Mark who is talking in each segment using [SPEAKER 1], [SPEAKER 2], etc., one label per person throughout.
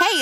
[SPEAKER 1] Hey,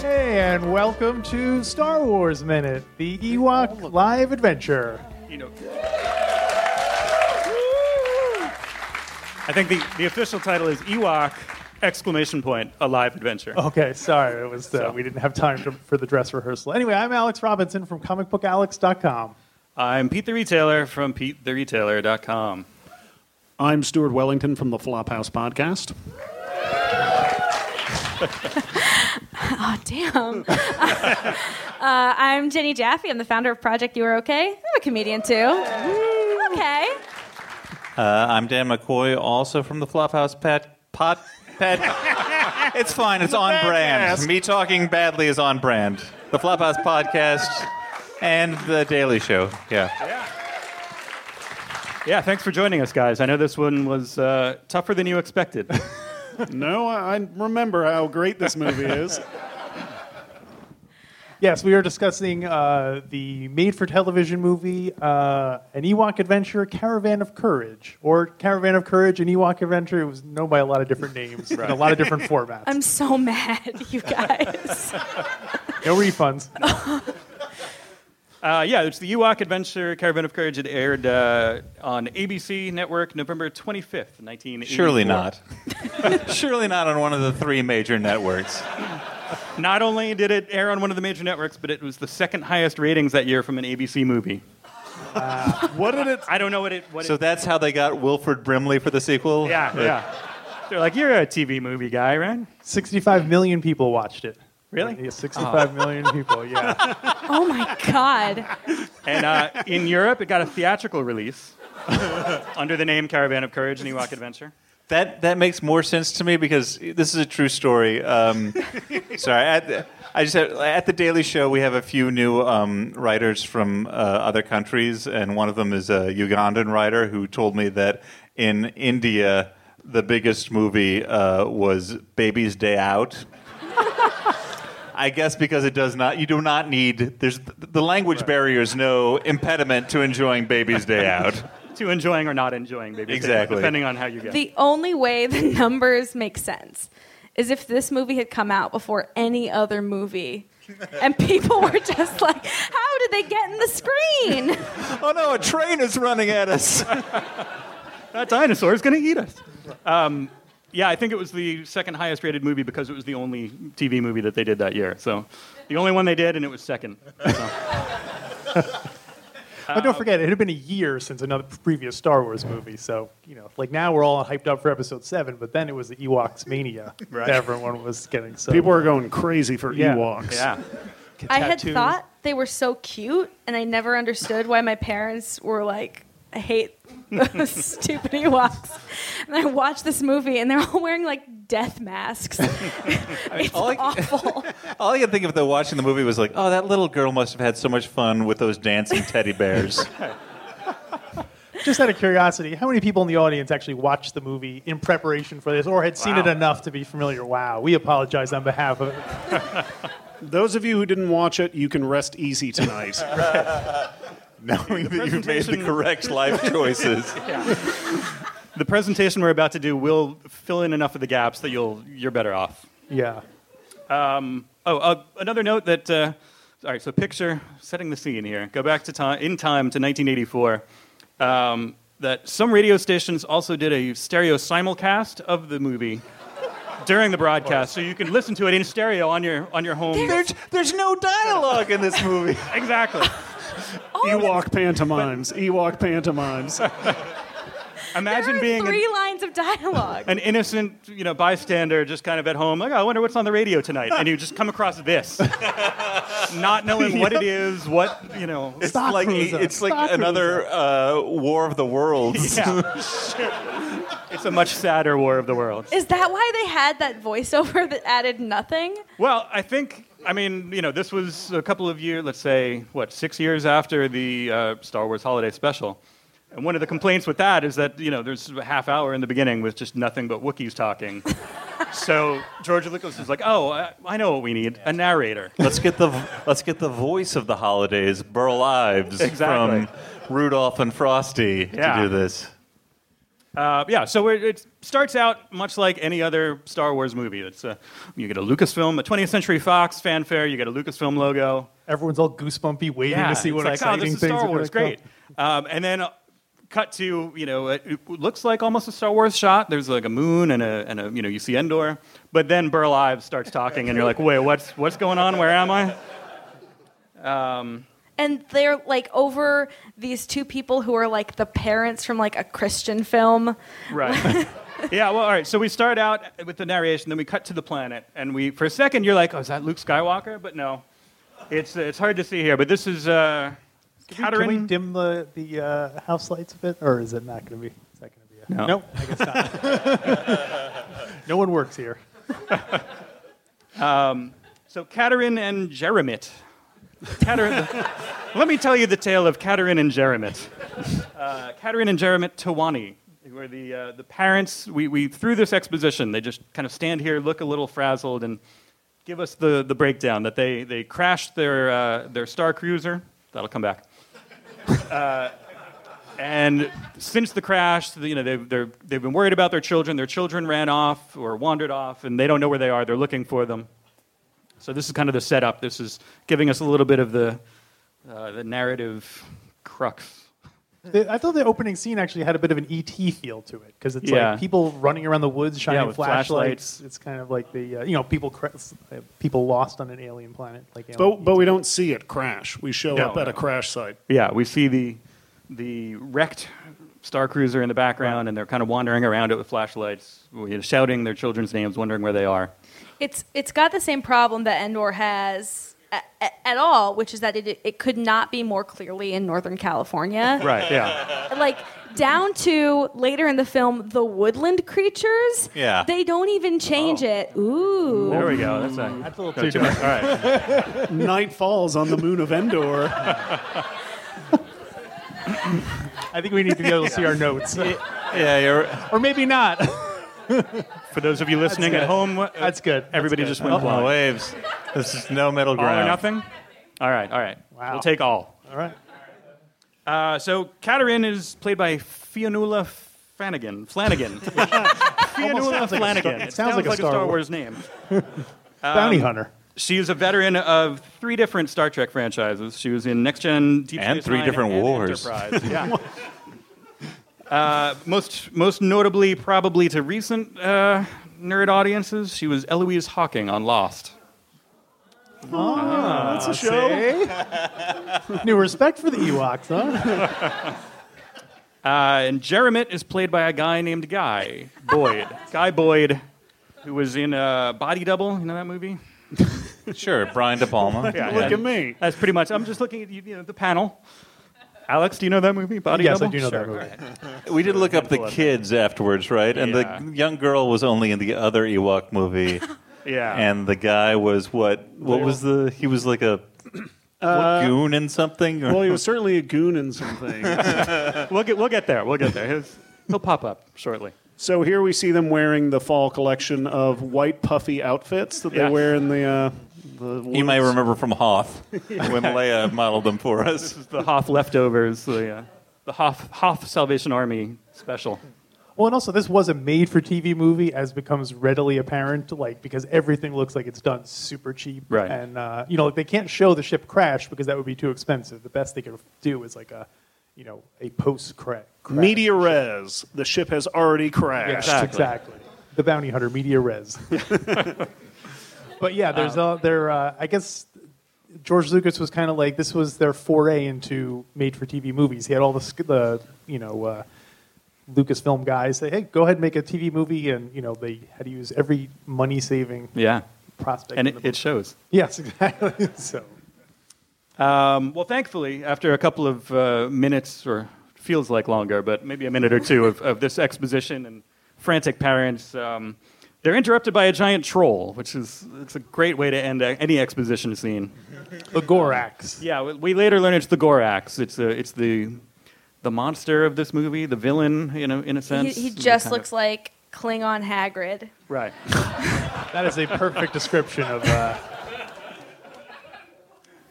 [SPEAKER 2] Hey, and welcome to Star Wars Minute, the Ewok live adventure.
[SPEAKER 3] I think the, the official title is Ewok exclamation point a live adventure.
[SPEAKER 2] Okay, sorry, it was uh, we didn't have time to, for the dress rehearsal. Anyway, I'm Alex Robinson from comicbookalex.com.
[SPEAKER 3] I'm Pete the Retailer from PeteTheRetailer.com.
[SPEAKER 4] I'm Stuart Wellington from the Flophouse Podcast.
[SPEAKER 5] Oh, damn. uh, I'm Jenny Jaffe. I'm the founder of Project You Are Okay. I'm a comedian too. Okay.
[SPEAKER 6] Uh, I'm Dan McCoy, also from the Flophouse Pat Pot Pet. it's fine. It's on brand. Me talking badly is on brand. The Flophouse podcast and the Daily Show. Yeah.
[SPEAKER 3] Yeah, thanks for joining us, guys. I know this one was uh, tougher than you expected.
[SPEAKER 4] No, I, I remember how great this movie is.
[SPEAKER 2] Yes, we are discussing uh, the made-for-television movie, uh, an Ewok adventure, Caravan of Courage, or Caravan of Courage, an Ewok adventure. It was known by a lot of different names and a lot of different formats.
[SPEAKER 5] I'm so mad, you guys.
[SPEAKER 2] no refunds.
[SPEAKER 3] Uh, yeah, it's the Ewok adventure, Caravan of Courage. It aired uh, on ABC Network November 25th, 1984.
[SPEAKER 6] Surely not. Surely not on one of the three major networks.
[SPEAKER 3] Not only did it air on one of the major networks, but it was the second highest ratings that year from an ABC movie.
[SPEAKER 4] What did it?
[SPEAKER 3] I don't know what it. What
[SPEAKER 6] So
[SPEAKER 3] it,
[SPEAKER 6] that's how they got Wilford Brimley for the sequel?
[SPEAKER 3] yeah, yeah. They're like, you're a TV movie guy, right?
[SPEAKER 2] 65 million people watched it.
[SPEAKER 3] Really?
[SPEAKER 2] Yeah, 65 million people, yeah.
[SPEAKER 5] Oh my God.
[SPEAKER 3] And uh, in Europe, it got a theatrical release under the name Caravan of Courage and Ewok Adventure.
[SPEAKER 6] That that makes more sense to me because this is a true story. Um, sorry, at, the- I just had, at the Daily Show we have a few new um, writers from uh, other countries, and one of them is a Ugandan writer who told me that in India the biggest movie uh, was Baby's Day Out. I guess because it does not you do not need there's the language barrier is no impediment to enjoying Baby's Day Out.
[SPEAKER 3] To enjoying or not enjoying, maybe.
[SPEAKER 6] Exactly.
[SPEAKER 3] Depending on how you get
[SPEAKER 5] The only way the numbers make sense is if this movie had come out before any other movie. And people were just like, how did they get in the screen?
[SPEAKER 6] oh no, a train is running at us.
[SPEAKER 3] That dinosaur is going to eat us. Um, yeah, I think it was the second highest rated movie because it was the only TV movie that they did that year. So the only one they did, and it was second.
[SPEAKER 2] But
[SPEAKER 3] Uh,
[SPEAKER 2] don't forget, it had been a year since another previous Star Wars movie, so you know, like now we're all hyped up for Episode Seven, but then it was the Ewoks mania that everyone was getting. So
[SPEAKER 4] People are going crazy for
[SPEAKER 2] Yeah.
[SPEAKER 4] Ewoks.
[SPEAKER 3] Yeah.
[SPEAKER 5] I had
[SPEAKER 2] tattoos.
[SPEAKER 5] thought they were so cute, and I never understood why my parents were like, I hate those stupid Ewoks. And I watched this movie, and they're all wearing like death masks. it's
[SPEAKER 6] all I-
[SPEAKER 5] awful.
[SPEAKER 6] All I could think of though watching the movie was like, oh, that little girl must have had so much fun with those dancing teddy bears.
[SPEAKER 2] Just out of curiosity, how many people in the audience actually watched the movie in preparation for this, or had seen it
[SPEAKER 3] Wow.
[SPEAKER 2] enough to be familiar? Wow, we apologize on behalf of.
[SPEAKER 4] Those of you who didn't watch it, you can rest easy tonight.
[SPEAKER 6] Knowing that you've made the
[SPEAKER 3] presentation-
[SPEAKER 6] correct life choices.
[SPEAKER 3] The presentation we're about to do will fill in enough of the gaps that you'll, you're better off.
[SPEAKER 2] Yeah,
[SPEAKER 3] Oh, uh, another note that uh, all right, so picture setting the scene here. Go back to time in time to 1984. Um, that some radio stations also did a stereo simulcast of the movie during the broadcast, so you can listen to it in stereo on your on your home.
[SPEAKER 6] There's, there's no dialogue in this movie.
[SPEAKER 3] Exactly.
[SPEAKER 4] Oh, Ewok pantomimes. Ewok pantomimes.
[SPEAKER 3] Imagine
[SPEAKER 5] there are
[SPEAKER 3] being an,
[SPEAKER 5] three lines of dialogue.
[SPEAKER 3] an innocent, you know, bystander just kind of at home, like, "Oh, I wonder what's on the radio tonight, and you just come across this, not knowing what it is, what you know.
[SPEAKER 6] It's like it's like another uh, War of the Worlds.
[SPEAKER 3] Yeah. it's a much sadder War of the Worlds.
[SPEAKER 5] Is that why they had that voiceover that added nothing?
[SPEAKER 3] Well, I think, I mean, you know, this was a couple of years, let's say, what, six years after the uh, Star Wars Holiday Special. And one of the complaints with that is that, you know, there's a half hour in the beginning with just nothing but Wookiees talking. so George Lucas is like, oh, I, I know what we need a narrator.
[SPEAKER 6] Let's get the let's get the voice of the holidays, Burl Ives
[SPEAKER 3] Exactly.
[SPEAKER 6] from Rudolph and Frosty
[SPEAKER 3] Yeah.
[SPEAKER 6] to do this.
[SPEAKER 3] Uh, yeah, so it, it starts out much like any other Star Wars movie. It's a, you get a Lucasfilm, a 20th Century Fox fanfare, you get a Lucasfilm logo.
[SPEAKER 2] Everyone's all goosebumpy, waiting to see
[SPEAKER 3] it's
[SPEAKER 2] what
[SPEAKER 3] like,
[SPEAKER 2] exciting
[SPEAKER 3] oh, this is
[SPEAKER 2] things
[SPEAKER 3] Star
[SPEAKER 2] are
[SPEAKER 3] Wars,
[SPEAKER 2] gonna come.
[SPEAKER 3] great. Um, and then uh, cut to you know it, it looks like almost a Star Wars shot. There's like a moon and a and a you know you see Endor, but then Burl Ives starts talking and you're like, wait, what's what's going on? Where am I?
[SPEAKER 5] And they're like over these two people who are like the parents from like a Christian film.
[SPEAKER 3] Right. yeah. Well, all right. So we start out with the narration, then we cut to the planet, and we for a second you're like, oh, is that Luke Skywalker? But no, it's it's hard to see here. But this is. Uh,
[SPEAKER 2] Can we- Can we
[SPEAKER 3] Katarin-
[SPEAKER 2] dim the, the uh, house lights a bit, or is it not going to be? Is that going to be? A,
[SPEAKER 3] No.
[SPEAKER 2] I guess not. no one works here.
[SPEAKER 3] So Katarin and Jeremit. Katarin, let me tell you the tale of Katarin and Jeremit. Uh, Katarin and Jeremit Tawani were the, uh, the parents. We, we through this exposition, they just kind of stand here, look a little frazzled, and give us the, the breakdown that they, they crashed their, uh, their Star Cruiser. That'll come back. Uh, And since the crash, the- you know, they've, they're, they've been worried about their children. Their children ran off or wandered off, and they don't know where they are. They're looking for them. So this is kind of the setup. This is giving us a little bit of the, uh, the narrative crux.
[SPEAKER 2] The, I thought the opening scene actually had a bit of an ET feel to it because it's
[SPEAKER 3] Yeah.
[SPEAKER 2] like people running around the woods shining
[SPEAKER 3] with
[SPEAKER 2] flashlights.
[SPEAKER 3] flashlights.
[SPEAKER 2] It's kind of like the uh, you know people cra- uh, people lost on an alien planet like alien
[SPEAKER 4] But, but we don't see it crash. We show
[SPEAKER 3] No,
[SPEAKER 4] up at
[SPEAKER 3] no.
[SPEAKER 4] a crash site.
[SPEAKER 3] Yeah, we see the, the wrecked Star Cruiser in the background, and they're kind of wandering around it with flashlights, you know, shouting their children's names, wondering where they are.
[SPEAKER 5] It's it's got the same problem that Endor has at, at all, which is that it it could not be more clearly in Northern California.
[SPEAKER 3] Right, yeah.
[SPEAKER 5] like down to later in the film the woodland creatures
[SPEAKER 6] Yeah.
[SPEAKER 5] they don't even change it ooh
[SPEAKER 3] There we go. That's a,
[SPEAKER 2] That's a little too
[SPEAKER 3] All right.
[SPEAKER 4] Night falls on the moon of Endor.
[SPEAKER 2] I think we need to be able to see our notes,
[SPEAKER 6] Yeah, you're,
[SPEAKER 2] or maybe not.
[SPEAKER 3] For those of you listening at
[SPEAKER 2] good.
[SPEAKER 3] home, uh,
[SPEAKER 2] That's good. That's
[SPEAKER 3] everybody
[SPEAKER 2] good. Oh,
[SPEAKER 3] just went
[SPEAKER 6] Come
[SPEAKER 3] blind.
[SPEAKER 6] on, oh, waves. This is no middle
[SPEAKER 3] All
[SPEAKER 6] ground.
[SPEAKER 3] or nothing? All right, all right.
[SPEAKER 2] Wow.
[SPEAKER 3] We'll take all.
[SPEAKER 2] All right.
[SPEAKER 3] Uh, so Katarin is played by Fionnuala Flanagan. Flanagan. Fionnuala
[SPEAKER 2] sounds like a
[SPEAKER 3] Flanagan.
[SPEAKER 2] Star- it sounds like a Star
[SPEAKER 3] Wars.
[SPEAKER 2] Wars.
[SPEAKER 3] name.
[SPEAKER 2] Bounty hunter.
[SPEAKER 3] She is a veteran of three different Star Trek franchises. She was in Next Gen, Deep
[SPEAKER 6] And
[SPEAKER 3] Space
[SPEAKER 6] three
[SPEAKER 3] Nine,
[SPEAKER 6] different
[SPEAKER 3] and
[SPEAKER 6] wars.
[SPEAKER 3] Enterprise. Yeah. Uh, most, most notably, probably to recent uh, nerd audiences, she was Eloise Hawking on Lost.
[SPEAKER 4] That's a show.
[SPEAKER 2] New respect for the Ewoks, huh?
[SPEAKER 3] Uh, and Jeremit is played by a guy named Guy Boyd. Guy Boyd, who was in uh, Body Double. You know that movie?
[SPEAKER 6] Sure, Brian De Palma.
[SPEAKER 3] Yeah.
[SPEAKER 4] Look at me.
[SPEAKER 3] That's pretty much. I'm just looking at you, you know, the panel. Alex, do you know that movie? Body
[SPEAKER 2] yes,
[SPEAKER 3] Double.
[SPEAKER 2] I do know
[SPEAKER 3] Sure.
[SPEAKER 2] that movie.
[SPEAKER 6] We did look up the kids afterwards, right? And
[SPEAKER 3] Yeah.
[SPEAKER 6] the young girl was only in the other Ewok movie,
[SPEAKER 3] Yeah.
[SPEAKER 6] and the guy was what? What was the? He was like a what, goon in something. Or,
[SPEAKER 4] Well, he was certainly a goon in something.
[SPEAKER 3] we'll get we'll get there. We'll get there. He's- he'll pop up shortly.
[SPEAKER 4] so here we see them wearing the fall collection of white puffy outfits that they
[SPEAKER 3] Yeah.
[SPEAKER 4] wear in the. Uh, the
[SPEAKER 6] you may
[SPEAKER 4] woods.
[SPEAKER 6] remember from Hoth when Leia modeled them for us.
[SPEAKER 3] The Hoff leftovers. The uh, the Hoff Hoff Salvation Army special.
[SPEAKER 2] Well, and also this was a made-for-TV movie, as becomes readily apparent, like because everything looks like it's done super cheap,
[SPEAKER 3] Right.
[SPEAKER 2] And uh, you know, like, they can't show the ship crash because that would be too expensive. The best they could do is like a, you know, a post-crash.
[SPEAKER 4] Media res. The ship has already
[SPEAKER 2] Yes,
[SPEAKER 4] crashed.
[SPEAKER 2] exactly. The bounty hunter, media res. but yeah, there's uh, there. Uh, I guess George Lucas was kind of like this was their foray into made-for-TV movies. He had all the sk- the you know. Uh, Lucasfilm guys say, "Hey, go ahead and make a TV movie," and you know they had to use every money-saving
[SPEAKER 3] Yeah.
[SPEAKER 2] prospect.
[SPEAKER 3] And
[SPEAKER 2] in
[SPEAKER 3] it,
[SPEAKER 2] the
[SPEAKER 3] it shows.
[SPEAKER 2] yes, exactly. so
[SPEAKER 3] Um, well, thankfully, after a couple of uh, minutes, or feels like longer, but maybe a minute or two of, of this exposition and frantic parents, um, they're interrupted by a giant troll, which is it's a great way to end a, any exposition scene.
[SPEAKER 2] the Gorax.
[SPEAKER 3] Yeah, we, we later learn it's the Gorax. It's, a, it's the, the monster of this movie, the villain, you know, in a
[SPEAKER 5] He,
[SPEAKER 3] sense.
[SPEAKER 5] he just looks like Klingon Hagrid.
[SPEAKER 3] Right.
[SPEAKER 2] That is a perfect description of. Uh,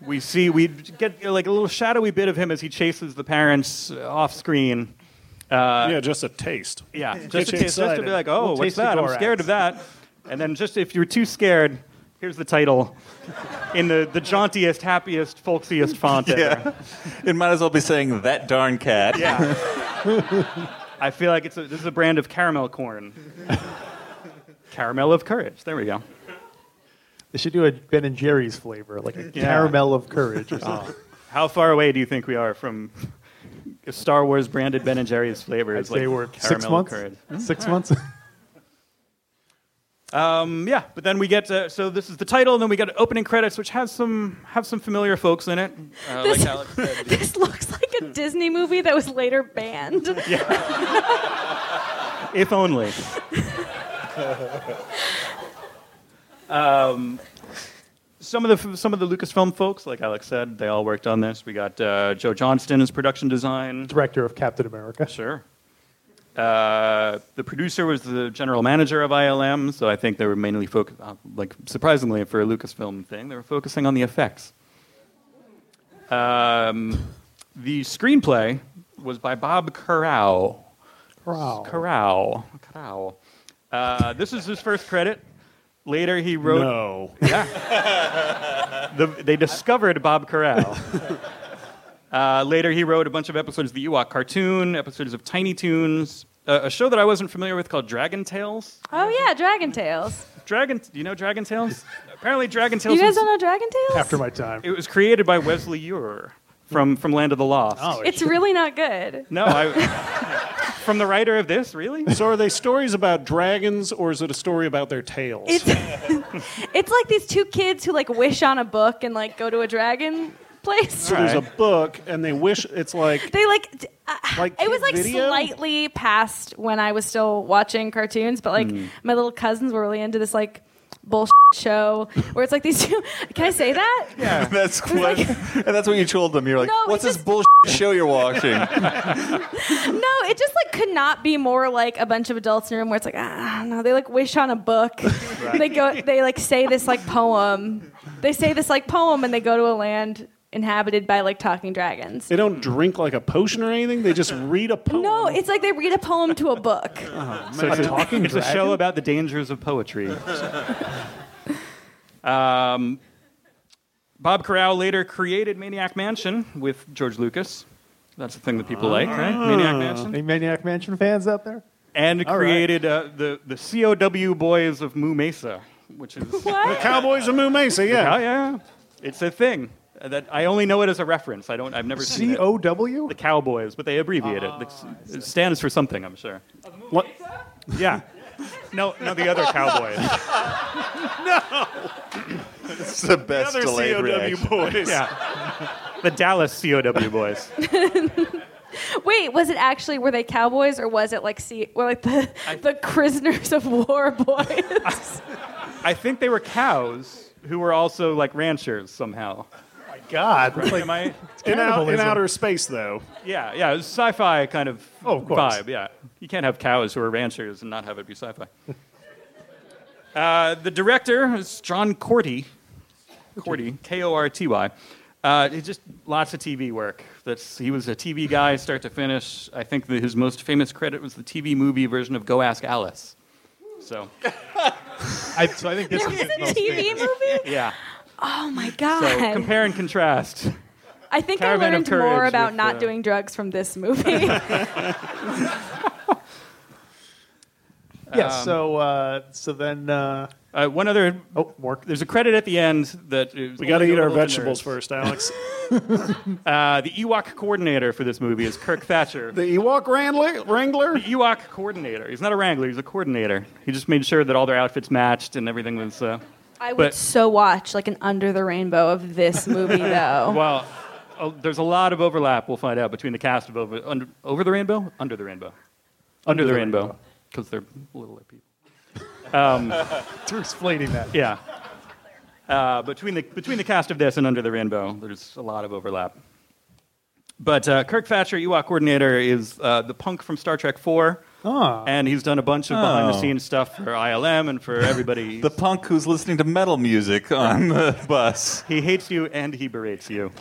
[SPEAKER 3] we see we get uh, like a little shadowy bit of him as he chases the parents uh, off screen.
[SPEAKER 4] yeah, just a taste.
[SPEAKER 3] Yeah, just, in
[SPEAKER 4] you
[SPEAKER 3] case, just to
[SPEAKER 4] excited.
[SPEAKER 3] be like, oh,
[SPEAKER 2] We'll
[SPEAKER 3] what's
[SPEAKER 2] taste the
[SPEAKER 3] that? I'm
[SPEAKER 2] Gorax.
[SPEAKER 3] scared of that. And then just if you're too scared, here's the title in the, the jauntiest, happiest, folksiest font ever.
[SPEAKER 6] It might as well be saying that darn cat.
[SPEAKER 3] I feel like it's a, this is a brand of caramel corn. caramel of courage. There we go.
[SPEAKER 2] they should do a Ben and Jerry's flavor, like a Oh.
[SPEAKER 3] Yeah.
[SPEAKER 2] caramel of courage or something.
[SPEAKER 3] How far away do you think we are from Star Wars branded Ben and Jerry's flavors?
[SPEAKER 2] I'd say
[SPEAKER 3] like
[SPEAKER 2] we're
[SPEAKER 3] caramel
[SPEAKER 2] six
[SPEAKER 3] of
[SPEAKER 2] months.
[SPEAKER 3] courage?
[SPEAKER 2] Six months.
[SPEAKER 3] Um, yeah, but then we get to, so this is the title, and then we get opening credits, which has some have some familiar folks in it. Uh, like Alex said.
[SPEAKER 5] This looks like a Disney movie that was later banned.
[SPEAKER 3] if only. um, some of the some of the Lucasfilm folks, like Alex said, they all worked on this. We got uh, Joe Johnston as production design.
[SPEAKER 2] Director of Captain America.
[SPEAKER 3] Sure. Uh, the producer was the general manager of ILM, so I think they were mainly focused, uh, like surprisingly for a Lucasfilm thing, they were focusing on the effects. Um, the screenplay was by Bob Corral.
[SPEAKER 2] Wow.
[SPEAKER 3] Corral. Corral. Uh, this is his first credit. Later, he wrote.
[SPEAKER 4] No.
[SPEAKER 3] The, they discovered Bob Corral. uh, later, he wrote a bunch of episodes of the Ewok cartoon, episodes of Tiny Toons, uh, a show that I wasn't familiar with called Dragon Tales.
[SPEAKER 5] oh yeah, Dragon Tales.
[SPEAKER 3] Dragon, do you know Dragon Tales? Apparently, Dragon Tales.
[SPEAKER 5] You guys
[SPEAKER 3] was,
[SPEAKER 5] don't know Dragon Tales?
[SPEAKER 2] After my time.
[SPEAKER 3] It was created by Wesley Eurer from from Land of the Lost.
[SPEAKER 2] Oh,
[SPEAKER 5] it's really not good.
[SPEAKER 3] No, I, from the writer of this, really?
[SPEAKER 4] So are they stories about dragons or is it a story about their tails?
[SPEAKER 5] It's it's like these two kids who like wish on a book and like go to a dragon place.
[SPEAKER 4] so there's a book and they wish it's like
[SPEAKER 5] They like d- uh,
[SPEAKER 4] Like
[SPEAKER 5] it was like
[SPEAKER 4] video?
[SPEAKER 5] slightly past when I was still watching cartoons, but like
[SPEAKER 4] Hmm.
[SPEAKER 5] my little cousins were really into this like bullshit show where it's like these two. Can I say that?
[SPEAKER 6] That's what, and that's what you told them. You're like,
[SPEAKER 5] No,
[SPEAKER 6] what's
[SPEAKER 5] we
[SPEAKER 6] this
[SPEAKER 5] just-
[SPEAKER 6] bullshit show you're watching?
[SPEAKER 5] No, it just like could not be more like a bunch of adults in a room where it's like ah, I don't know. They like wish on a book. They go. They like say this like poem. They say this like poem, and they go to a land inhabited by like talking dragons.
[SPEAKER 4] they don't drink like a potion or anything. They just read a poem.
[SPEAKER 5] No, it's like they read a poem to a book.
[SPEAKER 3] So it's, a, it's a show about the dangers of poetry. um, Bob Corral later created Maniac Mansion with George Lucas. That's the thing that people like, right? Maniac Mansion.
[SPEAKER 2] Any Maniac Mansion fans out there?
[SPEAKER 3] And
[SPEAKER 2] right.
[SPEAKER 3] created uh, the, the COW Boys of Moo Mesa, which is. oh,
[SPEAKER 4] the Cowboys of Moo Mesa. Yeah.
[SPEAKER 3] yeah, yeah. It's a thing. Uh, That I only know it as a reference. I don't. I've never seen
[SPEAKER 2] C
[SPEAKER 3] it. Ah,
[SPEAKER 2] O W.
[SPEAKER 3] The Cowboys, but they abbreviate it. The- It stands for something, I'm sure.
[SPEAKER 4] What-
[SPEAKER 3] Yeah. No, no, the other Cowboys.
[SPEAKER 6] It's the best
[SPEAKER 4] Other
[SPEAKER 6] delayed
[SPEAKER 4] COW
[SPEAKER 6] reaction.
[SPEAKER 4] boys.
[SPEAKER 3] Yeah. The Dallas COW boys.
[SPEAKER 5] Wait, was it actually were they cowboys or was it like see were like the the prisoners of war boys?
[SPEAKER 3] I think they were cows who were also like ranchers somehow.
[SPEAKER 2] My God. Like,
[SPEAKER 3] Am I?
[SPEAKER 4] In, out, in
[SPEAKER 2] Cannibalism.
[SPEAKER 4] outer space, though.
[SPEAKER 3] Yeah, yeah. It was sci-fi kind of,
[SPEAKER 2] Oh, of course.
[SPEAKER 3] vibe. Yeah, you can't have cows who are ranchers and not have it be sci-fi. uh, the director is John Corty. Corty, K O R T Y. Uh, it just lots of TV work. That's he was a TV guy, start to finish. I think that his most famous credit was the TV movie version of Go Ask Alice. So
[SPEAKER 2] I, so I think this
[SPEAKER 5] There
[SPEAKER 2] is
[SPEAKER 5] was
[SPEAKER 2] his
[SPEAKER 5] a
[SPEAKER 2] most
[SPEAKER 5] TV
[SPEAKER 2] famous.
[SPEAKER 5] movie?
[SPEAKER 3] yeah.
[SPEAKER 5] Oh my
[SPEAKER 3] So
[SPEAKER 5] god.
[SPEAKER 3] compare and contrast.
[SPEAKER 5] I think I
[SPEAKER 3] Caravan
[SPEAKER 5] learned
[SPEAKER 3] of
[SPEAKER 5] more
[SPEAKER 3] Courage
[SPEAKER 5] about
[SPEAKER 3] with,
[SPEAKER 5] not
[SPEAKER 3] uh,
[SPEAKER 5] doing drugs from this movie.
[SPEAKER 2] Yeah. So uh, so then uh,
[SPEAKER 3] Uh, one other.
[SPEAKER 2] oh more
[SPEAKER 3] There's a credit at the end that
[SPEAKER 4] We got to eat our vegetables first, Alex.
[SPEAKER 3] Uh, the Ewok coordinator for this movie is Kirk Thatcher.
[SPEAKER 4] the Ewok Wrangler? Wrangler?
[SPEAKER 3] Ewok coordinator. He's not a wrangler. He's a coordinator. He just made sure that all their outfits matched and everything was. Uh,
[SPEAKER 5] I would
[SPEAKER 3] But-
[SPEAKER 5] so watch like an Under the Rainbow of this movie though.
[SPEAKER 3] well, oh, there's a lot of overlap. We'll find out between the cast of Over, under, over the Rainbow, Under the Rainbow, Under, the, Rainbow, because they're littler people. Um,
[SPEAKER 2] to explaining that.
[SPEAKER 3] Yeah. Uh, between the between the cast of this and Under the Rainbow, there's a lot of overlap. But uh, Kirk Thatcher, Ewok coordinator, is uh, the punk from Star Trek Four, and he's done a bunch of behind the scenes stuff for ILM and for everybody.
[SPEAKER 6] The punk who's listening to metal music on the bus.
[SPEAKER 3] he hates you and he berates you.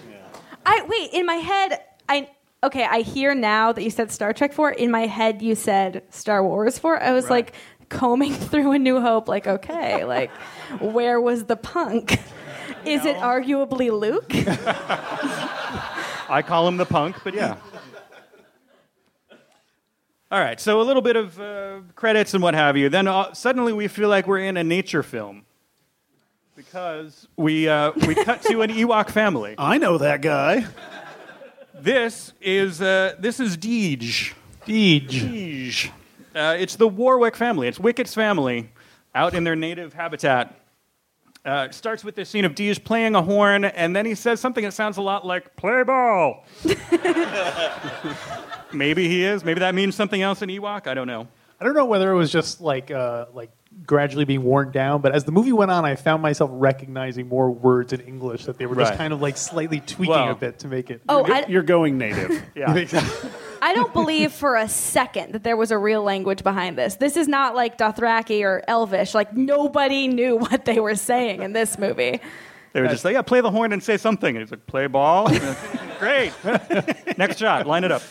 [SPEAKER 5] I wait, in my head I okay, I hear now that you said Star Trek 4. In my head you said Star Wars 4. I was
[SPEAKER 3] Right.
[SPEAKER 5] like combing through a new hope like okay, like where was the punk? Is it arguably Luke?
[SPEAKER 3] I call him the punk, but yeah. All right, so a little bit of uh, credits and what have you. Then uh, suddenly we feel like we're in a nature film because we, uh, we cut to an Ewok family.
[SPEAKER 4] I know that guy.
[SPEAKER 3] This is, uh, this is Deej.
[SPEAKER 2] Deej.
[SPEAKER 3] Deej. Uh, it's the Warwick family, it's Wicket's family out in their native habitat. Uh, it starts with this scene of Deej playing a horn, and then he says something that sounds a lot like, play ball. Maybe he is. Maybe that means something else in Ewok. I don't know.
[SPEAKER 2] I don't know whether it was just like uh, like gradually being worn down, but as the movie went on, I found myself recognizing more words in English that they were
[SPEAKER 3] Right.
[SPEAKER 2] just kind of like slightly tweaking
[SPEAKER 3] Well.
[SPEAKER 2] a bit to make it.
[SPEAKER 5] Oh, I,
[SPEAKER 4] You're going native.
[SPEAKER 3] Yeah.
[SPEAKER 5] I don't believe for a second that there was a real language behind this. This is not like Dothraki or Elvish. Like nobody knew what they were saying in this movie.
[SPEAKER 3] They were just like, yeah, play the horn and say something. And he's like, play ball. Great. Next shot, line it up.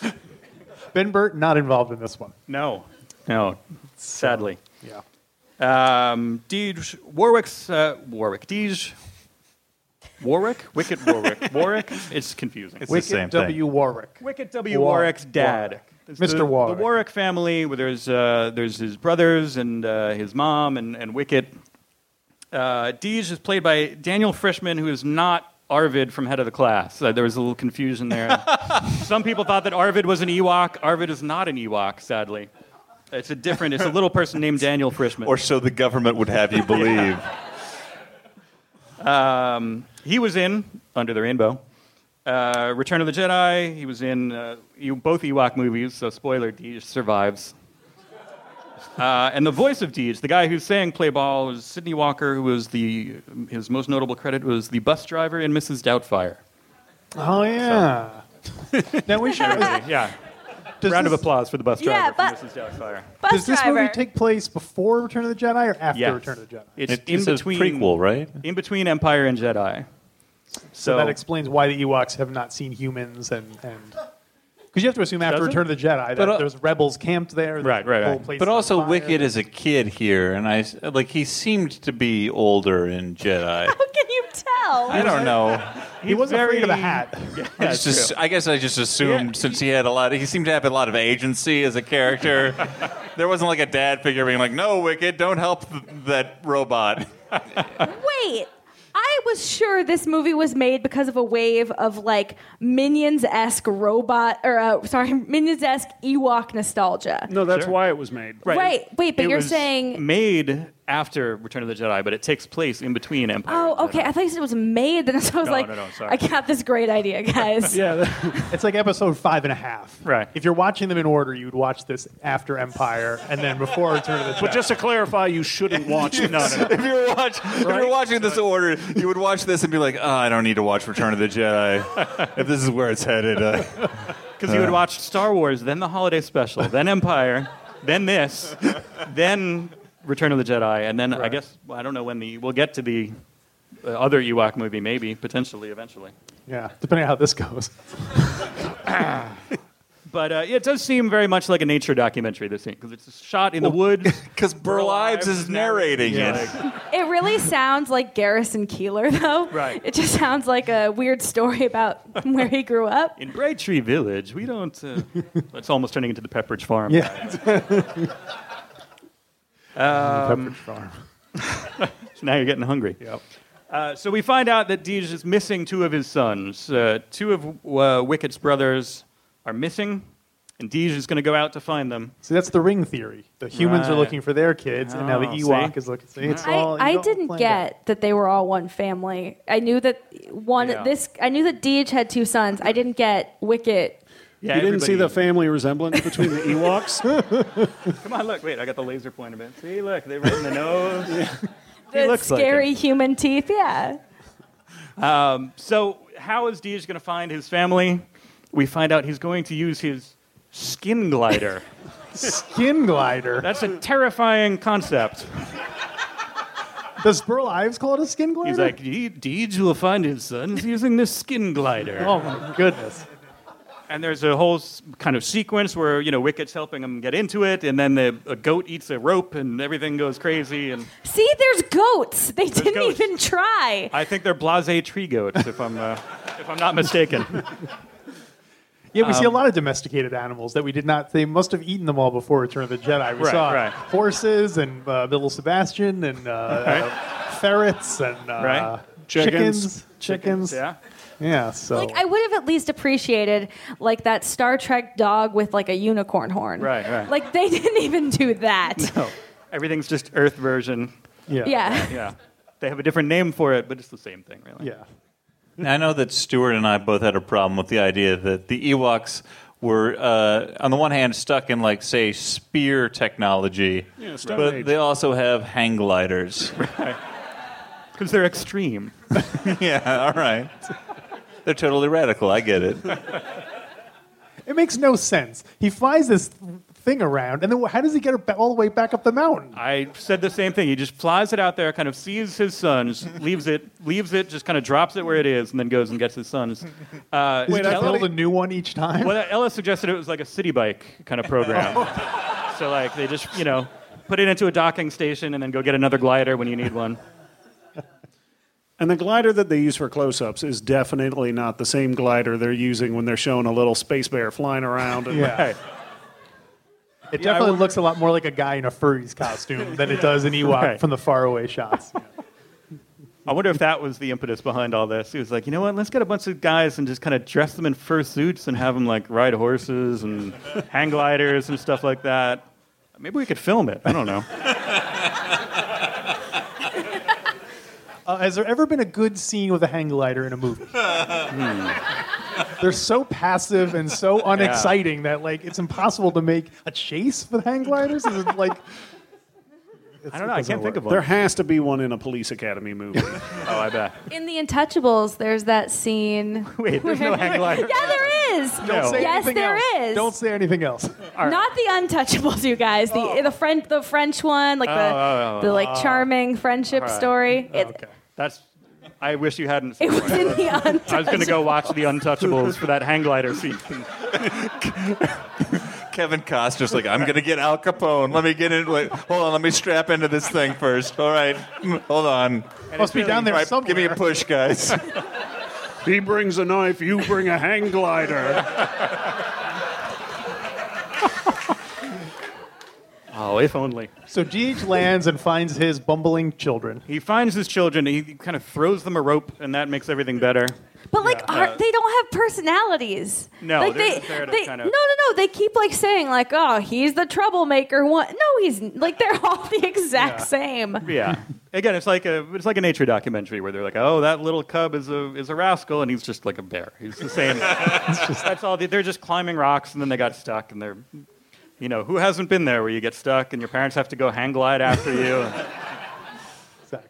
[SPEAKER 2] Ben Burt not involved in this one.
[SPEAKER 3] No. No. Sadly.
[SPEAKER 2] Yeah.
[SPEAKER 3] Um, Deej, Warwick's, uh, Warwick, Deej, Warwick? Wicked Warwick. Warwick? It's confusing.
[SPEAKER 6] It's
[SPEAKER 2] Wicked
[SPEAKER 6] the same
[SPEAKER 2] W.
[SPEAKER 6] thing.
[SPEAKER 2] Warwick.
[SPEAKER 3] Wicked W.
[SPEAKER 2] Warwick.
[SPEAKER 3] Warwick's dad.
[SPEAKER 2] Warwick.
[SPEAKER 3] It's
[SPEAKER 2] Mr.
[SPEAKER 3] The,
[SPEAKER 2] Warwick.
[SPEAKER 3] The Warwick family, where there's, uh, there's his brothers and uh, his mom and, and Wicket. Uh, Deej is played by Daniel Frischman, who is not Arvid from Head of the Class. Uh, there was a little confusion there. Some people thought that Arvid was an Ewok. Arvid is not an Ewok, sadly. It's a different, it's a little person named Daniel Frischman.
[SPEAKER 6] Or so the government would have you believe.
[SPEAKER 3] He was in Under the Rainbow, uh, Return of the Jedi. He was in uh, you, both Ewok movies, so spoiler, Deej survives. Uh, and the voice of Deej, the guy who sang Play Ball, was Sidney Walker, who was the, his most notable credit was the bus driver in Mrs. Doubtfire.
[SPEAKER 2] Oh yeah. now we should.
[SPEAKER 3] Yeah.
[SPEAKER 2] does
[SPEAKER 3] Round
[SPEAKER 2] this-
[SPEAKER 3] of applause for the bus driver
[SPEAKER 5] Yeah,
[SPEAKER 3] from
[SPEAKER 5] but-
[SPEAKER 3] Mrs. Doubtfire.
[SPEAKER 5] Bus
[SPEAKER 2] Does this
[SPEAKER 5] driver.
[SPEAKER 2] movie take place before Return of the Jedi or after
[SPEAKER 3] Yes.
[SPEAKER 2] Return of the Jedi?
[SPEAKER 3] It's
[SPEAKER 6] It-
[SPEAKER 3] in
[SPEAKER 6] it's a
[SPEAKER 3] between
[SPEAKER 6] prequel, right?
[SPEAKER 3] In between Empire and Jedi.
[SPEAKER 2] So that explains why the Ewoks have not seen humans and and because you have to assume after
[SPEAKER 3] Does it?
[SPEAKER 2] Return of the Jedi that
[SPEAKER 6] But, uh,
[SPEAKER 2] there's rebels camped there. that
[SPEAKER 3] Right, right,
[SPEAKER 2] the whole
[SPEAKER 3] right.
[SPEAKER 2] place
[SPEAKER 6] But
[SPEAKER 2] is on
[SPEAKER 6] also,
[SPEAKER 2] fire.
[SPEAKER 6] Wicked is a kid here, and I s- like he seemed to be older in Jedi.
[SPEAKER 5] How can you tell?
[SPEAKER 6] I don't know.
[SPEAKER 2] he wasn't
[SPEAKER 3] very-
[SPEAKER 2] afraid of a hat.
[SPEAKER 6] I, just ass- I guess I just assumed since he had a lot, he seemed to have a lot of agency as a character. there wasn't like a dad figure being like, "No, Wicked, don't help th- that robot."
[SPEAKER 5] Wait. I was sure this movie was made because of a wave of like minions esque robot or uh, sorry minions esque Ewok nostalgia.
[SPEAKER 4] No, that's why it was made.
[SPEAKER 3] Right.
[SPEAKER 5] Right. Wait, but
[SPEAKER 3] It
[SPEAKER 5] you're
[SPEAKER 3] was
[SPEAKER 5] saying-
[SPEAKER 3] made after Return of the Jedi, but it takes place in between Empire. and
[SPEAKER 5] Oh, okay. I thought you said it was made. Then so I was
[SPEAKER 3] No,
[SPEAKER 5] like,
[SPEAKER 3] no, no, sorry.
[SPEAKER 5] I got this great idea, guys.
[SPEAKER 2] Yeah, it's like episode five and a half.
[SPEAKER 3] Right.
[SPEAKER 2] If you're watching them in order, you'd watch this after Empire and then before Return of the Jedi.
[SPEAKER 4] But just to clarify, you shouldn't watch it.
[SPEAKER 3] no, no.
[SPEAKER 6] if you were watching, if you were watching this order, you would watch this and be like, oh, "I don't need to watch Return of the Jedi if this is where it's headed." Uh,
[SPEAKER 3] Because you would watch Star Wars, then the holiday special, then Empire, then this, then Return of the Jedi, and then I guess well, I don't know when the we'll get to the uh, other Ewok movie, maybe potentially eventually.
[SPEAKER 2] Yeah, depending on how this goes.
[SPEAKER 3] But uh, yeah, it does seem very much like a nature documentary. This scene because it's shot in the woods.
[SPEAKER 6] Because Burl Ives is narrating
[SPEAKER 3] Yeah,
[SPEAKER 6] it.
[SPEAKER 3] like-
[SPEAKER 5] It really sounds like Garrison Keeler, though.
[SPEAKER 3] Right.
[SPEAKER 5] It just sounds like a weird story about where he grew up.
[SPEAKER 3] in Braintree Village, we don't. Uh, that's almost turning into the Pepperidge Farm.
[SPEAKER 2] Yeah.
[SPEAKER 3] Um,
[SPEAKER 2] Pepperidge Farm.
[SPEAKER 3] So now you're getting hungry.
[SPEAKER 2] Yep.
[SPEAKER 3] Uh, so we find out that Deej is missing two of his sons. Uh, two of uh, Wicket's brothers are missing, and Deej is going to go out to find them.
[SPEAKER 2] So that's the ring theory. The humans
[SPEAKER 3] Right.
[SPEAKER 2] are looking for their kids, and now the
[SPEAKER 3] Oh, see?
[SPEAKER 2] Ewok is looking. See,
[SPEAKER 3] Mm-hmm.
[SPEAKER 2] it's all, you
[SPEAKER 5] I, I
[SPEAKER 2] don't
[SPEAKER 5] didn't
[SPEAKER 2] plan
[SPEAKER 5] get that they were all one family. I knew that one
[SPEAKER 3] Yeah.
[SPEAKER 5] this I knew that Deej had two sons. I didn't get Wicket.
[SPEAKER 3] Yeah,
[SPEAKER 4] You didn't see the
[SPEAKER 3] everybody-
[SPEAKER 4] family resemblance between the Ewoks?
[SPEAKER 3] Come on, look. Wait, I got the laser pointer bit. See, look, they're right in the nose.
[SPEAKER 5] The
[SPEAKER 3] looks like
[SPEAKER 5] scary human teeth, yeah.
[SPEAKER 3] Um, So, how is Deej going to find his family? We find out he's going to use his skin glider.
[SPEAKER 2] Skin glider.
[SPEAKER 3] That's a terrifying concept.
[SPEAKER 2] Does Burl Ives call it a skin glider?
[SPEAKER 3] He's like, "De- Deej will find his sons using this skin glider.
[SPEAKER 2] oh my goodness.
[SPEAKER 3] And there's a whole s- kind of sequence where, you know, Wicket's helping him get into it, and then the, a goat eats a rope, and everything goes crazy. And
[SPEAKER 5] See, there's goats. They didn't
[SPEAKER 3] goats.
[SPEAKER 5] even try.
[SPEAKER 3] I think they're blase tree goats, if I'm, uh, if I'm not mistaken.
[SPEAKER 2] Yeah, we see a
[SPEAKER 3] Um,
[SPEAKER 2] lot of domesticated animals that we did not. They must have eaten them all before Return of the Jedi. We
[SPEAKER 3] Right,
[SPEAKER 2] saw
[SPEAKER 3] right.
[SPEAKER 2] horses and uh, little Sebastian and uh, ferrets and uh,
[SPEAKER 3] Right.
[SPEAKER 2] chickens.
[SPEAKER 4] Chickens.
[SPEAKER 2] Chickens.
[SPEAKER 3] Yeah.
[SPEAKER 2] Yeah. So
[SPEAKER 5] Like I would have at least appreciated like that Star Trek dog with like a unicorn horn.
[SPEAKER 3] Right, right.
[SPEAKER 5] Like they didn't even do that.
[SPEAKER 3] No, everything's just Earth version.
[SPEAKER 2] yeah.
[SPEAKER 5] Yeah.
[SPEAKER 3] Yeah. They have a different name for it, but it's the same thing, really.
[SPEAKER 2] Yeah.
[SPEAKER 6] I know that Stuart and I both had a problem with the idea that the Ewoks were, uh, on the one hand, stuck in like say spear technology,
[SPEAKER 4] Yeah, Stone
[SPEAKER 6] but
[SPEAKER 4] Age.
[SPEAKER 6] they also have hang gliders.
[SPEAKER 3] Because they're extreme.
[SPEAKER 6] yeah, all right. They're totally radical. I get it.
[SPEAKER 2] It makes no sense. He flies this thing around, and then how does he get it ba- all the way back up the mountain?
[SPEAKER 3] I said the same thing. He just flies it out there, kind of sees his sons, leaves it, leaves it, just kind of drops it where it is, and then goes and gets his sons. Uh,
[SPEAKER 2] Does he just
[SPEAKER 3] Ella,
[SPEAKER 2] build a new one each time?
[SPEAKER 3] well, Ella suggested it was like a city bike kind of program. so like they just you know put it into a docking station and then go get another glider when you need one.
[SPEAKER 4] and the glider that they use for close ups is definitely not the same glider they're using when they're showing a little space bear flying around. And
[SPEAKER 2] Yeah.
[SPEAKER 3] Right.
[SPEAKER 2] It
[SPEAKER 3] Yeah, I
[SPEAKER 2] definitely
[SPEAKER 3] would-
[SPEAKER 2] looks a lot more like a guy in a furry's costume than it does an Ewok
[SPEAKER 3] Right.
[SPEAKER 2] from the faraway shots.
[SPEAKER 3] I wonder if that was the impetus behind all this. He was like, you know what? Let's get a bunch of guys and just kind of dress them in fur suits and have them like ride horses and hang gliders and stuff like that. Maybe we could film it. I don't know.
[SPEAKER 2] Uh, has there ever been a good scene with a hang glider in a movie?
[SPEAKER 3] Hmm.
[SPEAKER 2] They're so passive and so unexciting that like it's impossible to make a chase with hang gliders. Is it, like
[SPEAKER 3] I don't know. I
[SPEAKER 2] doesn't
[SPEAKER 3] can't think of one.
[SPEAKER 4] There has to be one in a police academy movie.
[SPEAKER 3] Oh, I bet.
[SPEAKER 5] In The Untouchables, there's that scene.
[SPEAKER 3] Wait, there's no hang glider.
[SPEAKER 5] Yeah, there is.
[SPEAKER 2] don't say
[SPEAKER 5] yes,
[SPEAKER 2] anything
[SPEAKER 5] there
[SPEAKER 2] else.
[SPEAKER 5] is.
[SPEAKER 2] Don't say anything else.
[SPEAKER 5] Not the Untouchables, you guys. The the French the French one, like the
[SPEAKER 3] oh, oh,
[SPEAKER 5] the like charming friendship story. It,
[SPEAKER 3] Okay. That's. I wish you hadn't.
[SPEAKER 5] it
[SPEAKER 3] said
[SPEAKER 5] was in The Untouchables.
[SPEAKER 3] I was going to go watch The Untouchables for that hang glider scene.
[SPEAKER 6] Kevin Costner's like, I'm going to get Al Capone. Let me get in. Wait, hold on. Let me strap into this thing first. All right. Mm, Hold on.
[SPEAKER 2] Must be down there
[SPEAKER 6] All right,
[SPEAKER 2] somewhere.
[SPEAKER 6] give me a push, guys.
[SPEAKER 4] he brings a knife, you bring a hang glider.
[SPEAKER 3] Oh, if only.
[SPEAKER 2] So GH lands and finds his bumbling children.
[SPEAKER 3] He finds his children. He kind of throws them a rope, and that makes everything better.
[SPEAKER 5] But like, are, they don't have personalities.
[SPEAKER 3] uh, No,
[SPEAKER 5] like
[SPEAKER 3] they're just there to kind of-
[SPEAKER 5] no, no, no. They keep like saying like, "Oh, he's the troublemaker." One, no, he's like they're all the exact same.
[SPEAKER 3] Yeah. Again, it's like a it's like a nature documentary where they're like, oh, that little cub is a is a rascal, and he's just like a bear. He's the same. It's just- that's all. They, they're just climbing rocks, and then they got stuck, and they're, you know, who hasn't been there where you get stuck and your parents have to go hang glide after you.
[SPEAKER 2] Exactly.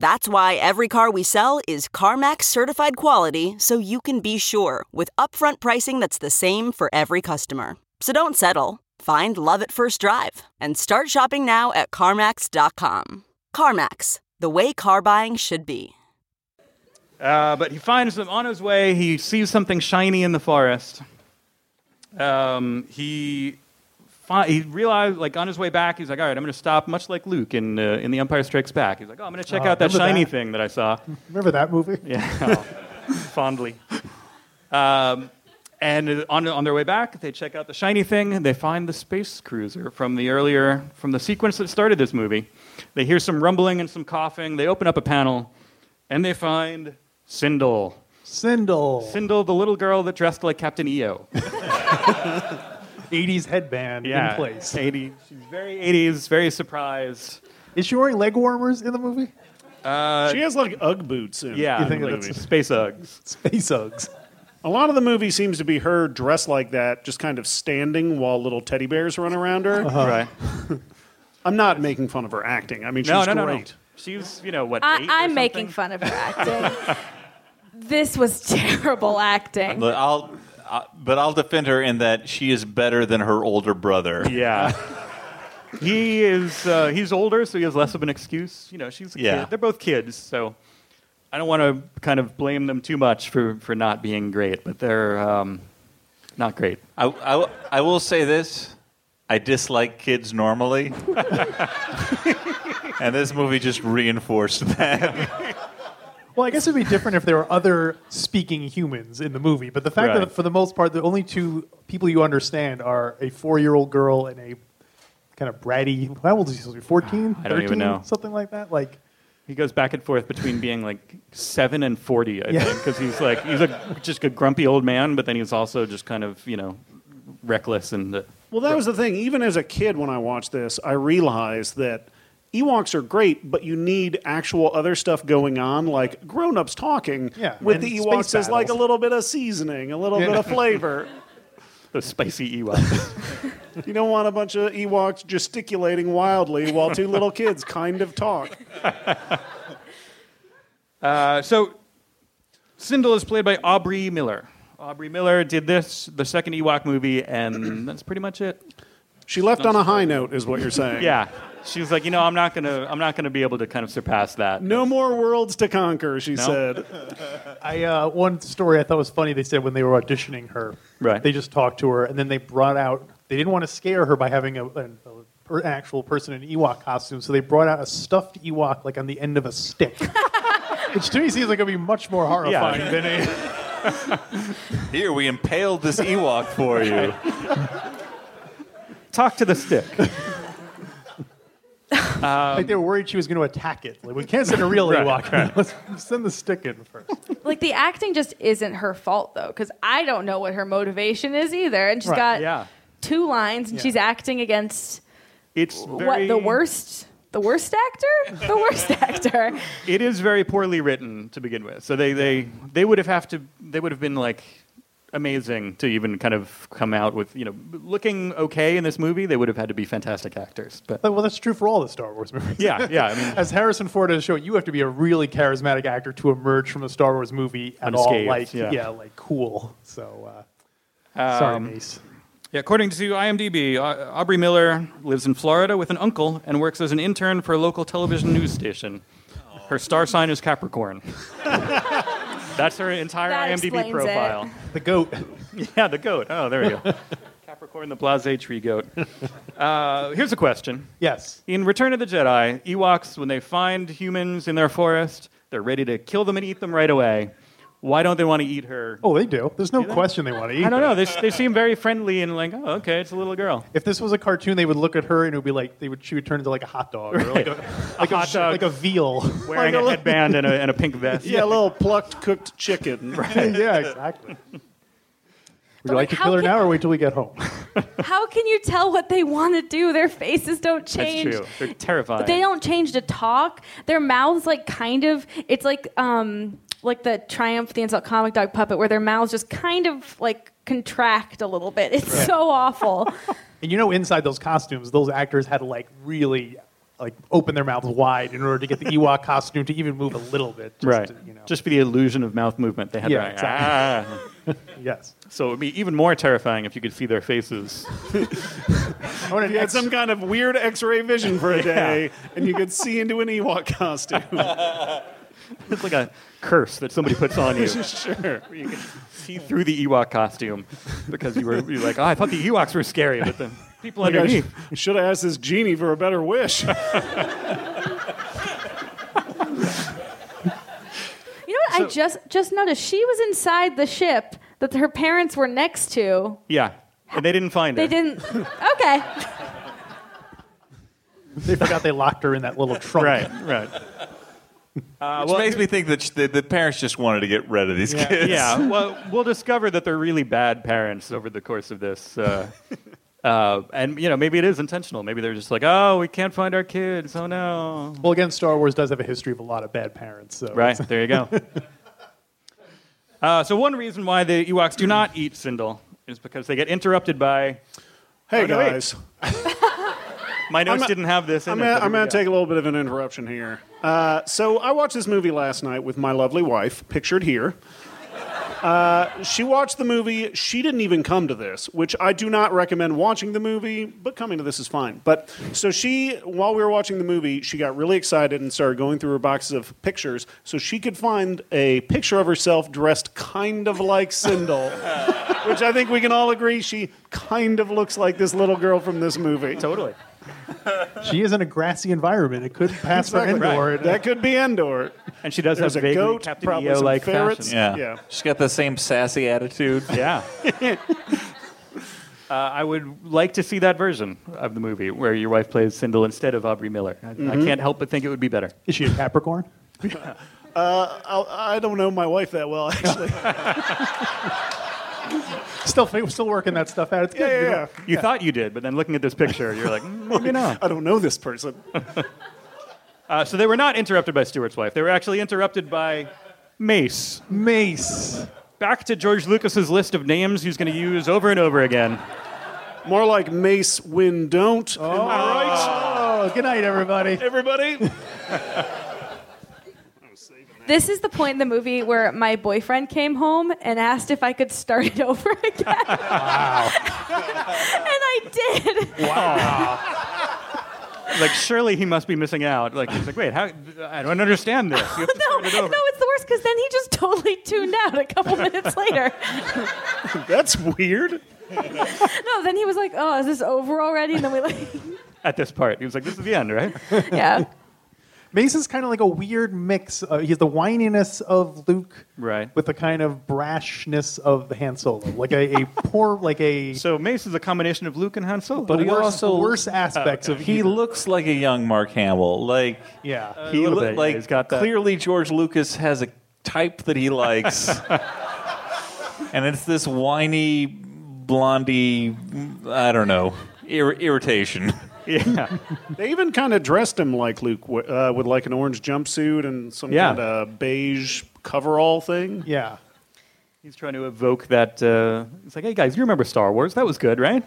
[SPEAKER 7] That's why every car we sell is CarMax certified quality so you can be sure with upfront pricing that's the same for every customer. So don't settle. Find love at first drive and start shopping now at CarMax.com. CarMax, the way car buying should be.
[SPEAKER 3] Uh, but he finds them on his way. He sees something shiny in the forest. Um, he fi- he realized, like on his way back, he's like, "All right, I'm going to stop." Much like Luke in uh, in The Empire Strikes Back, he's like, "Oh, I'm going to check
[SPEAKER 2] Oh,
[SPEAKER 3] out that
[SPEAKER 2] remember
[SPEAKER 3] shiny
[SPEAKER 2] that.
[SPEAKER 3] thing that I saw."
[SPEAKER 2] Remember that movie?
[SPEAKER 3] Yeah, oh, fondly. Um, and on, on their way back, they check out the shiny thing. And they find the space cruiser from the earlier from the sequence that started this movie. They hear some rumbling and some coughing. They open up a panel, and they find Sindel.
[SPEAKER 2] Sindel.
[SPEAKER 3] Sindel, the little girl that dressed like Captain E EO.
[SPEAKER 2] 80s headband
[SPEAKER 3] Yeah,
[SPEAKER 2] in place.
[SPEAKER 3] 80. She's very 80s, very surprised.
[SPEAKER 2] Is she wearing leg warmers in the movie?
[SPEAKER 3] Uh,
[SPEAKER 4] She has like UGG boots in.
[SPEAKER 3] yeah,
[SPEAKER 4] in the
[SPEAKER 2] think
[SPEAKER 4] movie.
[SPEAKER 2] that's-
[SPEAKER 3] space Uggs.
[SPEAKER 2] Space Uggs.
[SPEAKER 4] A lot of the movie seems to be her dressed like that, just kind of standing while little teddy bears run around her.
[SPEAKER 3] Right.
[SPEAKER 4] I'm not making fun of her acting. I mean, she's
[SPEAKER 3] No, no, no, no.
[SPEAKER 4] great.
[SPEAKER 3] She's, you know, what,
[SPEAKER 5] I,
[SPEAKER 3] eight or
[SPEAKER 5] I'm making
[SPEAKER 3] something?
[SPEAKER 5] fun of her acting. this was terrible acting.
[SPEAKER 6] But I'll, I, but I'll defend her in that she is better than her older brother.
[SPEAKER 3] Yeah. he is uh, he's older, so he has less of an excuse. You know, she's a
[SPEAKER 6] Yeah.
[SPEAKER 3] kid. They're both kids, so I don't want to kind of blame them too much for, for not being great, but they're um, not great.
[SPEAKER 6] I, I, I will say this: I dislike kids normally, and this movie just reinforced that.
[SPEAKER 2] Well, I guess it'd be different if there were other speaking humans in the movie, but the fact
[SPEAKER 3] Right.
[SPEAKER 2] that for the most part, the only two people you understand are a four-year-old girl and a kind of bratty. How old is she? supposed to be? 14?
[SPEAKER 3] I don't even
[SPEAKER 2] 13?
[SPEAKER 3] know.
[SPEAKER 2] Something like that. Like
[SPEAKER 3] He goes back and forth between being like seven and forty, I
[SPEAKER 2] Yeah.
[SPEAKER 3] think, because he's like he's a, just a grumpy old man, but then he's also just kind of you know reckless and uh,
[SPEAKER 4] Well, that was the thing. Even as a kid, when I watched this, I realized that Ewoks are great, but you need actual other stuff going on, like grown-ups talking.
[SPEAKER 2] Yeah,
[SPEAKER 4] with
[SPEAKER 2] and
[SPEAKER 4] the
[SPEAKER 2] space
[SPEAKER 4] Ewoks is like a
[SPEAKER 2] battles.
[SPEAKER 4] little bit of seasoning, a little bit of flavor.
[SPEAKER 3] those spicy Ewoks.
[SPEAKER 4] You don't want a bunch of Ewoks gesticulating wildly while two little kids kind of talk.
[SPEAKER 3] Uh, so Sindel is played by Aubrey Miller. Aubrey Miller did this, the second Ewok movie, and that's pretty much it.
[SPEAKER 4] She left on a high note, is what you're saying.
[SPEAKER 3] Yeah, she was like, you know, I'm not gonna, I'm not gonna be able to kind of surpass that.
[SPEAKER 4] No more worlds to conquer, she said.
[SPEAKER 2] I uh, one story I thought was funny. They said when they were auditioning her,
[SPEAKER 3] Right.
[SPEAKER 2] They just talked to her, and then they brought out. They didn't want to scare her by having a, an, a per, actual person in an Ewok costume, so they brought out a stuffed Ewok like on the end of a stick, which to me seems like it'd be much more horrifying than a.
[SPEAKER 6] Here, we impaled this Ewok for you.
[SPEAKER 3] Talk to the stick.
[SPEAKER 2] like they were worried she was going to attack it. Like we can't send a real Ewok. Let's send the stick in first.
[SPEAKER 5] Like the acting just isn't her fault though, because I don't know what her motivation is either. And she's
[SPEAKER 2] Right,
[SPEAKER 5] got
[SPEAKER 3] yeah.
[SPEAKER 5] two lines, and she's acting against
[SPEAKER 3] It's
[SPEAKER 5] what
[SPEAKER 3] very,
[SPEAKER 5] the worst. The worst actor? The worst actor.
[SPEAKER 3] It is very poorly written to begin with. So they, they, they would have have to, they would have been like amazing to even kind of come out with, you know, looking okay in this movie. They would have had to be fantastic actors. But
[SPEAKER 2] But, well, that's true for all the Star Wars movies.
[SPEAKER 3] yeah, yeah. I mean,
[SPEAKER 2] As Harrison Ford has shown, you have to be a really charismatic actor to emerge from a Star Wars movie at all.
[SPEAKER 3] Unscathed,
[SPEAKER 2] Like,
[SPEAKER 3] yeah. Um,
[SPEAKER 2] yeah. like cool. So, uh, sorry, Mace.
[SPEAKER 3] Yeah, according to IMDb, Au- Aubrey Miller lives in Florida with an uncle and works as an intern for a local television news station. Her star sign is Capricorn. That's her entire
[SPEAKER 5] That explains
[SPEAKER 3] IMDb
[SPEAKER 5] it.
[SPEAKER 3] profile.
[SPEAKER 2] The goat.
[SPEAKER 3] Yeah, the goat. Oh, there we go. Capricorn, the blase tree goat. Uh, here's a question.
[SPEAKER 2] yes.
[SPEAKER 3] In Return of the Jedi, Ewoks, when they find humans in their forest, they're ready to kill them and eat them right away. Why don't they want to eat her?
[SPEAKER 2] Oh, they do. There's no question they want to eat.
[SPEAKER 3] I don't
[SPEAKER 2] her.
[SPEAKER 3] know. They, s- they seem very friendly and like, oh, okay, it's a little girl.
[SPEAKER 2] If this was a cartoon, they would look at her and it would be like they would she would turn into like a hot dog or like a, like a,
[SPEAKER 3] hot dog.
[SPEAKER 2] like a veal.
[SPEAKER 3] wearing a headband and a, and a pink vest.
[SPEAKER 4] Yeah, a little plucked cooked chicken.
[SPEAKER 2] yeah, exactly. Would you like to
[SPEAKER 5] how
[SPEAKER 2] kill her
[SPEAKER 5] can-
[SPEAKER 2] now or wait till we get home?
[SPEAKER 5] How can you tell what they want to do? Their faces don't
[SPEAKER 3] That's
[SPEAKER 5] change.
[SPEAKER 3] true. They're terrifying.
[SPEAKER 5] But they don't change to talk. Their mouths like kind of it's like um like the Triumph the Insult Comic Dog puppet where their mouths just kind of like contract a little bit. It's
[SPEAKER 2] Right.
[SPEAKER 5] so awful.
[SPEAKER 2] And you know, inside those costumes, those actors had to like really like open their mouths wide in order to get the Ewok costume to even move a little bit. Just
[SPEAKER 3] right.
[SPEAKER 2] To, you know.
[SPEAKER 3] Just for the illusion of mouth movement, they had
[SPEAKER 2] Yeah,
[SPEAKER 3] to-
[SPEAKER 2] exactly. yes.
[SPEAKER 3] So it would be even more terrifying if you could see their faces.
[SPEAKER 4] I you had some kind of weird X-ray vision for a day, and you could see into an Ewok costume.
[SPEAKER 3] it's like a curse that somebody puts on you.
[SPEAKER 4] sure.
[SPEAKER 3] You can see through the Ewok costume because you were you were like, oh, I thought the Ewoks were scary, but the people
[SPEAKER 4] Like, I
[SPEAKER 3] underneath.
[SPEAKER 4] sh- should have asked this genie for a better wish.
[SPEAKER 5] You know what? I just just noticed she was inside the ship that her parents were next to.
[SPEAKER 3] Yeah. And they didn't find
[SPEAKER 5] They
[SPEAKER 3] her.
[SPEAKER 5] didn't. Okay.
[SPEAKER 2] They forgot they locked her in that little trunk.
[SPEAKER 3] Right, right. Uh,
[SPEAKER 6] Which makes me think that sh- the, the parents just wanted to get rid of these
[SPEAKER 3] Yeah,
[SPEAKER 6] kids.
[SPEAKER 3] yeah. Well, we'll discover that they're really bad parents over the course of this. Uh, uh, and, you know, maybe it is intentional. Maybe they're just like, oh, we can't find our kids. Oh, no.
[SPEAKER 2] Well, again, Star Wars does have a history of a lot of bad parents. So
[SPEAKER 3] Right,
[SPEAKER 2] it's-
[SPEAKER 3] there you go. Uh, so, one reason why the Ewoks do not eat Sindel is because they get interrupted by.
[SPEAKER 4] Hey
[SPEAKER 3] Oh, no, wait.
[SPEAKER 4] guys,
[SPEAKER 3] My notes
[SPEAKER 4] I'm-
[SPEAKER 3] didn't have this in
[SPEAKER 4] I'm
[SPEAKER 3] it,
[SPEAKER 4] gonna,
[SPEAKER 3] but
[SPEAKER 4] I'm
[SPEAKER 3] here we
[SPEAKER 4] gonna
[SPEAKER 3] go.
[SPEAKER 4] take a little bit of an interruption here. Uh, so I watched this movie last night with my lovely wife, pictured here. Uh, she watched the movie. She didn't even come to this, which I do not recommend watching the movie, but coming to this is fine. But so she, while we were watching the movie, she got really excited and started going through her boxes of pictures so she could find a picture of herself dressed kind of like Sindel, which I think we can all agree she kind of looks like this little girl from this movie.
[SPEAKER 3] Totally.
[SPEAKER 2] she is in a grassy environment. It could pass for
[SPEAKER 4] Exactly.
[SPEAKER 2] Endor.
[SPEAKER 4] Right. That could be Endor.
[SPEAKER 3] And she does
[SPEAKER 4] There's
[SPEAKER 3] have
[SPEAKER 4] a
[SPEAKER 3] vaguely
[SPEAKER 4] goat,
[SPEAKER 3] Captain
[SPEAKER 4] probably some
[SPEAKER 3] EO-like
[SPEAKER 4] ferrets.
[SPEAKER 3] fashion.
[SPEAKER 6] Yeah.
[SPEAKER 4] Yeah.
[SPEAKER 6] She's got the same sassy attitude.
[SPEAKER 3] Yeah. uh, I would like to see that version of the movie where your wife plays Sindel instead of Aubrey Miller. I, I
[SPEAKER 4] Mhm.
[SPEAKER 3] can't help but think it would be better.
[SPEAKER 2] Is she a Capricorn?
[SPEAKER 4] Uh, I'll- I don't know my wife that well, actually.
[SPEAKER 2] Still, fi- still working that stuff out. It's good.
[SPEAKER 4] Yeah,
[SPEAKER 2] you
[SPEAKER 4] yeah,
[SPEAKER 2] know?
[SPEAKER 3] You thought you did, but then looking at this picture, you're like, mm, maybe not.
[SPEAKER 4] I don't know this person.
[SPEAKER 3] Uh, so they were not interrupted by Stewart's wife. They were actually interrupted by Mace.
[SPEAKER 2] Mace.
[SPEAKER 3] Back to George Lucas's list of names he's going to use over and over again.
[SPEAKER 4] More like Mace Win Don't. Am I right,
[SPEAKER 2] Oh, good night, everybody.
[SPEAKER 4] everybody?
[SPEAKER 5] This is the point in the movie where my boyfriend came home and asked if I could start it over again. and I did.
[SPEAKER 3] Like, surely he must be missing out. Like, he's like, wait, how, I don't understand this. You have to
[SPEAKER 5] No,
[SPEAKER 3] start it
[SPEAKER 5] no,
[SPEAKER 3] over.
[SPEAKER 5] it's the worst because then he just totally tuned out a couple minutes later.
[SPEAKER 4] That's weird.
[SPEAKER 5] No, then he was like, "Oh, is this over already?" And then we like,
[SPEAKER 3] At this part, he was like, this is the end, right?
[SPEAKER 5] yeah.
[SPEAKER 2] Mace is kind of like a weird mix. Of, he has the whininess of Luke,
[SPEAKER 3] Right.
[SPEAKER 2] with the kind of brashness of the Han Solo, like a, a poor, like a
[SPEAKER 3] So Mace is a combination of Luke and Han Solo.
[SPEAKER 2] the
[SPEAKER 6] he
[SPEAKER 2] worst,
[SPEAKER 6] also-
[SPEAKER 2] the worst aspects of
[SPEAKER 6] He
[SPEAKER 2] either.
[SPEAKER 6] looks like a young Mark Hamill. Like
[SPEAKER 2] yeah.
[SPEAKER 6] he
[SPEAKER 3] little
[SPEAKER 6] look-
[SPEAKER 3] bit, yeah,
[SPEAKER 6] like
[SPEAKER 3] he's got that-
[SPEAKER 6] clearly George Lucas has a type that he likes, and it's this whiny, blondie, I don't know, ir- irritation.
[SPEAKER 3] yeah.
[SPEAKER 4] They even kind of dressed him like Luke wi- uh, with like an orange jumpsuit and some
[SPEAKER 3] Yeah.
[SPEAKER 4] kind of beige coverall thing.
[SPEAKER 2] yeah.
[SPEAKER 3] He's trying to evoke that. Uh, it's like, hey guys, you remember Star Wars? That was good, right?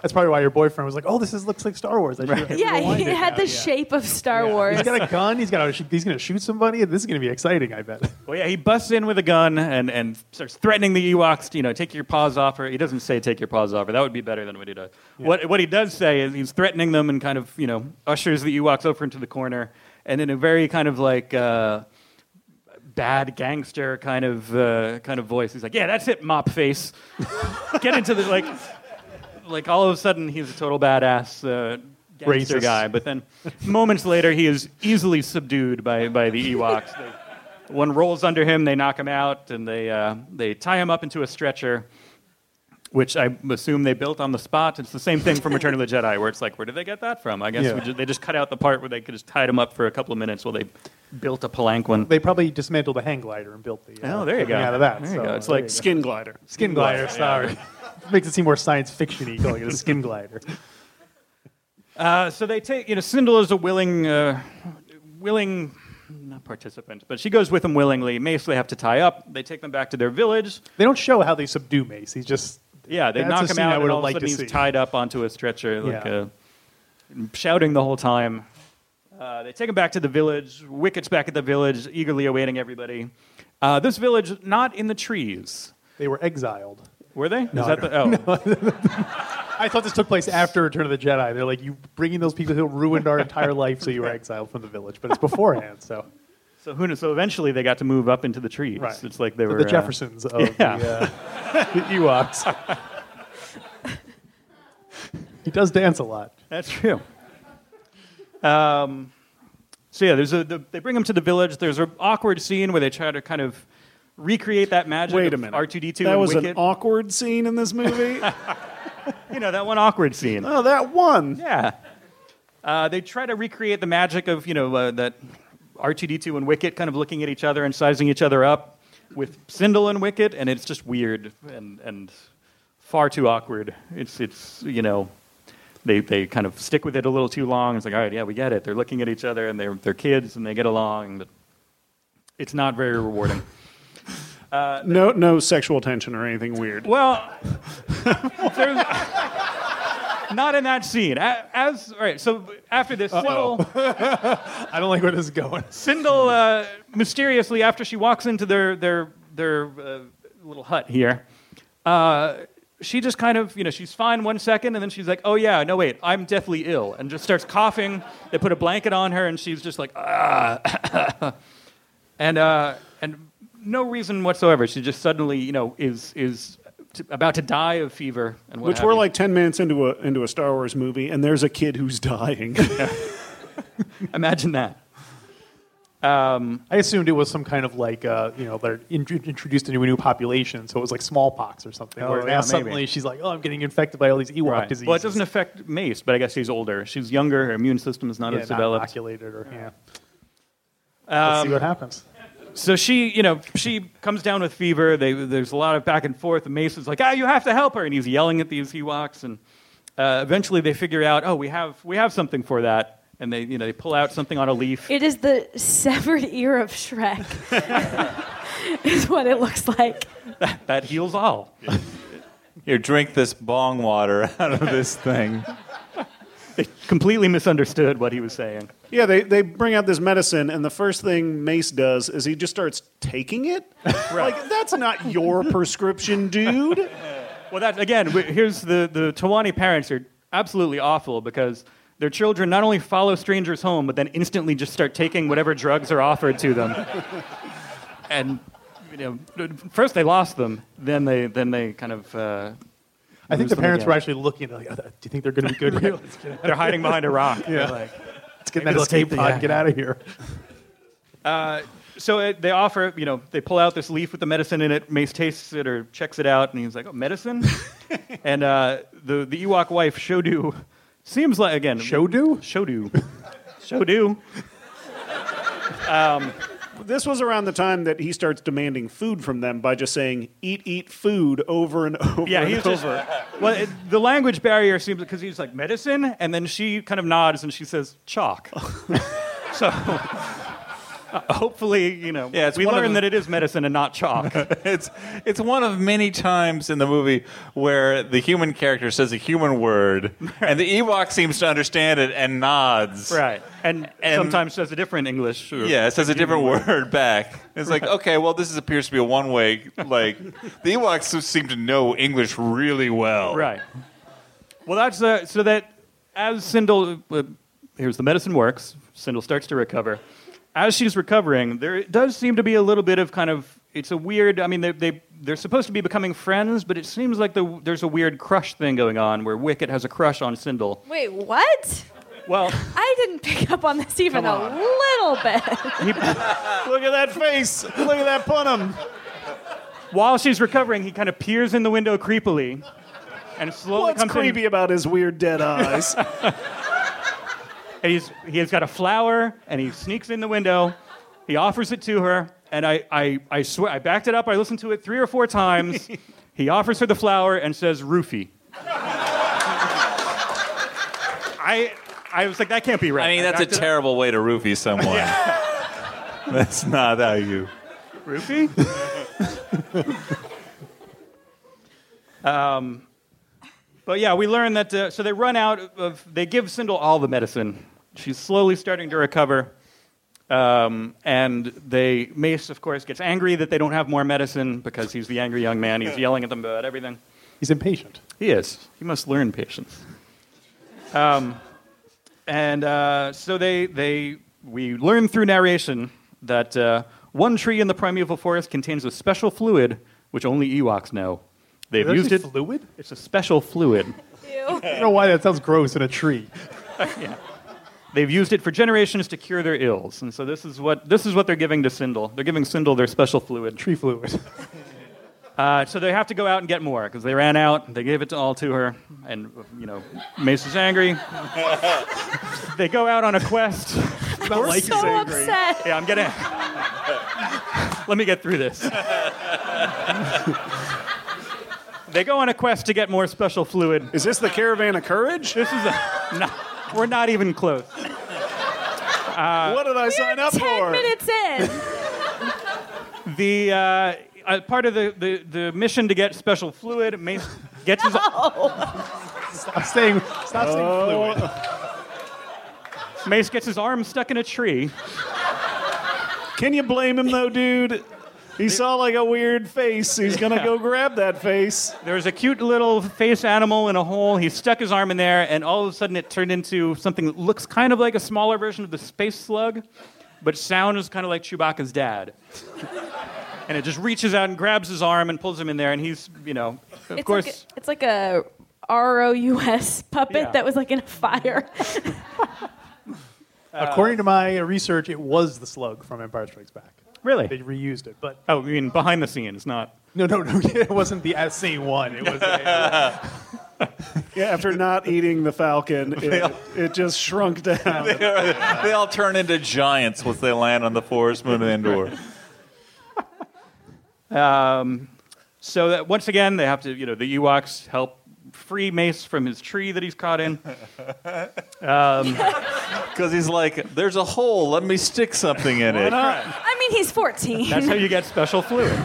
[SPEAKER 2] That's probably why your boyfriend was like, "Oh, this is, looks like Star Wars." I should- I should
[SPEAKER 5] Yeah,
[SPEAKER 2] rewind
[SPEAKER 5] he
[SPEAKER 2] it
[SPEAKER 5] had
[SPEAKER 2] now."
[SPEAKER 5] the
[SPEAKER 2] Yeah.
[SPEAKER 5] shape of Star
[SPEAKER 2] Yeah.
[SPEAKER 5] Wars.
[SPEAKER 2] He's got a gun. He's got. A, he's going to shoot somebody. This is going to be exciting. I bet.
[SPEAKER 3] well, yeah. He busts in with a gun and, and starts threatening the Ewoks. You know, take your paws off her. He doesn't say take your paws off her. That would be better than what he does. What what he does say is he's threatening them and kind of you know ushers the Ewoks over into the corner and in a very kind of like. Uh, Bad gangster kind of uh, kind of voice. He's like, "Yeah, that's it, mop face. Get into the like, like all of a sudden he's a total badass uh, gangster
[SPEAKER 2] Racist.
[SPEAKER 3] guy, but then moments later he is easily subdued by, by the Ewoks. They, one rolls under him, they knock him out, and they uh, they tie him up into a stretcher, which I assume they built on the spot. It's the same thing from Return of the Jedi, where it's like, where did they get that from? I guess
[SPEAKER 2] Yeah.
[SPEAKER 3] we ju- they just cut out the part where they could just tied him up for a couple of minutes while they built a palanquin.
[SPEAKER 2] They probably dismantled the hang glider and built the. Uh,
[SPEAKER 3] Oh, there you go.
[SPEAKER 2] thing Out of that.
[SPEAKER 3] There you
[SPEAKER 2] so,
[SPEAKER 3] go. It's
[SPEAKER 2] there
[SPEAKER 3] like
[SPEAKER 2] you go.
[SPEAKER 4] Skin glider.
[SPEAKER 2] skin glider. Sorry, makes it seem more science fictiony calling it a skin glider.
[SPEAKER 3] Uh, so they take, you know, Sindel is a willing, uh, willing not participant, but she goes with them willingly. Mace they have to tie up. They take them back to their village.
[SPEAKER 2] They don't show how they subdue Mace. He's just
[SPEAKER 3] Yeah, they
[SPEAKER 2] That's a
[SPEAKER 3] knock him
[SPEAKER 2] scene I
[SPEAKER 3] out, and
[SPEAKER 2] would have
[SPEAKER 3] all of a
[SPEAKER 2] liked
[SPEAKER 3] sudden
[SPEAKER 2] to
[SPEAKER 3] he's
[SPEAKER 2] see.
[SPEAKER 3] tied up onto a stretcher, like
[SPEAKER 2] Yeah.
[SPEAKER 3] uh, shouting the whole time. Uh, they take him back to the village. Wicket's back at the village, eagerly awaiting everybody. Uh, this village, not in the trees.
[SPEAKER 2] they were exiled.
[SPEAKER 3] Were they?
[SPEAKER 2] No,
[SPEAKER 3] Is that
[SPEAKER 2] I
[SPEAKER 3] the, oh,
[SPEAKER 2] I thought this took place after Return of the Jedi. They're like, you bringing those people who ruined our entire life, so you were exiled from the village. But it's beforehand, so
[SPEAKER 3] So who knows? So eventually they got to move up into the trees.
[SPEAKER 2] Right.
[SPEAKER 3] It's like they
[SPEAKER 2] The
[SPEAKER 3] were uh,
[SPEAKER 2] Jeffersons of
[SPEAKER 3] yeah.
[SPEAKER 2] the, uh, the Ewoks. he does dance a lot.
[SPEAKER 3] That's true. Um, so yeah, there's a the, they bring him to the village. There's an awkward scene where they try to kind of recreate that magic.
[SPEAKER 4] Wait a
[SPEAKER 3] of
[SPEAKER 4] minute.
[SPEAKER 3] R2D2.
[SPEAKER 4] That
[SPEAKER 3] and
[SPEAKER 4] was an
[SPEAKER 3] Wicket.
[SPEAKER 4] awkward scene in this movie.
[SPEAKER 3] you know that one awkward scene.
[SPEAKER 4] oh, that one.
[SPEAKER 3] Yeah. Uh, they try to recreate the magic of you know uh, that R2D2 and Wicket kind of looking at each other and sizing each other up with Sindel and Wicket, and it's just weird and and far too awkward. It's it's you know. They, they kind of stick with it a little too long. It's like, all right, yeah, we get it. They're looking at each other and they're, they're kids and they get along. But it's not very rewarding.
[SPEAKER 4] No, no sexual tension or anything weird.
[SPEAKER 3] Well, there's, not in that scene. A- As all right, so after this, Sindel,
[SPEAKER 2] I don't like where this is going.
[SPEAKER 3] Sindel uh, mysteriously, after she walks into their their their uh, little hut here, uh, she just kind of you know she's fine one second, and then she's like, oh yeah, no wait, I'm deathly ill, and just starts coughing. They put a blanket on her, and she's just like ah, and uh, and no reason whatsoever. She just suddenly you know is is t- about to die of fever and what
[SPEAKER 4] Which
[SPEAKER 3] have
[SPEAKER 4] we're
[SPEAKER 3] you.
[SPEAKER 4] like ten minutes into a into a Star Wars movie, and there's a kid who's dying.
[SPEAKER 3] imagine that.
[SPEAKER 2] I assumed it was some kind of like, uh, you know, they're in- introduced into a new population, so it was like smallpox or something.
[SPEAKER 3] Oh,
[SPEAKER 2] where
[SPEAKER 3] yeah,
[SPEAKER 2] now
[SPEAKER 3] maybe.
[SPEAKER 2] suddenly she's like, oh, I'm getting infected by all these Ewok diseases.
[SPEAKER 3] Well, it doesn't affect Mace, but I guess he's older. She's younger. Her immune system is not
[SPEAKER 2] yeah,
[SPEAKER 3] as
[SPEAKER 2] not
[SPEAKER 3] developed. Um,
[SPEAKER 2] inoculated or yeah. Let's see what happens.
[SPEAKER 3] So she, you know, she comes down with fever. They, there's a lot of back and forth. And Mace is like, "Ah, you have to help her," and he's yelling at these Ewoks. And uh, eventually, they figure out, "Oh, we have we have something for that." And they, you know, they pull out something on a leaf.
[SPEAKER 5] It is the severed ear of Shrek. is what it looks like.
[SPEAKER 3] that heals all.
[SPEAKER 6] Here, drink this bong water out of this thing.
[SPEAKER 3] They completely misunderstood what he was saying.
[SPEAKER 4] yeah, they they bring out this medicine, and the first thing Mace does is he just starts taking it. Like that's not your prescription, dude.
[SPEAKER 3] Well, that again, we- here's the the Tawani parents are absolutely awful because their children not only follow strangers home, but then instantly just start taking whatever drugs are offered to them. and you know, first they lost them, then they then they kind of. Uh,
[SPEAKER 2] I
[SPEAKER 3] lose
[SPEAKER 2] think the
[SPEAKER 3] them
[SPEAKER 2] parents were
[SPEAKER 3] again.
[SPEAKER 2] actually looking. They're like, "Oh, do you think they're going to be good here? Let's get out,
[SPEAKER 3] They're hiding behind a rock.
[SPEAKER 2] Yeah. let's get in that
[SPEAKER 3] they'll
[SPEAKER 2] escape
[SPEAKER 3] keep the-
[SPEAKER 2] pod.
[SPEAKER 3] yeah.
[SPEAKER 2] Get out of here."
[SPEAKER 3] So it, they offer, you know, they pull out this leaf with the medicine in it. Mace tastes it or checks it out, and he's like, "Oh, medicine." and uh, the the Ewok wife Shodu seems like again
[SPEAKER 2] Shodu?
[SPEAKER 3] Shodu Shodu.
[SPEAKER 4] This was around the time that he starts demanding food from them by just saying "eat, eat food" over and over.
[SPEAKER 3] Yeah,
[SPEAKER 4] and
[SPEAKER 3] he's
[SPEAKER 4] over.
[SPEAKER 3] just. Well, it, the language barrier seems because he's like medicine, and then she kind of nods and she says chalk. so uh, hopefully, you know,
[SPEAKER 6] Yeah, it's
[SPEAKER 3] we
[SPEAKER 6] one of
[SPEAKER 3] learn
[SPEAKER 6] the-
[SPEAKER 3] that it is medicine and not chalk.
[SPEAKER 6] It's it's one of many times in the movie where the human character says a human word, and the Ewok seems to understand it and nods.
[SPEAKER 3] right, and,
[SPEAKER 6] And-
[SPEAKER 3] sometimes says a different English. or-
[SPEAKER 6] Yeah, it says a different word back. It's like, okay, well, this is, appears to be a one way. Like, the Ewoks seem to know English really well.
[SPEAKER 3] Right. Well, that's uh, so that as Sindel, uh, here's the medicine works. Sindel starts to recover. As she's recovering, there does seem to be a little bit of kind of it's a weird. I mean, they they they're supposed to be becoming friends, but it seems like the, there's a weird crush thing going on where Wicket has a crush on Sindel.
[SPEAKER 5] Wait, what?
[SPEAKER 3] Well,
[SPEAKER 5] I didn't pick up on this even a little bit.
[SPEAKER 3] he,
[SPEAKER 4] Look at that face. Look at that punum.
[SPEAKER 3] while she's recovering, he kind of peers in the window creepily, and slowly
[SPEAKER 4] What's
[SPEAKER 3] comes in.
[SPEAKER 4] creepy about his weird dead eyes?
[SPEAKER 3] And he's, he has got a flower, and he sneaks in the window. He offers it to her, and I, I, I swear, I backed it up. I listened to it three or four times. he offers her the flower and says, Roofie. I, I was like, that can't be right.
[SPEAKER 6] I mean, that's a
[SPEAKER 3] backed it up.
[SPEAKER 6] terrible way to roofie someone. That's not how you.
[SPEAKER 3] Rupee? um, but yeah, we learn that. Uh, so they run out of. They give Sindel all the medicine. She's slowly starting to recover. Um, and they Mace, of course, gets angry that they don't have more medicine because he's the angry young man. He's yelling at them about everything.
[SPEAKER 2] He's impatient.
[SPEAKER 3] He is. He must learn patience. Um, and uh, so they, they, we learn through narration that uh, one tree in the primeval forest contains a special fluid which only Ewoks know. They've
[SPEAKER 2] Is it
[SPEAKER 3] used it.
[SPEAKER 2] actually fluid?
[SPEAKER 3] It's a special fluid.
[SPEAKER 2] I don't know why that sounds gross in a tree.
[SPEAKER 3] yeah. They've used it for generations to cure their ills, and so this is what this is what they're giving to Sindel. They're giving Sindel their special fluid,
[SPEAKER 2] tree fluid.
[SPEAKER 3] Uh, so they have to go out and get more because they ran out. They gave it to all to her, and you know, Mace is angry. they go out on a quest.
[SPEAKER 5] I'm so upset.
[SPEAKER 3] Yeah, I'm getting. Let me get through this. they go on a quest to get more special fluid.
[SPEAKER 4] Is this the caravan of courage?
[SPEAKER 3] This is a. No, we're not even close.
[SPEAKER 4] what did I sign up
[SPEAKER 5] Ten
[SPEAKER 4] for?
[SPEAKER 5] minutes in.
[SPEAKER 3] The uh, uh, part of the, the, the mission to get special fluid, Mace gets his.
[SPEAKER 2] Stop saying, stop
[SPEAKER 4] Oh,
[SPEAKER 2] saying fluid.
[SPEAKER 3] Mace gets his arm stuck in a tree.
[SPEAKER 4] Can you blame him though, dude? He saw like a weird face. He's gonna go grab that face.
[SPEAKER 3] There was a cute little face animal in a hole. He stuck his arm in there, and all of a sudden it turned into something that looks kind of like a smaller version of the space slug, but sounds kind of like Chewbacca's dad. and it just reaches out and grabs his arm and pulls him in there, and he's, you know, of
[SPEAKER 5] it's
[SPEAKER 3] course.
[SPEAKER 5] like a, it's like a R O U S puppet
[SPEAKER 3] Yeah.
[SPEAKER 5] that was like in a fire.
[SPEAKER 2] According to my research, it was the slug from Empire Strikes Back.
[SPEAKER 3] Really?
[SPEAKER 2] They reused it, but
[SPEAKER 3] Oh, I mean, behind the scenes, not.
[SPEAKER 2] no, no, no. It wasn't the as same one. It was. A,
[SPEAKER 4] Yeah, after not eating the falcon, it, it just shrunk down.
[SPEAKER 6] They all turn into giants once they land on the forest moon of Endor.
[SPEAKER 3] Um, so that once again, they have to, you know, the Ewoks help free Mace from his tree that he's caught in.
[SPEAKER 6] Because he's like, there's a hole, let me stick something in it.
[SPEAKER 5] I mean, he's 14.
[SPEAKER 3] That's how you get special fluid.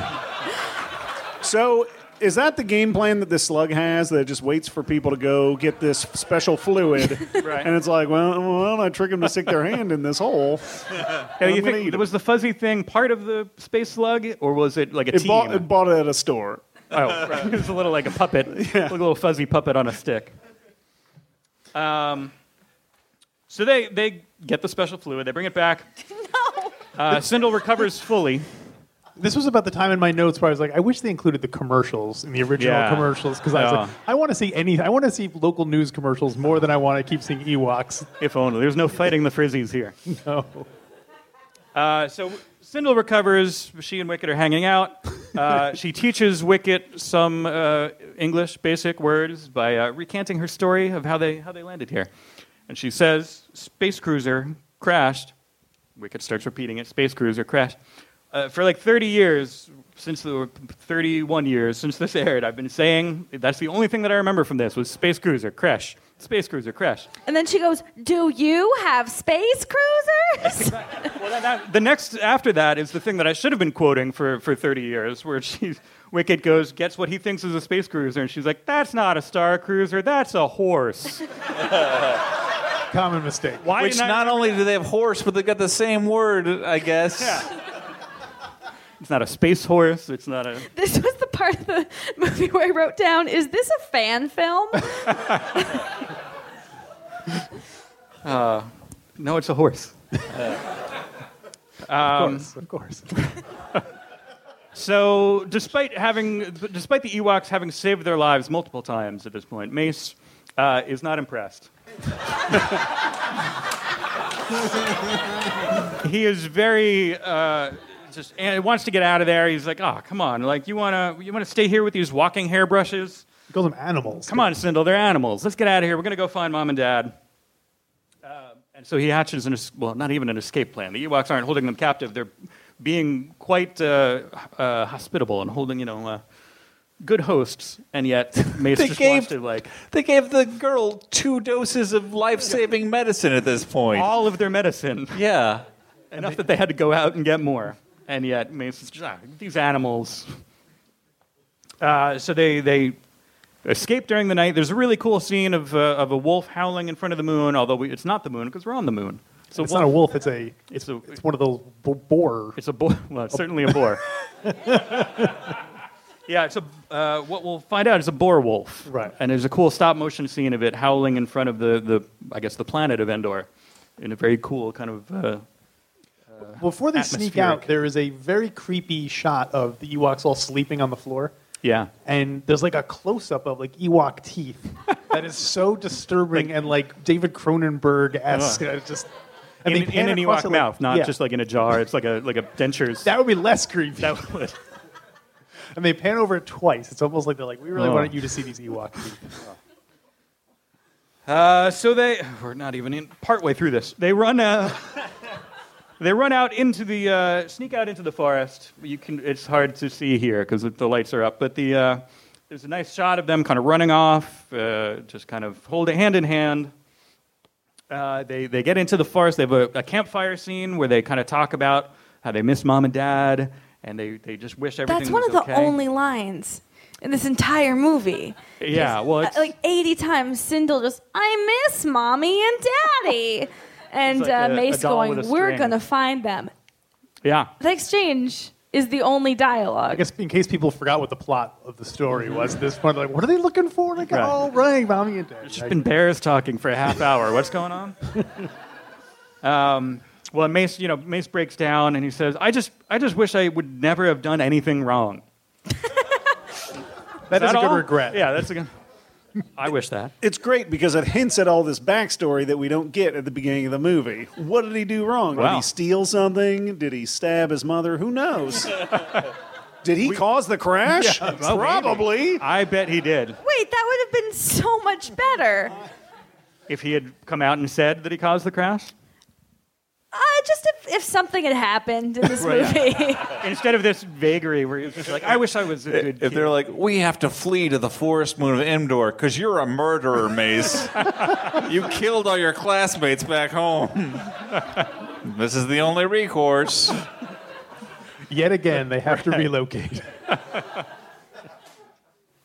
[SPEAKER 4] So, is that the game plan that this slug has? That it just waits for people to go get this special fluid,
[SPEAKER 3] Right.
[SPEAKER 4] and it's like, well, why don't I trick them to stick their hand in this hole?
[SPEAKER 3] Yeah,
[SPEAKER 4] I'm
[SPEAKER 3] you
[SPEAKER 4] gonna
[SPEAKER 3] think-
[SPEAKER 4] eat 'em.
[SPEAKER 3] was the fuzzy thing part of the space slug, or was it like a
[SPEAKER 4] It
[SPEAKER 3] team?
[SPEAKER 4] bought, it bought it at a store.
[SPEAKER 3] oh, right. it was a little like a puppet, like a little fuzzy puppet on a stick. Um, so they they get the special fluid, they bring it back. no. Uh, Sindel recovers fully.
[SPEAKER 2] this was about the time in my notes where I was like, I wish they included the commercials in the original
[SPEAKER 3] Yeah.
[SPEAKER 2] commercials because I was like,
[SPEAKER 3] Yeah.
[SPEAKER 2] I want to see any. I want to see local news commercials more than I want to keep seeing Ewoks.
[SPEAKER 3] If only there's no fighting the frizzies here.
[SPEAKER 2] No.
[SPEAKER 3] Uh, so Sindel recovers. She and Wicket are hanging out. Uh, she teaches Wicket some uh, English basic words by uh, recanting her story of how they how they landed here. And she says, "Space cruiser crashed." Wicket starts repeating it. Space cruiser crashed. Uh, for like 30 years, since the 31 years since this aired, I've been saying that's the only thing that I remember from this was space cruiser crash, space cruiser crash.
[SPEAKER 5] And then she goes, Do you have space cruisers?
[SPEAKER 3] Well, that, that- the next after that is the thing that I should have been quoting for, for 30 years, where she's, Wicked goes, gets what he thinks is a space cruiser, and she's like, that's not a star cruiser, that's a horse.
[SPEAKER 2] Common mistake.
[SPEAKER 3] Why
[SPEAKER 6] Which
[SPEAKER 3] didn't I-
[SPEAKER 6] not only do they have horse, but they got the same word, I guess.
[SPEAKER 3] It's not a space horse, it's not a.
[SPEAKER 5] this was the part of the movie where I wrote down, Is this a fan film?
[SPEAKER 3] No, it's a horse. Um,
[SPEAKER 2] of course.
[SPEAKER 3] So, despite having, despite the Ewoks having saved their lives multiple times at this point, Mace uh, is not impressed. he is very uh, just and wants to get out of there. He's like, "Oh, come on! Like, you wanna you wanna stay here with these walking hairbrushes?
[SPEAKER 2] He calls them animals.
[SPEAKER 3] Come on, Sindel, they're animals. Let's get out of here. We're gonna go find mom and dad." Uh, and so he hatches an es- well, not even an escape plan. The Ewoks aren't holding them captive. They're being quite uh, uh, hospitable and holding, you know, uh, good hosts. And yet Mace
[SPEAKER 6] They
[SPEAKER 3] just wants
[SPEAKER 6] gave-
[SPEAKER 3] to like
[SPEAKER 6] They gave the girl two doses of life saving medicine at this point.
[SPEAKER 3] all of their medicine.
[SPEAKER 6] Yeah.
[SPEAKER 3] Enough that they had to go out and get more. And yet, I mean, it's just, ah, these animals. Uh, so they, they escape during the night. There's a really cool scene of, uh, of a wolf howling in front of the moon, although we, it's not the moon because we're on the moon.
[SPEAKER 2] It's, not a wolf. It's a. It's
[SPEAKER 3] a.
[SPEAKER 2] It's one of those b- boar.
[SPEAKER 3] It's a boar. Well, it's certainly a boar. yeah, it's a. Uh, what we'll find out is a boar wolf. Right. And there's a cool stop motion scene of it howling in front of the, the I guess the planet of Endor, in a very cool kind of. Uh,
[SPEAKER 2] Before they sneak out, there is a very creepy shot of the Ewoks all sleeping on the floor.
[SPEAKER 3] yeah.
[SPEAKER 2] And there's like a close up of like Ewok teeth that is so disturbing and like David Cronenberg esque.
[SPEAKER 3] Uh.
[SPEAKER 2] Just
[SPEAKER 3] In,
[SPEAKER 2] and they
[SPEAKER 3] in
[SPEAKER 2] pan
[SPEAKER 3] an
[SPEAKER 2] across
[SPEAKER 3] Ewok
[SPEAKER 2] it, like-
[SPEAKER 3] mouth, not
[SPEAKER 2] yeah.
[SPEAKER 3] just like in a jar. It's like a like a dentures.
[SPEAKER 2] That would be less creepy.
[SPEAKER 3] That would.
[SPEAKER 2] And they pan over it twice. It's almost like they're like, we really
[SPEAKER 3] Oh.
[SPEAKER 2] wanted you to see these Ewok teeth.
[SPEAKER 3] Uh, so they we're not even in partway through this. They run uh, they run out into the uh, sneak out into the forest. You can it's hard to see here because the lights are up, but the uh, there's a nice shot of them kind of running off, uh, just kind of hold it hand in hand. Uh, they they get into the forest. They have a, a campfire scene where they kind of talk about how they miss mom and dad, and they, they just wish everything.
[SPEAKER 5] That's one
[SPEAKER 3] was
[SPEAKER 5] of the
[SPEAKER 3] okay.
[SPEAKER 5] only lines in this entire movie.
[SPEAKER 3] Yeah, well,
[SPEAKER 5] Uh,
[SPEAKER 3] it's,
[SPEAKER 5] like 80 times, Sindel just, I miss mommy and daddy. And
[SPEAKER 3] It's
[SPEAKER 5] uh,
[SPEAKER 3] like a- a
[SPEAKER 5] Mace
[SPEAKER 3] doll
[SPEAKER 5] going,
[SPEAKER 3] with a
[SPEAKER 5] We're
[SPEAKER 3] string.
[SPEAKER 5] going to find them.
[SPEAKER 3] yeah.
[SPEAKER 5] The exchange is the only
[SPEAKER 2] I
[SPEAKER 5] dialogue.
[SPEAKER 2] guess in case people forgot what the plot of the story was at this point, they're like, what are they looking for? Like,
[SPEAKER 3] Mm-hmm. Right.
[SPEAKER 2] oh, running, mommy and dad.
[SPEAKER 3] It's been bears talking for a half hour. What's going on? um, well, Mace, you know, Mace breaks down and he says, "I just, I just wish I would never have done anything wrong."
[SPEAKER 2] That is a good
[SPEAKER 3] all?
[SPEAKER 2] regret.
[SPEAKER 3] Yeah, that's a good. I wish that.
[SPEAKER 4] It's great because it hints at all this backstory that we don't get at the beginning of the movie. What did he do wrong? Did
[SPEAKER 3] Wow.
[SPEAKER 4] he steal something? Did he stab his mother? Who knows? did he cause the crash?
[SPEAKER 3] Yeah, well,
[SPEAKER 4] Probably.
[SPEAKER 3] I bet he did.
[SPEAKER 5] Wait, that would have been so much better.
[SPEAKER 3] If he had come out and said that he caused the crash,
[SPEAKER 5] Uh, just if, if something had happened in this movie.
[SPEAKER 3] instead of this vagary where he's just like, "I wish I was a good
[SPEAKER 6] If
[SPEAKER 3] kid."
[SPEAKER 6] they're like, we have to flee to the forest moon of Endor because you're a murderer, Mace. you killed all your classmates back home. this is the only recourse.
[SPEAKER 2] Yet again, they have to relocate.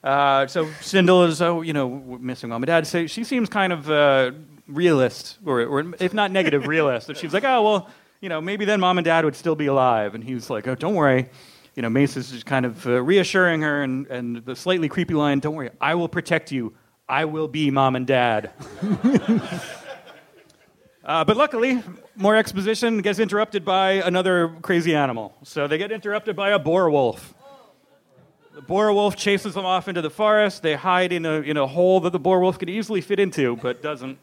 [SPEAKER 3] Uh, so Sindel is, oh, you know, w- missing mom and dad. So she seems kind of uh, realist, or, or if not negative, realist. That she's like, oh, well, you know, maybe then mom and dad would still be alive. And he's like, oh, don't worry. You know, Mace is just kind of uh, reassuring her, and, and the slightly creepy line, don't worry, I will protect you. I will be mom and dad. Uh, but luckily, more exposition gets interrupted by another crazy animal. So they get interrupted by a boar wolf. The boar wolf chases them off into the forest. They hide in a, in a hole that the boar wolf could easily fit into, but doesn't.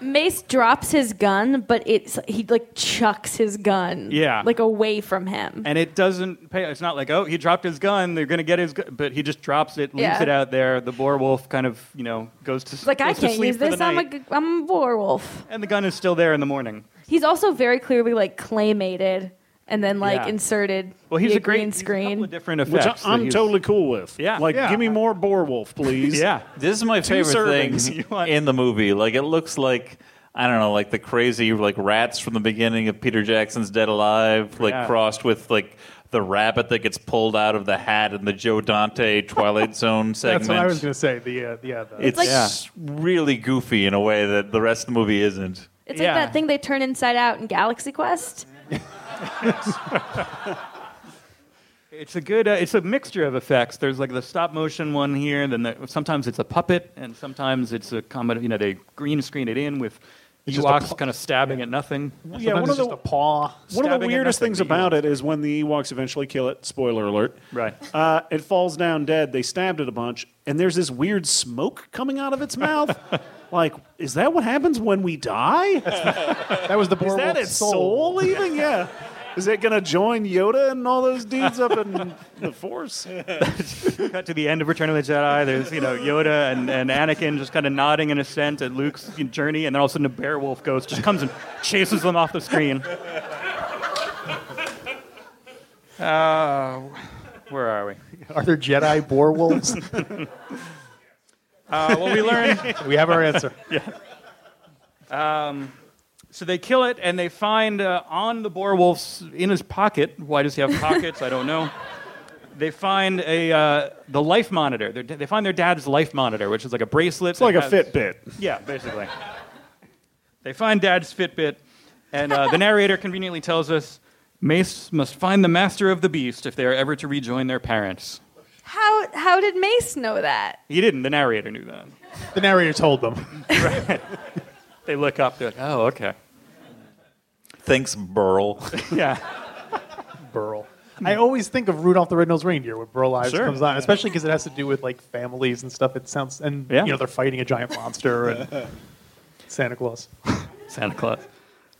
[SPEAKER 5] Mace drops his gun, but it's he like chucks his gun.
[SPEAKER 3] Yeah.
[SPEAKER 5] Like away from him.
[SPEAKER 3] And it doesn't pay. It's not like, oh, he dropped his gun. They're going to get his gun. But he just drops it, leaves
[SPEAKER 5] Yeah.
[SPEAKER 3] it out there. The boar wolf kind of, you know, goes to s-
[SPEAKER 5] It's like I
[SPEAKER 3] goes to
[SPEAKER 5] can't
[SPEAKER 3] sleep
[SPEAKER 5] use
[SPEAKER 3] for
[SPEAKER 5] this.
[SPEAKER 3] The
[SPEAKER 5] I'm a,
[SPEAKER 3] night,
[SPEAKER 5] g- I'm a werewolf.
[SPEAKER 3] and the gun is still there in the morning.
[SPEAKER 5] He's also very clearly like claymated and then like
[SPEAKER 3] Yeah.
[SPEAKER 5] inserted.
[SPEAKER 3] Well, he's
[SPEAKER 5] via
[SPEAKER 3] a great
[SPEAKER 5] green
[SPEAKER 3] he's a couple
[SPEAKER 5] screen.
[SPEAKER 3] of different
[SPEAKER 4] Which I,
[SPEAKER 3] effects. that
[SPEAKER 4] I'm
[SPEAKER 3] he's-
[SPEAKER 4] totally cool with.
[SPEAKER 3] Yeah.
[SPEAKER 4] Like,
[SPEAKER 3] Yeah.
[SPEAKER 4] give me more boar wolf, please.
[SPEAKER 3] Yeah.
[SPEAKER 6] This is my favorite
[SPEAKER 3] servings. You
[SPEAKER 6] thing
[SPEAKER 3] want-
[SPEAKER 6] in the movie. Like it looks like I don't know, like the crazy like rats from the beginning of Peter Jackson's Dead Alive, like
[SPEAKER 3] Yeah.
[SPEAKER 6] crossed with like the rabbit that gets pulled out of the hat in the Joe Dante Twilight Zone segment.
[SPEAKER 2] That's what I was going to say. The, uh, the, uh, the,
[SPEAKER 6] it's really goofy in a way that the rest of the movie isn't.
[SPEAKER 5] It's
[SPEAKER 3] Yeah.
[SPEAKER 5] like that thing they turn inside out in Galaxy Quest.
[SPEAKER 3] It's a good. Uh, it's a mixture of effects. There's like the stop motion one here, then the, sometimes it's a puppet, and sometimes it's a combination. You know, they green screen it in with
[SPEAKER 2] just a
[SPEAKER 3] Ewoks
[SPEAKER 2] pu-
[SPEAKER 3] kind of stabbing at nothing.
[SPEAKER 4] Yeah, one
[SPEAKER 2] sometimes
[SPEAKER 4] of
[SPEAKER 2] it's
[SPEAKER 4] the-
[SPEAKER 2] just a paw.
[SPEAKER 4] One of the
[SPEAKER 3] stabbing at
[SPEAKER 4] weirdest
[SPEAKER 3] nothing,
[SPEAKER 4] things
[SPEAKER 3] the
[SPEAKER 4] about
[SPEAKER 3] Ewoks.
[SPEAKER 4] it is when the Ewoks eventually kill it. Spoiler alert.
[SPEAKER 3] Right.
[SPEAKER 4] Uh, it falls down dead. They stabbed it a bunch, and there's this weird smoke coming out of its mouth. like, is that what happens when we die?
[SPEAKER 2] That was the boar
[SPEAKER 4] Is that
[SPEAKER 2] wolf's
[SPEAKER 4] its soul leaving? Yeah. Is it going to join Yoda and all those dudes up in the Force?
[SPEAKER 3] Cut to the end of Return of the Jedi. There's you know Yoda and, and Anakin just kind of nodding in assent at Luke's journey, and then all of a sudden a bear wolf ghost just comes and chases them off the screen. Uh, where are we?
[SPEAKER 2] Are there Jedi boar wolves?
[SPEAKER 3] Uh, well, we learned
[SPEAKER 2] we have our answer.
[SPEAKER 3] So they kill it, and they find uh, on the boar wolf's in his pocket. Why does he have pockets? I don't know. They find a uh, the life monitor. Their, they find their dad's life monitor, which is like a bracelet.
[SPEAKER 4] It's like a
[SPEAKER 3] that has-
[SPEAKER 4] Fitbit.
[SPEAKER 3] Yeah, basically. They find Dad's Fitbit, and uh, the narrator conveniently tells us Mace must find the master of the beast if they are ever to rejoin their parents.
[SPEAKER 5] How how did Mace know that?
[SPEAKER 3] He didn't. The narrator knew that.
[SPEAKER 2] The narrator told them.
[SPEAKER 3] They look up. They're like, oh, okay.
[SPEAKER 6] Thanks, Burl.
[SPEAKER 3] Yeah.
[SPEAKER 2] Burl. I always think of Rudolph the Red-Nosed Reindeer when Burl Ives
[SPEAKER 3] Hmm. Sure.
[SPEAKER 2] comes on, especially because it has to do with like families and stuff. It sounds and
[SPEAKER 3] Yeah.
[SPEAKER 2] you know they're fighting a giant monster and Santa Claus.
[SPEAKER 3] Santa Claus.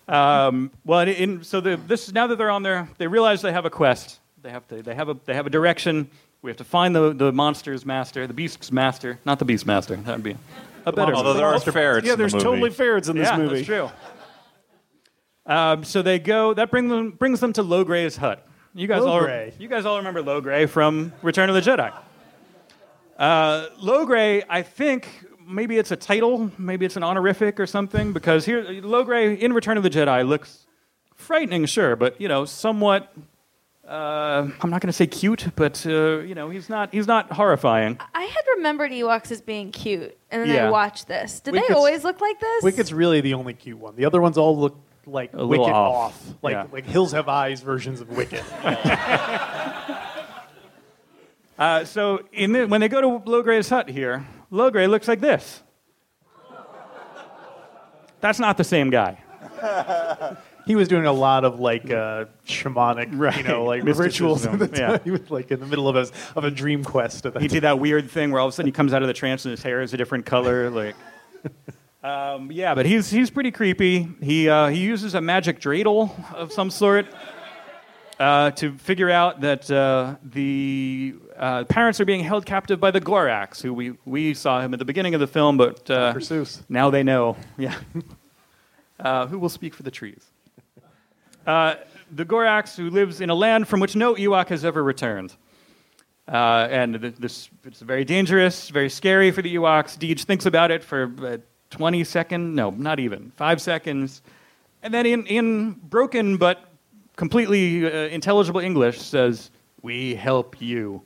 [SPEAKER 3] Um, well, and, and so the, this now that they're on there, they realize they have a quest. They have to, they have a they have a direction. We have to find the, the monster's master, the beast's master, not the beast master. That would be a better.
[SPEAKER 6] Although there are ferrets.
[SPEAKER 4] Yeah,
[SPEAKER 6] in the
[SPEAKER 4] there's
[SPEAKER 6] movie.
[SPEAKER 4] totally ferrets in this
[SPEAKER 3] yeah,
[SPEAKER 4] movie.
[SPEAKER 3] that's true. Um, so they go. That bring them, brings them to Low Gray's hut. You guys all
[SPEAKER 2] Logray.
[SPEAKER 3] you guys all remember Low Gray from Return of the Jedi. Uh, Low Gray, I think maybe it's a title, maybe it's an honorific or something, because here Low Gray in Return of the Jedi looks frightening, sure, but you know somewhat. Uh, I'm not going to say cute, but uh, you know he's not he's not horrifying.
[SPEAKER 5] I had remembered Ewoks as being cute, and then
[SPEAKER 3] Yeah.
[SPEAKER 5] I watched this. Did
[SPEAKER 2] We
[SPEAKER 5] they
[SPEAKER 2] could-
[SPEAKER 5] always look like this?
[SPEAKER 2] Wicked's really the only cute one. The other ones all look like
[SPEAKER 3] A little
[SPEAKER 2] Wicked
[SPEAKER 3] off.
[SPEAKER 2] off. like
[SPEAKER 3] Yeah.
[SPEAKER 2] like Hills Have Eyes versions of Wicked.
[SPEAKER 3] Uh, so in the, when they go to Logray's hut here, Logray looks like this. That's not the same guy.
[SPEAKER 2] he was doing a lot of like uh, shamanic, you know, like rituals. At the
[SPEAKER 3] Mysticism, yeah.
[SPEAKER 2] time. He was like in the middle of a of a dream quest. At that
[SPEAKER 3] He did that weird thing where all of a sudden he comes out of the trance and his hair is a different color. Like, um, yeah, but he's he's pretty creepy. He uh, he uses a magic dreidel of some sort uh, to figure out that uh, the uh, parents are being held captive by the Gorax, who we we saw him at the beginning of the film, but uh,
[SPEAKER 2] Dr. Seuss.
[SPEAKER 3] now they know. Yeah, uh, who will speak for the trees? Uh, the Gorax, who lives in a land from which no Ewok has ever returned. Uh, and th- this it's very dangerous, very scary for the Ewoks. Deej thinks about it for uh, 20 seconds, no, not even, five seconds. And then in, in broken but completely uh, intelligible English says, we help you.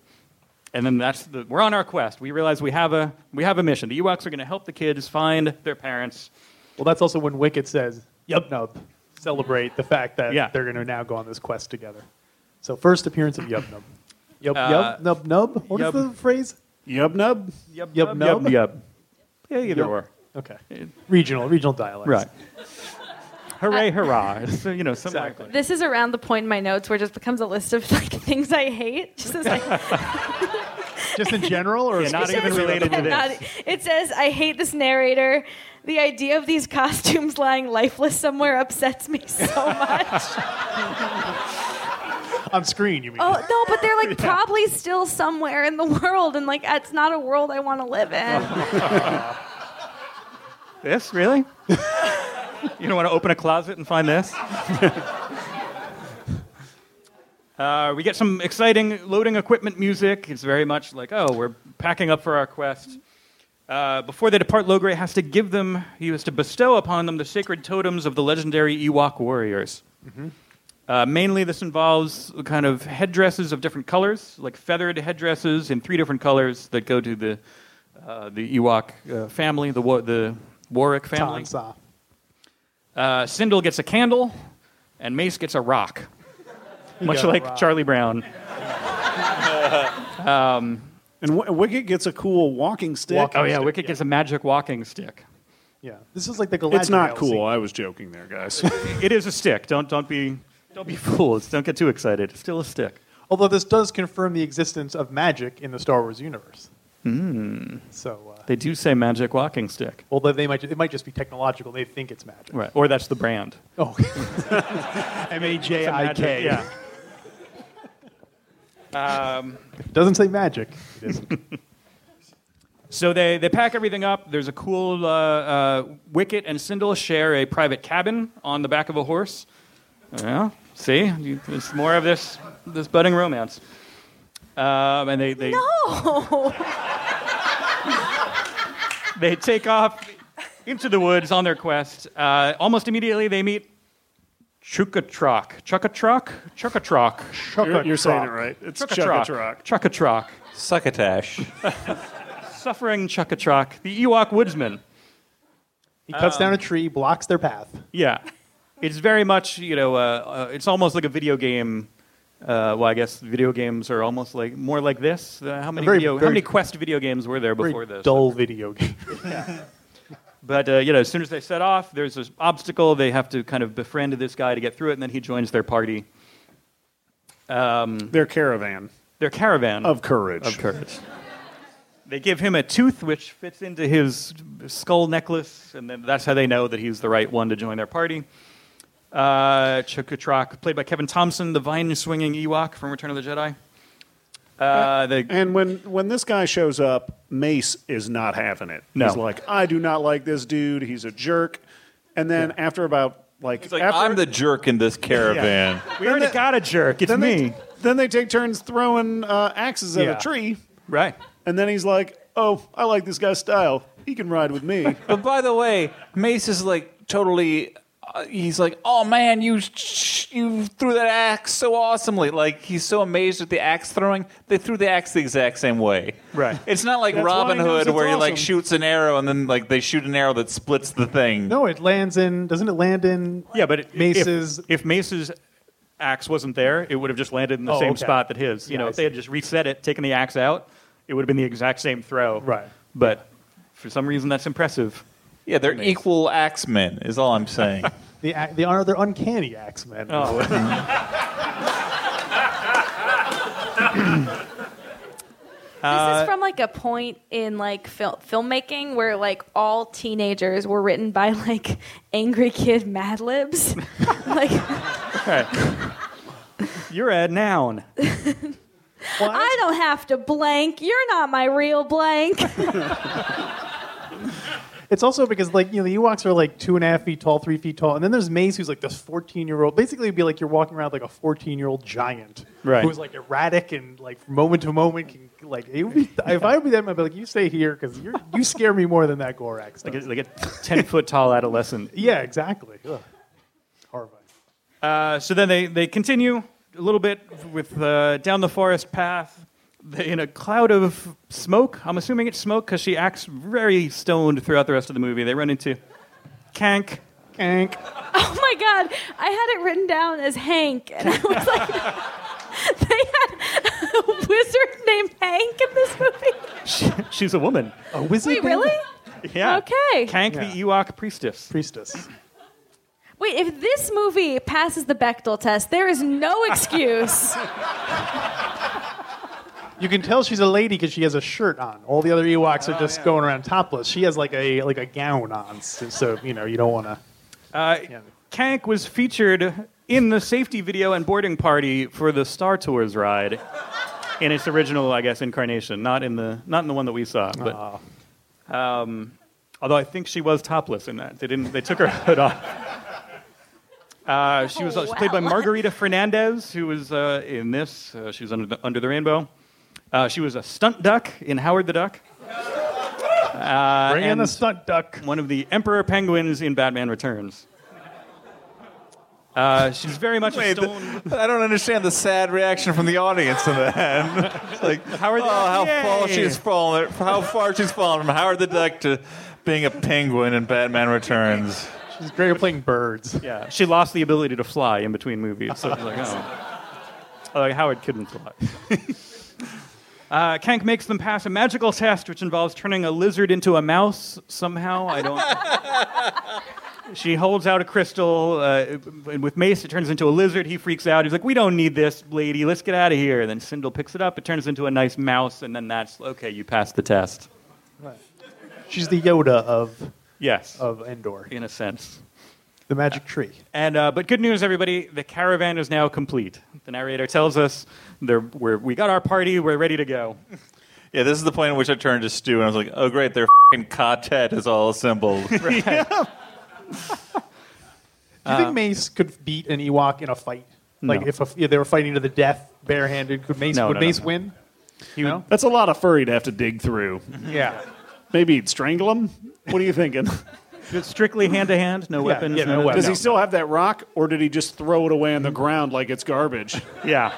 [SPEAKER 3] And then that's the, we're on our quest. We realize we have a, we have a mission. The Ewoks are going to help the kids find their parents.
[SPEAKER 2] Well, that's also when Wicked says, "Yub Nub," celebrate the fact that
[SPEAKER 3] Yeah.
[SPEAKER 2] they're going to now go on this quest together. So first appearance of Yub Nub. Yub
[SPEAKER 3] Uh,
[SPEAKER 2] Yub Nub Nub. What is
[SPEAKER 3] Yub-
[SPEAKER 2] the phrase?
[SPEAKER 4] Yub nub.
[SPEAKER 3] Yep,
[SPEAKER 2] Yub nub?
[SPEAKER 3] yub. Yeah, either
[SPEAKER 2] Yub.
[SPEAKER 3] or.
[SPEAKER 2] Okay. Regional regional dialects.
[SPEAKER 3] Right. Hooray, hurrah. It's, you know, something like
[SPEAKER 2] Exactly.
[SPEAKER 3] that.
[SPEAKER 5] this is around the point in my notes where it just becomes a list of like things I hate. Just as, like,
[SPEAKER 2] Just in general, or
[SPEAKER 3] Yeah, not even related to
[SPEAKER 5] I'm not- e-,
[SPEAKER 3] this.
[SPEAKER 5] it says I hate this narrator. The idea of these costumes lying lifeless somewhere upsets me so much.
[SPEAKER 2] on screen. You mean?
[SPEAKER 5] oh no, but they're like probably still somewhere in the world, and like that's not a world I want to live in.
[SPEAKER 3] This, really? you don't want to open a closet and find this? uh, we get some exciting loading equipment music. It's very much like, oh, we're packing up for our quest. Uh, before they depart, Logray has to give them, he has to bestow upon them the sacred totems of the legendary Ewok warriors. Uh, mainly, this involves kind of headdresses of different colors, like feathered headdresses in three different colors that go to the uh, the Ewok uh, family, the Wa- the Warwick family.
[SPEAKER 2] Tansa.
[SPEAKER 3] Uh, Sindel gets a candle, and Mace gets a rock, much
[SPEAKER 2] got a
[SPEAKER 3] like
[SPEAKER 2] rock.
[SPEAKER 3] Charlie Brown.
[SPEAKER 4] And w- Wicket gets a cool walking stick.
[SPEAKER 2] Walking
[SPEAKER 3] Oh yeah,
[SPEAKER 2] stick,
[SPEAKER 3] Wicket gets a magic walking stick.
[SPEAKER 2] Yeah. This is like the Galadriel.
[SPEAKER 4] It's not
[SPEAKER 2] scene.
[SPEAKER 4] cool. I was joking there, guys.
[SPEAKER 3] It is a stick. Don't don't be don't be fooled. Don't get too excited. It's still a stick.
[SPEAKER 2] Although this does confirm the existence of magic in the Star Wars universe.
[SPEAKER 4] Hmm.
[SPEAKER 2] So, uh,
[SPEAKER 3] They do say magic walking stick,
[SPEAKER 2] although they might, it might just be technological. They think it's magic.
[SPEAKER 3] right? Or that's the brand.
[SPEAKER 2] Oh, M A J I K.
[SPEAKER 3] Yeah.
[SPEAKER 2] Um, Doesn't say magic. It isn't.
[SPEAKER 3] So they, they pack everything up. There's a cool uh, uh, Wicket and Sindel share a private cabin on the back of a horse. Yeah, see, you, there's more of this this budding romance. Um, and they they,
[SPEAKER 5] No,
[SPEAKER 3] they take off into the woods on their quest. Uh, almost immediately, they meet Chukatrock. Chukatrock? Chukatrock.
[SPEAKER 4] You're- you're saying it right. It's
[SPEAKER 3] Chukatrock. Chukatrock.
[SPEAKER 6] Succotash.
[SPEAKER 3] Suffering Chukatrock, the Ewok woodsman.
[SPEAKER 2] He cuts down a tree, blocks their path.
[SPEAKER 3] Yeah, it's very much you know, uh, uh, it's almost like a video game. Uh, well, I guess video games are almost like more like this. Uh, how many
[SPEAKER 2] Very-
[SPEAKER 3] video, how
[SPEAKER 2] very-
[SPEAKER 3] many Quest video games were there before
[SPEAKER 2] Very
[SPEAKER 3] this?
[SPEAKER 2] dull video game.
[SPEAKER 3] But uh, you know, as soon as they set off, there's this obstacle. They have to kind of befriend this guy to get through it, and then he joins their party,
[SPEAKER 4] Their caravan
[SPEAKER 3] their caravan
[SPEAKER 4] of courage.
[SPEAKER 3] of courage. they give him a tooth which fits into his skull necklace, and then that's how they know that he's the right one to join their party. Uh, Chukutrak, played by Kevin Thompson, the vine swinging Ewok from Return of the Jedi. Uh, they,
[SPEAKER 4] And when, when this guy shows up, Mace is not having it.
[SPEAKER 3] No.
[SPEAKER 4] He's like, I do not like this dude. He's a jerk. And then after about like,
[SPEAKER 6] It's like,
[SPEAKER 4] after,
[SPEAKER 6] I'm the jerk in this caravan.
[SPEAKER 3] we already
[SPEAKER 4] they-
[SPEAKER 3] got a jerk. It's
[SPEAKER 4] then
[SPEAKER 3] me,
[SPEAKER 4] They, then they take turns throwing uh, axes at
[SPEAKER 3] Yeah.
[SPEAKER 4] a tree.
[SPEAKER 3] right?
[SPEAKER 4] And then he's like, Oh, I like this guy's style. He can ride with me.
[SPEAKER 6] But by the way, Mace is like totally. Uh, he's like, oh man, you sh- you threw that axe so awesomely. Like he's so amazed at the axe throwing. They threw the axe the exact same way.
[SPEAKER 4] Right.
[SPEAKER 6] It's not like
[SPEAKER 4] That's why
[SPEAKER 6] Robin
[SPEAKER 4] he knows
[SPEAKER 6] Hood
[SPEAKER 4] it's
[SPEAKER 6] where he like
[SPEAKER 4] awesome.
[SPEAKER 6] shoots an arrow and then like they shoot an arrow that splits the thing.
[SPEAKER 2] No, it lands in. Doesn't it land in?
[SPEAKER 3] Yeah, but it,
[SPEAKER 2] Mace's.
[SPEAKER 3] if, if Mace's axe wasn't there, it would have just landed in the
[SPEAKER 2] Oh,
[SPEAKER 3] same
[SPEAKER 2] okay.
[SPEAKER 3] spot that his. You know,
[SPEAKER 2] I
[SPEAKER 3] if they had just reset it, taken the axe out, it would have been the exact same throw.
[SPEAKER 2] Right.
[SPEAKER 3] But for some reason, that's impressive.
[SPEAKER 6] Yeah, they're equal axemen. Is all I'm saying.
[SPEAKER 2] the ac- the are they're uncanny axemen.
[SPEAKER 5] this is from like a point in like fil- filmmaking where like all teenagers were written by like angry kid Mad Libs. like
[SPEAKER 3] You're a noun.
[SPEAKER 5] I don't have to blank. You're not my real blank.
[SPEAKER 2] It's also because like you know the Ewoks are like two and a half feet tall, three feet tall, and then there's Mace who's like this fourteen year old. Basically, it'd be like you're walking around like a fourteen year old giant,
[SPEAKER 3] Right.
[SPEAKER 2] Who's like erratic and like from moment to moment can like it would be, if I would be that, I'd be like you stay here because you you scare me more than that Gorax.
[SPEAKER 3] Like
[SPEAKER 2] does.
[SPEAKER 3] a, like a 10 foot tall adolescent.
[SPEAKER 2] yeah, exactly. Ugh. Horrifying.
[SPEAKER 3] Uh, so then they, they continue a little bit with uh, down the forest path They- in a cloud of smoke. I'm assuming it's smoke because she acts very stoned throughout the rest of the movie. They run into Kank.
[SPEAKER 2] Kank.
[SPEAKER 5] Oh my god, I had it written down as Hank, and I was like, they had a wizard named Hank in this movie.
[SPEAKER 3] She, she's a woman.
[SPEAKER 2] A wizard.
[SPEAKER 5] Wait,
[SPEAKER 2] man?
[SPEAKER 5] really?
[SPEAKER 3] Yeah.
[SPEAKER 5] Okay.
[SPEAKER 3] Kank the
[SPEAKER 2] Yeah.
[SPEAKER 3] Ewok priestess.
[SPEAKER 2] Priestess.
[SPEAKER 5] Wait, if this movie passes the Bechtel test, there is no excuse.
[SPEAKER 2] You can tell she's a lady because she has a shirt on. All the other Ewoks are just going around topless. She has like a like a gown on, so, so you know you don't want to.
[SPEAKER 3] Uh, Kank was featured in the safety video and boarding party for the Star Tours ride in its original, I guess, incarnation, not in the not in the one that we saw. But um,
[SPEAKER 2] Ah.
[SPEAKER 3] although I think she was topless in that, they didn't they took her hood off. Uh, she was uh,
[SPEAKER 5] Oh,
[SPEAKER 3] played by
[SPEAKER 5] wow.
[SPEAKER 3] Margarita Fernandez, who was uh, in this. Uh, she was under the, under the rainbow. Uh, she was a stunt duck in Howard the Duck. Uh,
[SPEAKER 2] Bring in
[SPEAKER 3] and-
[SPEAKER 2] the stunt duck.
[SPEAKER 3] one of the Emperor Penguins in Batman Returns. Uh, she's very much a
[SPEAKER 6] Wait, th-
[SPEAKER 3] stone.
[SPEAKER 6] I don't understand the sad reaction from the audience to that. It's like, how
[SPEAKER 3] are
[SPEAKER 6] oh,
[SPEAKER 3] they-
[SPEAKER 6] how
[SPEAKER 3] Yay.
[SPEAKER 6] far she's fallen, how far she's fallen from Howard the Duck to being a penguin in Batman Returns.
[SPEAKER 2] She's great at playing birds.
[SPEAKER 3] Yeah, she lost the ability to fly in between movies. So it's like, oh. Like, Howard couldn't fly. Uh, Kank makes them pass a magical test, which involves turning a lizard into a mouse somehow. I don't. she holds out a crystal, uh, and with Mace, it turns into a lizard. He freaks out. He's like, "We don't need this, lady. Let's get out of here." And then Sindel picks it up. It turns into a nice mouse, and then that's okay. You passed the test.
[SPEAKER 2] She's the Yoda of
[SPEAKER 3] Yes,
[SPEAKER 2] of Endor,
[SPEAKER 3] in a sense.
[SPEAKER 2] the magic tree.
[SPEAKER 3] And uh, but good news, everybody! The caravan is now complete. The narrator tells us there, we're, we got our party. We're ready to go.
[SPEAKER 6] Yeah, this is the point at which I turned to Stu and I was like, oh, great, their fing quartet is all assembled.
[SPEAKER 2] Do you think Mace could beat an Ewok in a fight? Like
[SPEAKER 3] Uh, No.
[SPEAKER 2] if, a, if they were fighting to the death, barehanded, could Mace
[SPEAKER 3] No,
[SPEAKER 2] would
[SPEAKER 3] no, no,
[SPEAKER 2] Mace
[SPEAKER 3] no.
[SPEAKER 2] win?
[SPEAKER 3] He would-
[SPEAKER 4] That's a lot of furry to have to dig through.
[SPEAKER 2] Yeah.
[SPEAKER 4] Maybe he'd strangle him? What are you thinking?
[SPEAKER 3] It's strictly hand to hand, no weapons, no,
[SPEAKER 4] Does he
[SPEAKER 3] no.
[SPEAKER 4] still have that rock, or did he just throw it away on the ground like it's garbage?
[SPEAKER 3] Yeah.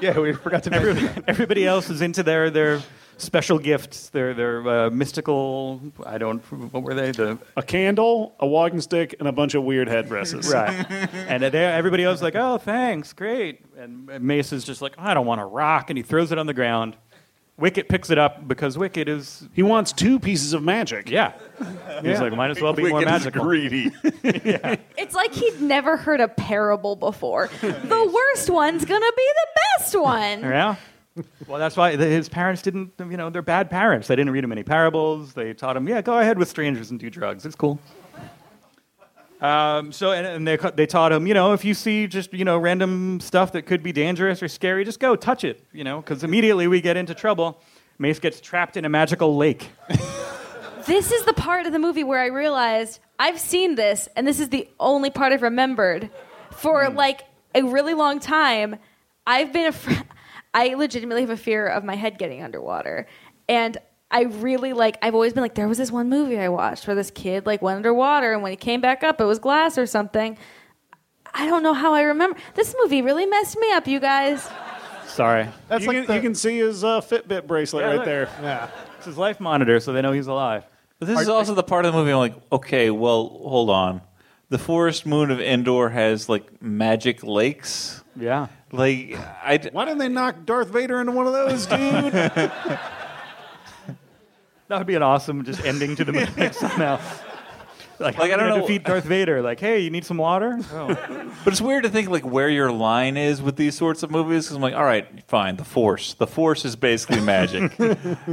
[SPEAKER 2] yeah, we forgot to mention
[SPEAKER 3] Everybody, everybody else is into their their special gifts, their their uh, mystical. I don't. What were they? The
[SPEAKER 4] A candle, a walking stick, and a bunch of weird headdresses.
[SPEAKER 3] right. and they- everybody else is like, "Oh, thanks, great." And Mace is just like, "I don't want a rock," and he throws it on the ground. Wicket picks it up because Wicket is
[SPEAKER 4] He wants two pieces of magic.
[SPEAKER 3] yeah. He's like, might as well be more
[SPEAKER 6] Wicked is
[SPEAKER 3] magical.
[SPEAKER 6] greedy.
[SPEAKER 5] It's like he'd never heard a parable before. The worst one's gonna be the best one.
[SPEAKER 3] Yeah. Well, that's why th- his parents didn't, you know, they're bad parents. They didn't read him any parables. They taught him, yeah, go ahead with strangers and do drugs. It's cool. Um, so, and, and they, ca- they taught him, you know, if you see just, you know, random stuff that could be dangerous or scary, just go touch it, you know, because immediately we get into trouble. Mace gets trapped in a magical lake.
[SPEAKER 5] This is the part of the movie where I realized I've seen this, and this is the only part I've remembered for like a really long time. I've been a fr- I legitimately have a fear of my head getting underwater, and I really like. I've always been like, there was this one movie I watched where this kid like went underwater, and when he came back up, it was glass or something. I don't know how I remember. This movie really messed me up, you guys.
[SPEAKER 3] Sorry.
[SPEAKER 2] That's
[SPEAKER 4] You,
[SPEAKER 2] like
[SPEAKER 4] can,
[SPEAKER 2] the-
[SPEAKER 4] you can see his uh, Fitbit bracelet
[SPEAKER 3] Yeah,
[SPEAKER 4] right
[SPEAKER 3] look.
[SPEAKER 4] there.
[SPEAKER 2] Yeah.
[SPEAKER 3] It's his life monitor, so they know he's alive.
[SPEAKER 6] But this is also the part of the movie I'm like, okay, well, hold on. The forest moon of Endor has like magic lakes.
[SPEAKER 3] Yeah.
[SPEAKER 6] Like, I d-
[SPEAKER 4] Why didn't they knock Darth Vader into one of those, dude?
[SPEAKER 3] That would be an awesome just ending to the movie somehow. Like,
[SPEAKER 6] Like,
[SPEAKER 3] I
[SPEAKER 6] I
[SPEAKER 3] don't
[SPEAKER 6] don't know-
[SPEAKER 3] defeat Darth Vader. Like, hey, you need some water?
[SPEAKER 6] but it's weird to think like where your line is with these sorts of movies. Because I'm like, all right, fine, the force. The force is basically magic.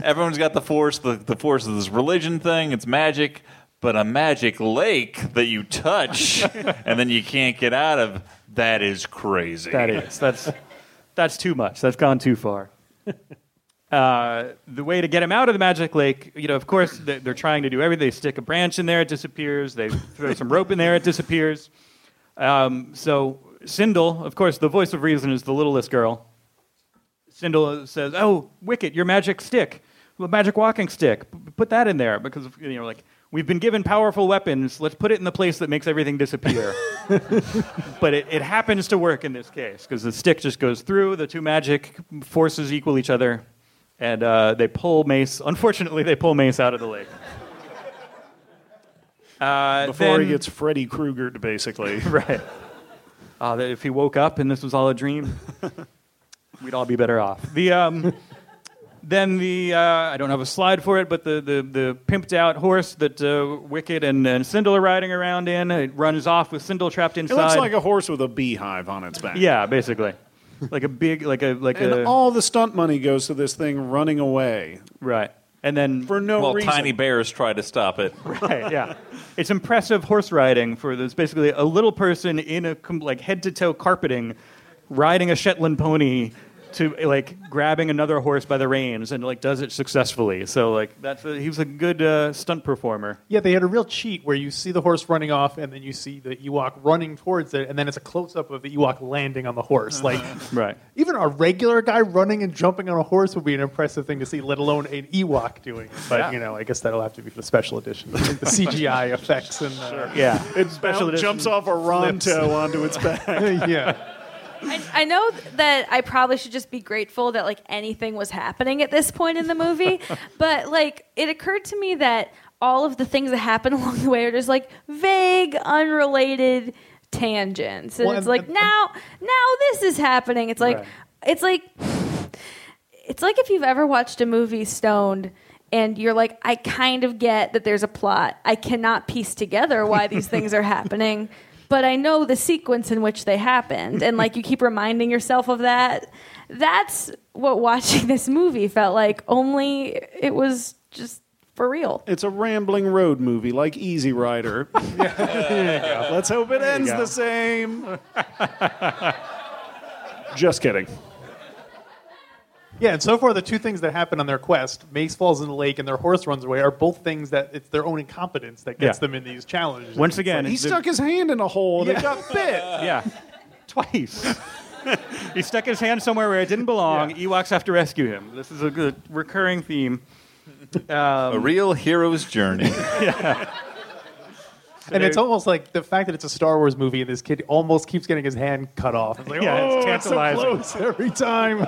[SPEAKER 6] Everyone's got the force. The, the force is this religion thing. It's magic, but a magic lake that you touch and then you can't get out of. That is crazy.
[SPEAKER 3] That is. That's that's too much. That's gone too far. Uh, the way to get him out of the magic lake, you know, of course, they- they're trying to do everything. They stick a branch in there, it disappears. They throw some rope in there, it disappears. Um, so Sindel, of course, the voice of reason is the littlest girl. Sindel says, "Oh, Wicket, your magic stick, the magic walking stick. P- Put that in there because you know, like we've been given powerful weapons. Let's put it in the place that makes everything disappear." but it, it happens to work in this case because the stick just goes through. The two magic forces equal each other, and uh, they pull Mace. Unfortunately, they pull Mace out of the lake. Uh,
[SPEAKER 4] Before he
[SPEAKER 3] then-
[SPEAKER 4] gets Freddy Krueger, basically.
[SPEAKER 3] right. Uh, that if he woke up and this was all a dream, we'd all be better off. The um, then the uh, I don't have a slide for it, but the the, the pimped out horse that uh, Wicked and, and Sindel are riding around in, it runs off with Sindel trapped
[SPEAKER 4] It
[SPEAKER 3] inside.
[SPEAKER 4] looks like a horse with a beehive on its back.
[SPEAKER 3] yeah, basically, like a big like a like
[SPEAKER 4] And
[SPEAKER 3] a
[SPEAKER 4] all the stunt money goes to this thing running away
[SPEAKER 3] right, and then
[SPEAKER 4] for no
[SPEAKER 6] well,
[SPEAKER 4] reason.
[SPEAKER 6] tiny bears try to stop it.
[SPEAKER 3] Right, yeah. It's impressive horse riding for this basically a little person in a com- like head to toe carpeting riding a Shetland pony to like grabbing another horse by the reins and like does it successfully. So like that's a, he was a good uh, stunt performer.
[SPEAKER 2] Yeah, they had a real cheat where you see the horse running off, and then you see the Ewok running towards it, and then it's a close up of the Ewok landing on the horse. Like,
[SPEAKER 3] Right.
[SPEAKER 2] even a regular guy running and jumping on a horse would be an impressive thing to see, let alone an Ewok doing it. But you know, I guess that'll have to be for the special edition, Like the CGI effects and uh,
[SPEAKER 3] Yeah.
[SPEAKER 4] It special
[SPEAKER 3] edition
[SPEAKER 4] jumps off a Ronto onto its back.
[SPEAKER 2] yeah,
[SPEAKER 5] I, I know that I probably should just be grateful that like anything was happening at this point in the movie, but like it occurred to me that all of the things that happen along the way are just like vague, unrelated tangents, and
[SPEAKER 2] Well,
[SPEAKER 5] it's
[SPEAKER 2] and-
[SPEAKER 5] like
[SPEAKER 2] and-
[SPEAKER 5] now, now this is happening. It's like,
[SPEAKER 3] Right.
[SPEAKER 5] it's like, it's like if you've ever watched a movie stoned. And you're like, I kind of get that there's a plot. I cannot piece together why these things are happening but I know the sequence in which they happened. And like you keep reminding yourself of that. That's what watching this movie felt like, only it was just for real.
[SPEAKER 4] It's a rambling road movie like Easy Rider. Let's hope it ends the same. Just kidding.
[SPEAKER 2] yeah. And so far, the two things that happen on their quest, Mace falls in the lake and their horse runs away, are both things that it's their own incompetence that gets
[SPEAKER 3] Yeah.
[SPEAKER 2] them in these challenges.
[SPEAKER 3] Once again,
[SPEAKER 4] He
[SPEAKER 3] it's the-
[SPEAKER 4] stuck his hand in a hole and it got bit.
[SPEAKER 3] yeah, twice. he stuck his hand somewhere where it didn't belong. Ewoks have to rescue him. This is a good recurring theme.
[SPEAKER 6] a real hero's journey.
[SPEAKER 2] and it's almost like the fact that it's a Star Wars movie and this kid almost keeps getting his hand cut off. It's like,
[SPEAKER 3] Yeah,
[SPEAKER 2] oh,
[SPEAKER 3] it's
[SPEAKER 2] it's so
[SPEAKER 3] tantalizing."
[SPEAKER 2] close every time.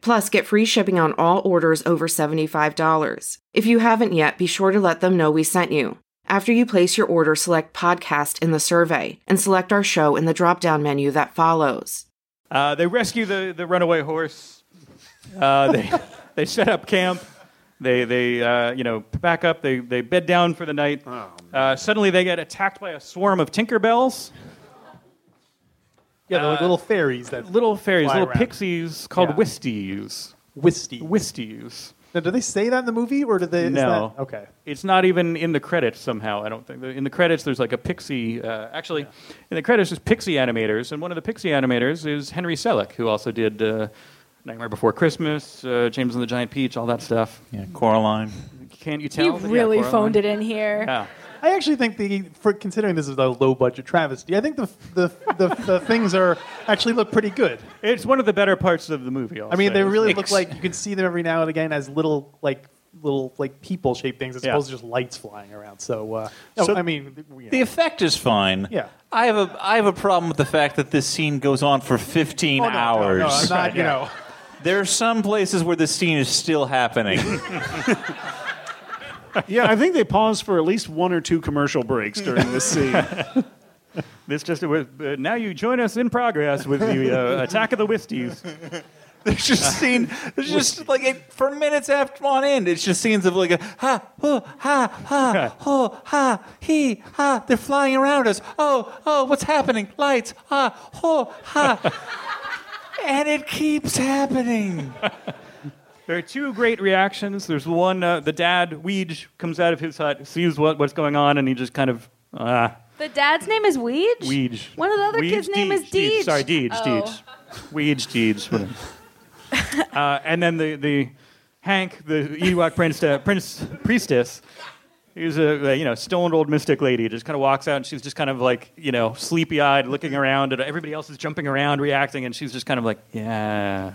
[SPEAKER 8] Plus, get free shipping on all orders over $75. If you haven't yet, be sure to let them know we sent you. After you place your order, select podcast in the survey and select our show in the drop down menu that follows.
[SPEAKER 3] Uh, they rescue the, the runaway horse. Uh, they, they set up camp. They, they uh, you know, back up. They, they bed down for the night.
[SPEAKER 9] Oh,
[SPEAKER 3] uh, suddenly they get attacked by a swarm of Tinkerbells.
[SPEAKER 2] Yeah, they're like
[SPEAKER 3] Uh,
[SPEAKER 2] little fairies that
[SPEAKER 3] little fairies,
[SPEAKER 2] fly
[SPEAKER 3] little
[SPEAKER 2] around.
[SPEAKER 3] pixies called
[SPEAKER 2] Yeah.
[SPEAKER 3] Wisties.
[SPEAKER 2] Wisties.
[SPEAKER 3] Wisties.
[SPEAKER 2] Now, do they say that in the movie, or do they? is
[SPEAKER 3] No.
[SPEAKER 2] that- okay.
[SPEAKER 3] It's not even in the credits somehow. I don't think in the credits there's like a pixie. Uh, actually, in the credits there's pixie animators, and one of the pixie animators is Henry Selick, who also did uh, Nightmare Before Christmas, uh, James and the Giant Peach, all that stuff. Yeah,
[SPEAKER 6] Coraline.
[SPEAKER 3] Can't you tell?
[SPEAKER 5] You
[SPEAKER 3] that- yeah,
[SPEAKER 5] really
[SPEAKER 3] Coraline.
[SPEAKER 5] phoned it in here.
[SPEAKER 3] Yeah.
[SPEAKER 2] I actually think the for considering this is a low budget travesty, I think the the, the, the things are actually look pretty good.
[SPEAKER 3] It's one of the better parts of the movie. I'll
[SPEAKER 2] I mean,
[SPEAKER 3] say.
[SPEAKER 2] they really
[SPEAKER 3] Ex-
[SPEAKER 2] look like you can see them every now and again as little like little like people shaped things as
[SPEAKER 6] Yeah.
[SPEAKER 2] opposed to just lights flying around. So, uh, no,
[SPEAKER 6] So-
[SPEAKER 2] I mean, we-
[SPEAKER 6] The effect is fine.
[SPEAKER 2] Yeah.
[SPEAKER 6] I have a I have a problem with the fact that this scene goes on for 15
[SPEAKER 2] Oh, no, no,
[SPEAKER 6] hours.
[SPEAKER 2] no, I'm not, you know.
[SPEAKER 6] There are some places where this scene is still happening.
[SPEAKER 4] yeah, I think they paused for at least one or two commercial breaks during this scene.
[SPEAKER 3] this just uh, now you join us in progress with the uh, Attack of the Wisties.
[SPEAKER 6] There's just scene. There's just like it, for minutes after on end. It's just scenes of like a ha hoo, ha ha ho ha he ha. They're flying around us. Oh oh, what's happening? Lights ha ho ha. and it keeps happening.
[SPEAKER 3] There are two great reactions. There's one, uh, the dad, Weej, comes out of his hut, sees what, what's going on, and he just kind of, ah,
[SPEAKER 5] The dad's name is Weege?
[SPEAKER 3] Weej.
[SPEAKER 5] One of the other
[SPEAKER 3] Weej,
[SPEAKER 5] kids' name is
[SPEAKER 3] Deej.
[SPEAKER 5] Deej. Oh.
[SPEAKER 3] Sorry, Deej, Deej. Weej, Deej. whatever. uh, and then the, the Hank, the Ewok prince, uh, prince, priestess, he's a, uh, you know, stoned old mystic lady, just kind of walks out, and she's just kind of like, you know, sleepy-eyed, looking around, and everybody else is jumping around, reacting, and she's just kind of like, yeah,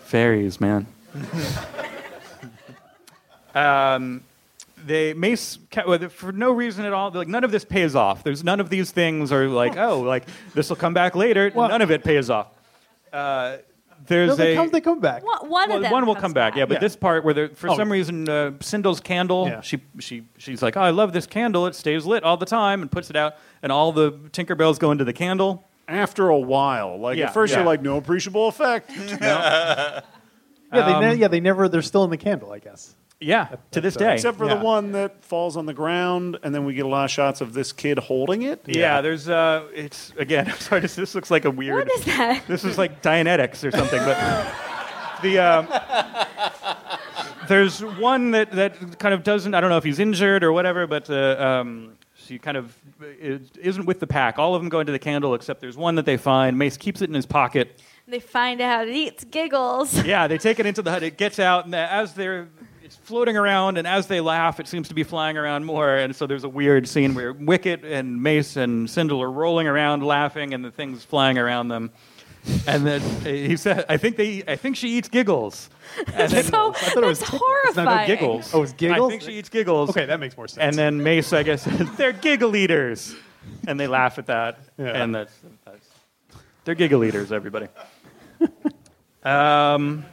[SPEAKER 3] fairies, man. um, they Mace ca- well, for no reason at all. Like none of this pays off. There's none of these things are like oh like this will come back later. none of it pays off. Uh, there's
[SPEAKER 2] no, they
[SPEAKER 3] a
[SPEAKER 2] come they come back.
[SPEAKER 5] One, one
[SPEAKER 3] well,
[SPEAKER 5] of them.
[SPEAKER 3] one will
[SPEAKER 5] comes
[SPEAKER 3] come back. Yeah, but
[SPEAKER 2] Yeah.
[SPEAKER 3] this part where there, for
[SPEAKER 2] Oh.
[SPEAKER 3] some reason uh, Sindel's candle,
[SPEAKER 2] Yeah.
[SPEAKER 3] she she she's like, oh, I love this candle. It stays lit all the time, and puts it out, and all the Tinkerbells go into the candle.
[SPEAKER 4] After a while, like
[SPEAKER 3] Yeah,
[SPEAKER 4] at first
[SPEAKER 3] yeah. Mm-hmm.
[SPEAKER 4] you're like, no appreciable effect.
[SPEAKER 2] Yeah, they ne-
[SPEAKER 3] Um,
[SPEAKER 2] yeah they never they're still in the candle, I guess.
[SPEAKER 3] Yeah, to this day.
[SPEAKER 4] Except for
[SPEAKER 3] Yeah.
[SPEAKER 4] the one that falls on the ground, and then we get a lot of shots of this kid holding it.
[SPEAKER 3] Yeah, there's uh, it's again. I'm sorry, this, this looks like a weird.
[SPEAKER 5] What is that?
[SPEAKER 3] This is like Dianetics or something, but the um, there's one that that kind of doesn't. I don't know if he's injured or whatever, but uh, um, she kind of uh, is- isn't with the pack. All of them go into the candle except there's one that they find. Mace keeps it in his pocket.
[SPEAKER 5] They find out it eats giggles.
[SPEAKER 3] Yeah, they take it into the hut. It gets out, and as they're it's floating around, and as they laugh, it seems to be flying around more. And so there's a weird scene where Wicket and Mace and Sindel are rolling around laughing, and the thing's flying around them. and then uh, he said, "I think they, I think she eats giggles." And then,
[SPEAKER 5] So, I thought it was that's tickles. It's not- no, horrifying. giggles.
[SPEAKER 3] Oh, it's giggles. I think she eats giggles. Okay,
[SPEAKER 2] that makes more sense.
[SPEAKER 3] And then Mace, I guess, says, they're giggle eaters, and they laugh at that. And that's, that's they're giggle eaters, everybody. Um,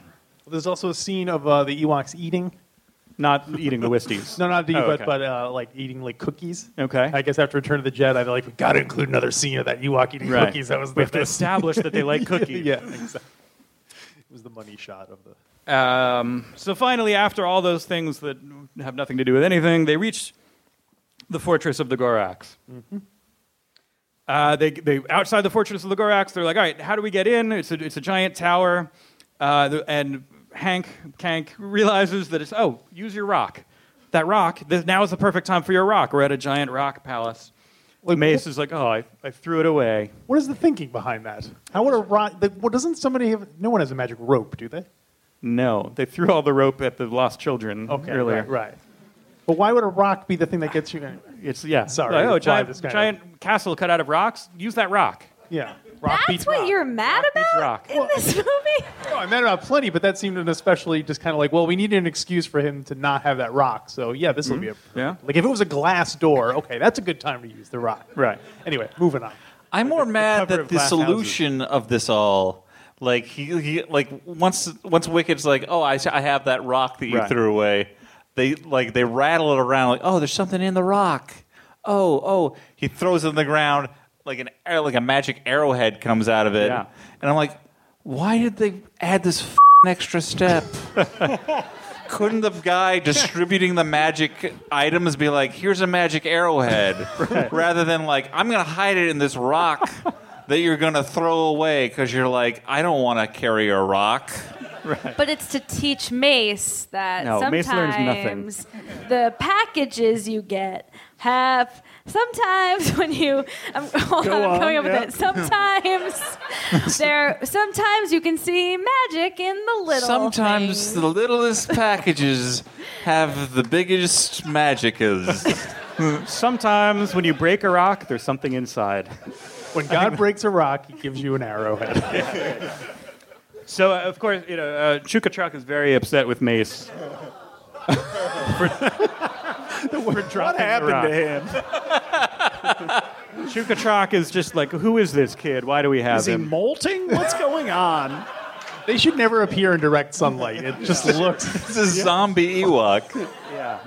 [SPEAKER 2] There's also a scene of uh, the Ewoks eating.
[SPEAKER 3] Not eating the Whisties.
[SPEAKER 2] no, not the
[SPEAKER 3] Oh, okay.
[SPEAKER 2] but but uh, like eating like cookies.
[SPEAKER 3] Okay.
[SPEAKER 2] I guess after Return of the Jedi, they're like, we got to include another scene of that Ewok eating
[SPEAKER 3] Right.
[SPEAKER 2] cookies. That was
[SPEAKER 3] We
[SPEAKER 2] the
[SPEAKER 3] have to
[SPEAKER 2] best.
[SPEAKER 3] establish that they like
[SPEAKER 2] Yeah,
[SPEAKER 3] cookies.
[SPEAKER 2] yeah, exactly. It was the money shot of the.
[SPEAKER 3] Um, so finally, after all those things that have nothing to do with anything, they reach the fortress of the Gorax.
[SPEAKER 2] Mm-hmm.
[SPEAKER 3] Uh, they, they outside the fortress of the Gorax. They're like, all right, how do we get in? It's a, it's a giant tower, uh, the, and Hank Kank realizes that it's oh, use your rock. That rock. This, now is the perfect time for your rock. We're at a giant rock palace. Mace is like, oh, I, I threw it away.
[SPEAKER 2] What is the thinking behind that? How would a rock? The, well, doesn't somebody have? No one has a magic rope, do they?
[SPEAKER 3] No, they threw all the rope at the lost children
[SPEAKER 2] Okay,
[SPEAKER 3] earlier.
[SPEAKER 2] right, right. But why would a rock be the thing that gets you?
[SPEAKER 3] It's yeah.
[SPEAKER 2] Sorry.
[SPEAKER 3] Like, oh,
[SPEAKER 2] apply
[SPEAKER 3] giant,
[SPEAKER 2] this kind of-
[SPEAKER 3] giant castle cut out of rocks. Use that rock.
[SPEAKER 2] yeah.
[SPEAKER 5] That's what you're mad about
[SPEAKER 3] rock.
[SPEAKER 5] in this movie.
[SPEAKER 2] No, I meant about plenty, but that seemed an especially just kind of like, well, we needed an excuse for him to not have that rock. So yeah, this will be a
[SPEAKER 3] Mm-hmm. yeah.
[SPEAKER 2] like if it was a glass door. Okay, that's a good time to use the rock.
[SPEAKER 3] Right.
[SPEAKER 2] Anyway, moving on.
[SPEAKER 6] I'm more mad
[SPEAKER 2] cover of
[SPEAKER 6] that the
[SPEAKER 2] glass
[SPEAKER 6] solution of this all, like he, he like once once Wicked's like, oh, I, I have that rock that you
[SPEAKER 10] Right.
[SPEAKER 6] threw away. They like they rattle it around like, oh, there's something in the rock. Oh, oh, he throws it in the ground like an arrow- like a magic arrowhead comes out of it,
[SPEAKER 3] Yeah.
[SPEAKER 6] and I'm like, why did they add this f- extra step? Couldn't the guy distributing the magic items be like, here's a magic arrowhead, rather than like, I'm going to hide it in this rock that you're going to throw away because you're like, I don't want to carry a rock.
[SPEAKER 5] But it's to teach Mace that
[SPEAKER 6] No, Mace learns nothing.
[SPEAKER 5] sometimes the packages you get have. Sometimes when you, I'm, hold
[SPEAKER 11] Go
[SPEAKER 5] on, I'm coming
[SPEAKER 11] on,
[SPEAKER 5] up
[SPEAKER 11] yeah.
[SPEAKER 5] with it. Sometimes there, sometimes you can see magic in the little.
[SPEAKER 6] Sometimes the littlest packages have the biggest magicas.
[SPEAKER 3] Sometimes when you break a rock, there's something inside.
[SPEAKER 2] When God breaks a rock, He gives you an arrowhead.
[SPEAKER 3] So uh, of course, you know, uh, Chukachak is very upset with Mace. for, for dropping
[SPEAKER 2] What happened to him?
[SPEAKER 3] Chukachak is just like, who is this kid? Why do we have
[SPEAKER 4] Is he
[SPEAKER 3] him?
[SPEAKER 4] molting? What's going on?
[SPEAKER 2] They should never appear in direct sunlight. It just looks.
[SPEAKER 6] This is zombie Ewok.
[SPEAKER 3] yeah.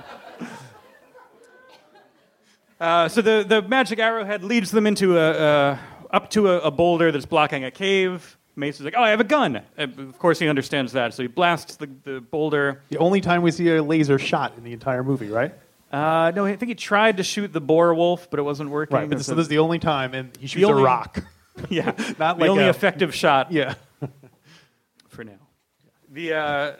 [SPEAKER 3] Uh, so the, the magic arrowhead leads them into a uh, up to a, a boulder that's blocking a cave. Mace is like, "Oh, I have a gun." And of course, he understands that, so he blasts the, the boulder.
[SPEAKER 2] The only time we see a laser shot in the entire movie, right?
[SPEAKER 3] Uh, no, I think he tried to shoot the boar wolf, but it wasn't working.
[SPEAKER 2] Right. But this, so this is the only time, and he
[SPEAKER 3] The
[SPEAKER 2] shoots
[SPEAKER 3] only-
[SPEAKER 2] a rock.
[SPEAKER 3] yeah,
[SPEAKER 2] Not
[SPEAKER 3] the
[SPEAKER 2] like
[SPEAKER 3] only
[SPEAKER 2] a-
[SPEAKER 3] effective shot.
[SPEAKER 2] Yeah.
[SPEAKER 3] for now. The uh,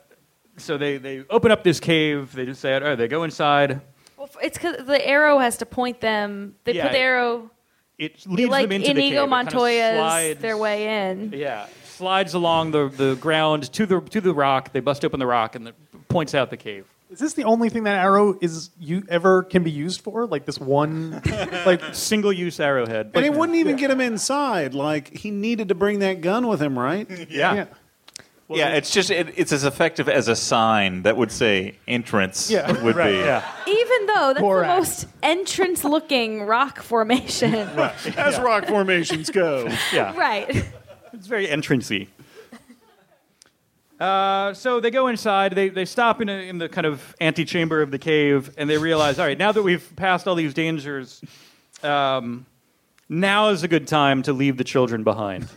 [SPEAKER 3] so they they open up this cave. They just say, "Oh, they go inside."
[SPEAKER 5] Well, f- it's because the arrow has to point them. They
[SPEAKER 3] Yeah,
[SPEAKER 5] put the
[SPEAKER 3] it-
[SPEAKER 5] arrow
[SPEAKER 3] It leads
[SPEAKER 5] like
[SPEAKER 3] them into the cave. It
[SPEAKER 5] Inigo
[SPEAKER 3] kinda
[SPEAKER 5] Montoya's
[SPEAKER 3] slides-
[SPEAKER 5] their way in.
[SPEAKER 3] Yeah, slides along the, the ground to the to the rock. They bust open the rock and the, points out the cave.
[SPEAKER 2] Is this the only thing that arrow is you ever can be used for? Like this one, like
[SPEAKER 3] single use arrowhead.
[SPEAKER 4] And it wouldn't even get him inside. Like he needed to bring that gun with him, right?
[SPEAKER 6] Yeah. yeah, it's just it, it's as effective as a sign that would say entrance
[SPEAKER 5] Yeah.
[SPEAKER 6] would
[SPEAKER 5] Right,
[SPEAKER 6] be.
[SPEAKER 5] yeah. Even though that's the
[SPEAKER 6] Borax.
[SPEAKER 5] most entrance-looking rock formation.
[SPEAKER 4] As rock formations go.
[SPEAKER 3] Yeah,
[SPEAKER 5] right.
[SPEAKER 3] it's very entrancy. Uh, so they go inside. They, they stop in, a, in the kind of antechamber of the cave, and they realize, all right, now that we've passed all these dangers, um, now is a good time to leave the children behind.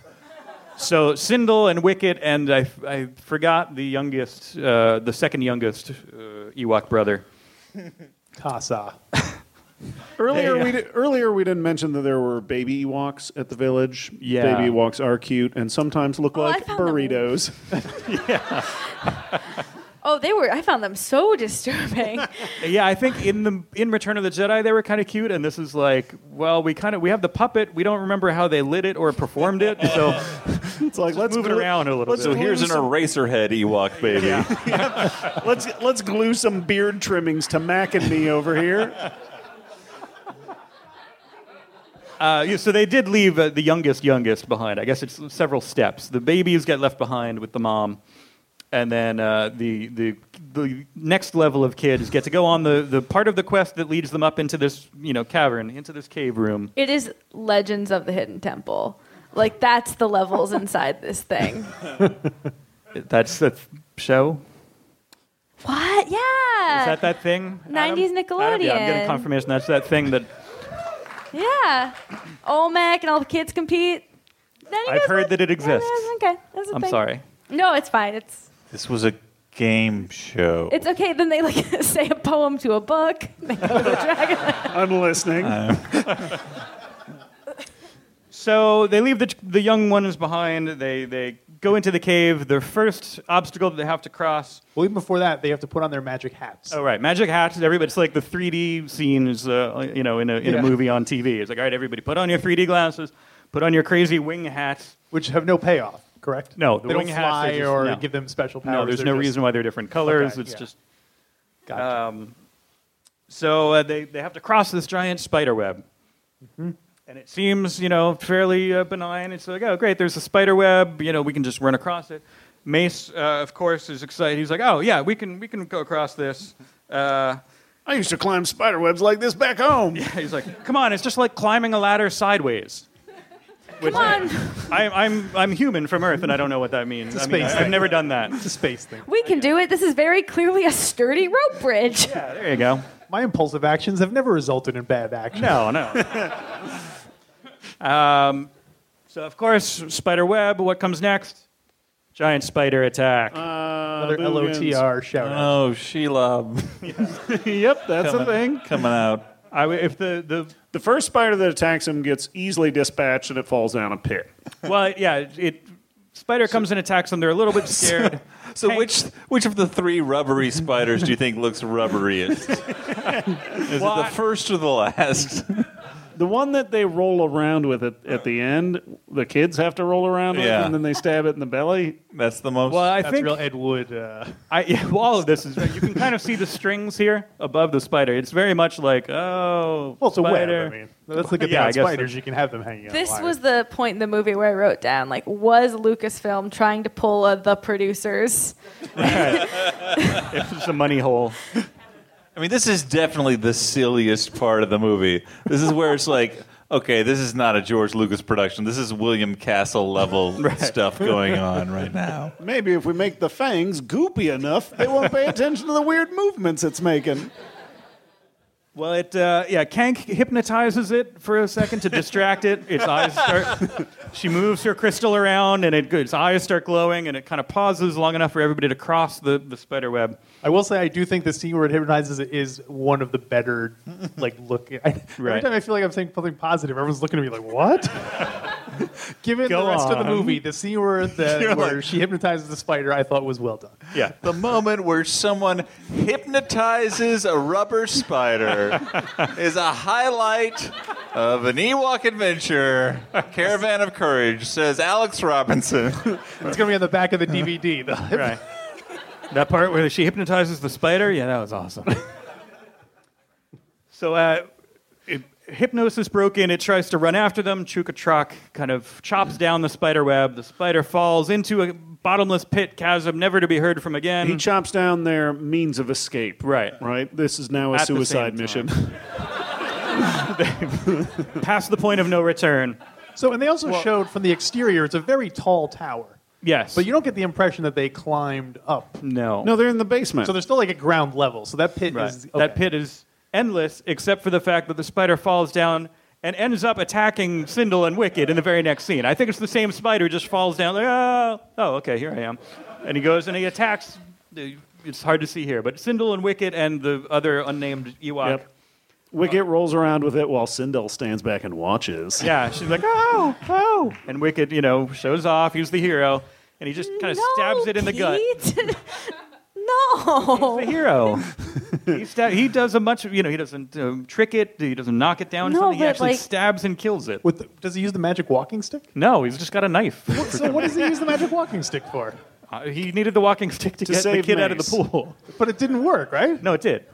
[SPEAKER 3] so Sindel and Wicket, and I, I forgot the youngest, uh, the second youngest uh, Ewok brother.
[SPEAKER 2] Casa.
[SPEAKER 4] Earlier,
[SPEAKER 3] Yeah.
[SPEAKER 4] we di- earlier we didn't mention that there were baby Ewoks at the village.
[SPEAKER 3] Yeah.
[SPEAKER 4] baby Ewoks are cute and sometimes look like burritos.
[SPEAKER 5] Oh, they were. I found them so disturbing.
[SPEAKER 3] yeah, I think in the in Return of the Jedi they were kind of cute, and this is like, well, we kind of we have the puppet. We don't remember how they lit it or performed it, so
[SPEAKER 4] it's like let's
[SPEAKER 3] move it
[SPEAKER 4] glue-
[SPEAKER 3] around a little
[SPEAKER 4] let's
[SPEAKER 3] bit.
[SPEAKER 6] So here's an eraser head Ewok baby.
[SPEAKER 4] let's let's glue some beard trimmings to Mac and me over here.
[SPEAKER 3] Uh, yeah, so they did leave uh, the youngest, youngest behind. I guess it's several steps. The babies get left behind with the mom, and then uh, the, the the next level of kids get to go on the, the part of the quest that leads them up into this you know cavern, into this cave room.
[SPEAKER 5] It is Legends of the Hidden Temple. Like that's the levels inside this thing.
[SPEAKER 3] That's the th- show.
[SPEAKER 5] What? Yeah.
[SPEAKER 3] Is that that thing?
[SPEAKER 5] 90s
[SPEAKER 3] Adam,
[SPEAKER 5] Nickelodeon.
[SPEAKER 3] yeah, I'm getting confirmation. That's that thing that
[SPEAKER 5] Yeah. Olmec and all the kids compete. Then you
[SPEAKER 3] I've
[SPEAKER 5] guys
[SPEAKER 3] heard that it exists.
[SPEAKER 5] went- okay. That's a
[SPEAKER 6] I'm
[SPEAKER 5] thing.
[SPEAKER 6] sorry.
[SPEAKER 5] No, it's fine. It's
[SPEAKER 6] This was a game show.
[SPEAKER 5] it's okay. Then they like say a poem to a book. They go to a dragon.
[SPEAKER 4] I'm listening.
[SPEAKER 3] So they leave the, the young ones behind. They, they go into the cave. Their first obstacle that they have to cross.
[SPEAKER 2] Well, even before that, they have to put on their magic hats.
[SPEAKER 3] Oh, right. Magic hats. Everybody, it's like the 3D scenes, uh, you know, in, a, in
[SPEAKER 2] Yeah.
[SPEAKER 3] a movie on TV. It's like, all right, everybody, put on your 3D glasses. Put on your crazy wing hats.
[SPEAKER 2] Which have no payoff, correct?
[SPEAKER 3] No, the
[SPEAKER 2] they
[SPEAKER 3] wing
[SPEAKER 2] don't
[SPEAKER 3] hats
[SPEAKER 2] fly
[SPEAKER 3] are just-
[SPEAKER 2] or
[SPEAKER 3] no.
[SPEAKER 2] give them special powers.
[SPEAKER 3] No, there's
[SPEAKER 2] They're
[SPEAKER 3] no
[SPEAKER 2] just-
[SPEAKER 3] reason why they're different colors.
[SPEAKER 2] Okay,
[SPEAKER 3] it's
[SPEAKER 2] yeah.
[SPEAKER 3] just. Um, so uh, they, they have to cross this giant spider web.
[SPEAKER 2] Mm-hmm.
[SPEAKER 3] And it seems, you know, fairly uh, benign. It's like, oh, great, there's a spider web. You know, we can just run across it. Mace, uh, of course, is excited. He's like, oh, yeah, we can, we can go across this. Uh,
[SPEAKER 4] I used to climb spider webs like this back home.
[SPEAKER 3] Yeah, he's like, come on, it's just like climbing a ladder sideways. Which
[SPEAKER 5] Come on.
[SPEAKER 3] I, I'm, I'm human from Earth, and I don't know what that means.
[SPEAKER 2] It's a
[SPEAKER 3] I mean,
[SPEAKER 2] space
[SPEAKER 3] I- I've
[SPEAKER 2] thing.
[SPEAKER 3] never done that.
[SPEAKER 2] It's a space thing.
[SPEAKER 5] We can do it. This is very clearly a sturdy rope bridge.
[SPEAKER 3] There you go.
[SPEAKER 2] My impulsive actions have never resulted in bad action.
[SPEAKER 3] No, no. um, so, of course, spider web, what comes next? Giant spider attack.
[SPEAKER 2] Another LOTR shout
[SPEAKER 3] Uh,
[SPEAKER 2] out.
[SPEAKER 6] Oh, Sheila.
[SPEAKER 4] yep, that's
[SPEAKER 6] Coming-
[SPEAKER 4] a thing.
[SPEAKER 6] Coming out.
[SPEAKER 3] I, if the, the
[SPEAKER 4] the first spider that attacks him gets easily dispatched and it falls down a pit.
[SPEAKER 3] well, yeah, it, it- spider comes and attacks them. They're a little bit scared.
[SPEAKER 6] So which which of the three rubbery spiders do you think looks rubberiest? Is it the first or the last?
[SPEAKER 4] The one that they roll around with at, at the end, the kids have to roll around with,
[SPEAKER 6] Yeah.
[SPEAKER 4] and then they stab it in the belly.
[SPEAKER 6] That's the most.
[SPEAKER 3] Well, I
[SPEAKER 2] That's
[SPEAKER 3] think
[SPEAKER 2] real Ed Wood. Uh,
[SPEAKER 3] I, yeah, well, all of this is. You can kind of see the strings here above the spider. It's very much like oh,
[SPEAKER 2] well, it's a web.
[SPEAKER 3] spider.
[SPEAKER 2] I mean, that's the good
[SPEAKER 3] Yeah, I
[SPEAKER 2] thing
[SPEAKER 3] guess
[SPEAKER 2] about spiders.
[SPEAKER 3] so.
[SPEAKER 2] You can have them hanging out.
[SPEAKER 5] This was the point in the movie where I wrote down like, was Lucasfilm trying to pull a, the producers?
[SPEAKER 3] It's just a money hole.
[SPEAKER 6] I mean, this is definitely the silliest part of the movie. This is where it's like, okay, this is not a George Lucas production. This is William Castle level stuff going on right now.
[SPEAKER 4] Maybe if we make the fangs goopy enough, they won't pay attention to the weird movements it's making.
[SPEAKER 3] Well, it uh, yeah, Kank hypnotizes it for a second to distract it. Its eyes start. she moves her crystal around, and it, its eyes start glowing, and it kind of pauses long enough for everybody to cross the, the spider web.
[SPEAKER 2] I will say I do think the scene where it hypnotizes it is one of the better like look. I, Every
[SPEAKER 3] Right.
[SPEAKER 2] time I feel like I'm saying something positive, everyone's looking at me like, "What?" Given
[SPEAKER 3] Go
[SPEAKER 2] the rest of
[SPEAKER 3] on.
[SPEAKER 2] the movie, the scene where the,
[SPEAKER 6] You're
[SPEAKER 2] where
[SPEAKER 6] like-
[SPEAKER 2] she hypnotizes the spider, I thought was well done.
[SPEAKER 3] Yeah.
[SPEAKER 6] The moment where someone hypnotizes a rubber spider is a highlight of an Ewok adventure. Caravan of Courage says Alex Robinson.
[SPEAKER 2] It's gonna be on the back of the DVD. The
[SPEAKER 3] Right. that part where she hypnotizes the spider, yeah, that was awesome. so uh, it, hypnosis broke in. It tries to run after them. Chukatrak kind of chops down the spider web. The spider falls into a bottomless pit chasm, never to be heard from again.
[SPEAKER 4] He chops down their means of escape.
[SPEAKER 3] Right.
[SPEAKER 4] Right? This is now a
[SPEAKER 3] At the same
[SPEAKER 4] suicide
[SPEAKER 3] time.
[SPEAKER 4] mission.
[SPEAKER 3] Past the point of no return.
[SPEAKER 2] So, and they also showed from the exterior, it's a very tall tower,
[SPEAKER 3] Yes.
[SPEAKER 2] but you don't get the impression that they climbed up.
[SPEAKER 3] no.
[SPEAKER 4] no, they're in the basement.
[SPEAKER 2] So they're still like at ground level. So that pit
[SPEAKER 3] Right.
[SPEAKER 2] is
[SPEAKER 3] That pit is endless, except for the fact that the spider falls down and ends up attacking Sindel and Wicked in the very next scene. I think it's the same spider who just falls down. Like, oh, oh, okay, here I am. And he goes and he attacks. uh, It's hard to see here, but Sindel and Wicked and the other unnamed Ewok.
[SPEAKER 4] Yep. Wicket rolls around with it while Sindel stands back and watches.
[SPEAKER 3] Yeah, she's like, oh, oh. And Wicked, you know, shows off. He's the hero. And he just kind of stabs it in the gut.
[SPEAKER 5] gut. no.
[SPEAKER 3] The hero. he, stab- he does a much, you know, he doesn't um, trick it, he doesn't knock it down. or
[SPEAKER 5] No,
[SPEAKER 3] something. He
[SPEAKER 5] but,
[SPEAKER 3] actually
[SPEAKER 5] like-
[SPEAKER 3] stabs and kills it.
[SPEAKER 2] With the, does he use the magic walking stick?
[SPEAKER 3] No, he's just got a knife.
[SPEAKER 2] So what does he use the magic walking stick for?
[SPEAKER 3] Uh, he needed the walking stick to,
[SPEAKER 4] To
[SPEAKER 3] get the
[SPEAKER 4] save
[SPEAKER 3] kid out of the
[SPEAKER 4] Mace.
[SPEAKER 3] pool.
[SPEAKER 2] But it didn't work, right?
[SPEAKER 3] No, it did.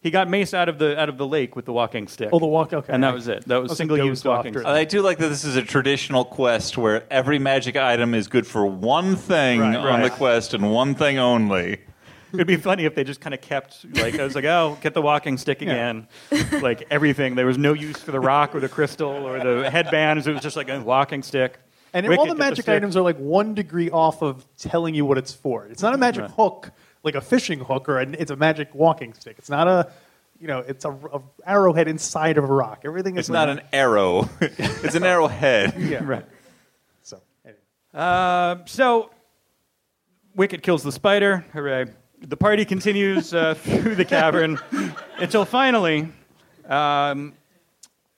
[SPEAKER 3] He got Mace out of the out of the lake with the walking stick.
[SPEAKER 2] Oh, the walk- okay.
[SPEAKER 3] And that was it. That was,
[SPEAKER 2] That's a
[SPEAKER 3] single use
[SPEAKER 2] dozed off
[SPEAKER 3] walking.
[SPEAKER 2] drink.
[SPEAKER 3] stick.
[SPEAKER 6] I do like that this is a traditional quest where every magic item is good for one thing
[SPEAKER 3] Right,
[SPEAKER 6] on
[SPEAKER 3] right.
[SPEAKER 6] the quest and one thing only.
[SPEAKER 3] It'd be funny if they just kind of kept like I was like, oh, get the walking stick again, like everything. There was no use for the rock or the crystal or the headbands. It was just like a walking stick.
[SPEAKER 2] And
[SPEAKER 3] Rick,
[SPEAKER 2] all the
[SPEAKER 3] get
[SPEAKER 2] magic
[SPEAKER 3] stick.
[SPEAKER 2] items are like one degree off of telling you what it's for. It's not a magic
[SPEAKER 3] Right.
[SPEAKER 2] hook, like a fishing hook, or an, it's a magic walking stick. It's not a, you know, it's a, a arrowhead inside of a rock. Everything is
[SPEAKER 6] It's not an arrow. it's an arrowhead.
[SPEAKER 2] Yeah. Right.
[SPEAKER 3] Uh, so, Wicket kills the spider. Hooray. The party continues uh, through the cavern until finally, um,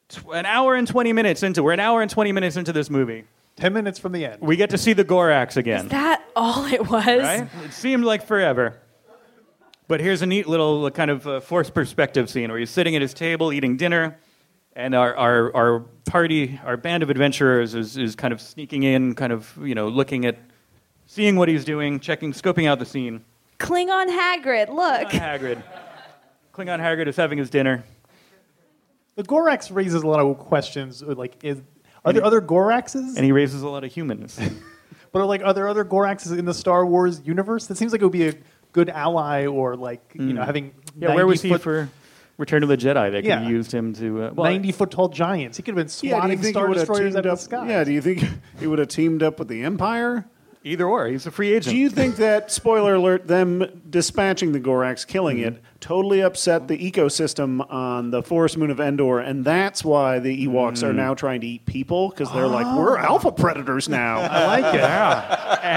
[SPEAKER 3] tw- an hour and 20 minutes into, we're an hour and 20 minutes into this movie.
[SPEAKER 2] 10 minutes from the end.
[SPEAKER 3] We get to see the Gorax again.
[SPEAKER 5] That all it was.
[SPEAKER 3] Right? It seemed like forever. But here's a neat little kind of uh, forced perspective scene where he's sitting at his table eating dinner, and our, our, our party, our band of adventurers, is, is kind of sneaking in, kind of, you know, looking at, seeing what he's doing, checking, scoping out the scene.
[SPEAKER 5] Klingon Hagrid, look.
[SPEAKER 3] Hagrid. Klingon Hagrid is having his dinner.
[SPEAKER 2] The Gorax raises a lot of questions. uh, Like, is are there other Goraxes?
[SPEAKER 3] And he raises a lot of humans.
[SPEAKER 2] But like, are there other Goraxes in the Star Wars universe? That seems like it would be a good ally, or like you know,
[SPEAKER 3] Mm.
[SPEAKER 2] having
[SPEAKER 3] Yeah, where was
[SPEAKER 2] 90
[SPEAKER 3] he
[SPEAKER 2] foot,
[SPEAKER 3] for Return of the Jedi? They could
[SPEAKER 2] Yeah.
[SPEAKER 3] have used him to. Uh, well,
[SPEAKER 2] ninety foot tall giants? He could have been
[SPEAKER 4] Yeah, do you
[SPEAKER 2] swatting
[SPEAKER 4] think
[SPEAKER 2] Star
[SPEAKER 4] he would have
[SPEAKER 2] Destroyers
[SPEAKER 4] teamed
[SPEAKER 2] out of the
[SPEAKER 4] up-
[SPEAKER 2] sky.
[SPEAKER 4] Yeah, do you think he would have teamed up with the Empire?
[SPEAKER 3] Either or, he's a free agent.
[SPEAKER 4] Do you think that spoiler alert, them dispatching the Gorax, killing
[SPEAKER 3] Hmm.
[SPEAKER 4] it, totally upset the ecosystem on the forest moon of Endor, and that's why the Ewoks
[SPEAKER 3] Hmm.
[SPEAKER 4] are now trying to eat people because they're
[SPEAKER 3] Oh.
[SPEAKER 4] like, we're alpha predators now.
[SPEAKER 2] I like it.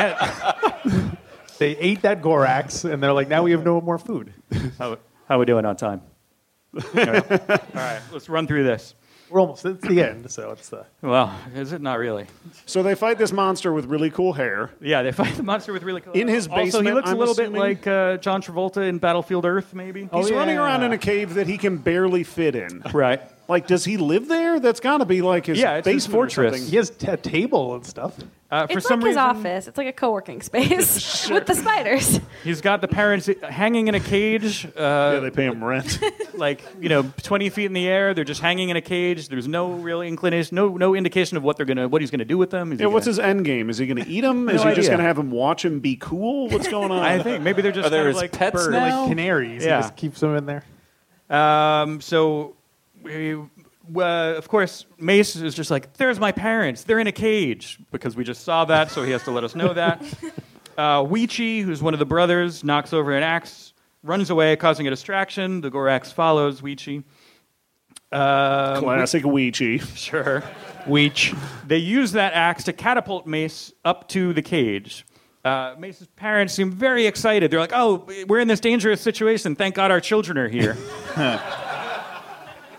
[SPEAKER 2] They ate that Gorax, and they're like, now we have no more food.
[SPEAKER 3] How, how are we doing on time? All right. All right, let's run through this.
[SPEAKER 2] We're almost. It's the end, so it's the.
[SPEAKER 3] Well, is it not really?
[SPEAKER 4] So they fight this monster with really cool hair.
[SPEAKER 3] Yeah, they fight the monster with really cool.
[SPEAKER 4] In his basement,
[SPEAKER 3] also, he looks
[SPEAKER 4] I'm
[SPEAKER 3] a little bit
[SPEAKER 4] assuming?
[SPEAKER 3] like uh, John Travolta in Battlefield Earth, maybe.
[SPEAKER 4] He's running around in a cave that he can barely fit in.
[SPEAKER 3] Oh, Right.
[SPEAKER 4] Like, does he live there? That's got to be like his
[SPEAKER 3] Yeah, it's his
[SPEAKER 4] basement or
[SPEAKER 3] fortress.
[SPEAKER 4] something.
[SPEAKER 2] He has a table and stuff.
[SPEAKER 3] Uh, for
[SPEAKER 5] It's
[SPEAKER 3] some
[SPEAKER 5] like his
[SPEAKER 3] reason,
[SPEAKER 5] office. It's like a co-working space with the spiders.
[SPEAKER 3] he's got the parents hanging in a cage. Uh, yeah,
[SPEAKER 4] they pay him rent.
[SPEAKER 3] like you know, twenty feet in the air. They're just hanging in a cage. There's no real inclination, no no indication of what they're gonna, what he's gonna do with them. Is he
[SPEAKER 4] Yeah, what's
[SPEAKER 3] gonna-
[SPEAKER 4] his end game? Is he going to eat him?
[SPEAKER 3] No
[SPEAKER 4] Is he just
[SPEAKER 3] idea.
[SPEAKER 4] going to have him watch him be cool? What's going on?
[SPEAKER 3] I think maybe they're just
[SPEAKER 6] Are there
[SPEAKER 3] kind of
[SPEAKER 6] his
[SPEAKER 3] like
[SPEAKER 6] pets
[SPEAKER 3] birds.
[SPEAKER 6] now?
[SPEAKER 2] Like canaries.
[SPEAKER 3] Yeah.
[SPEAKER 2] He just keeps them in there.
[SPEAKER 3] Um, so, we, well, of course, Mace is just like, there's my parents. They're in a cage because we just saw that, so he has to let us know that. Uh, Weechi, who's one of the brothers, knocks over an axe, runs away, causing a distraction. The Gorax follows Weechi. Um,
[SPEAKER 4] Classic Ouija.
[SPEAKER 3] Sure. Weech. They use that axe to catapult Mace up to the cage. Uh, Mace's parents seem very excited. They're like, oh, we're in this dangerous situation. Thank God our children are here.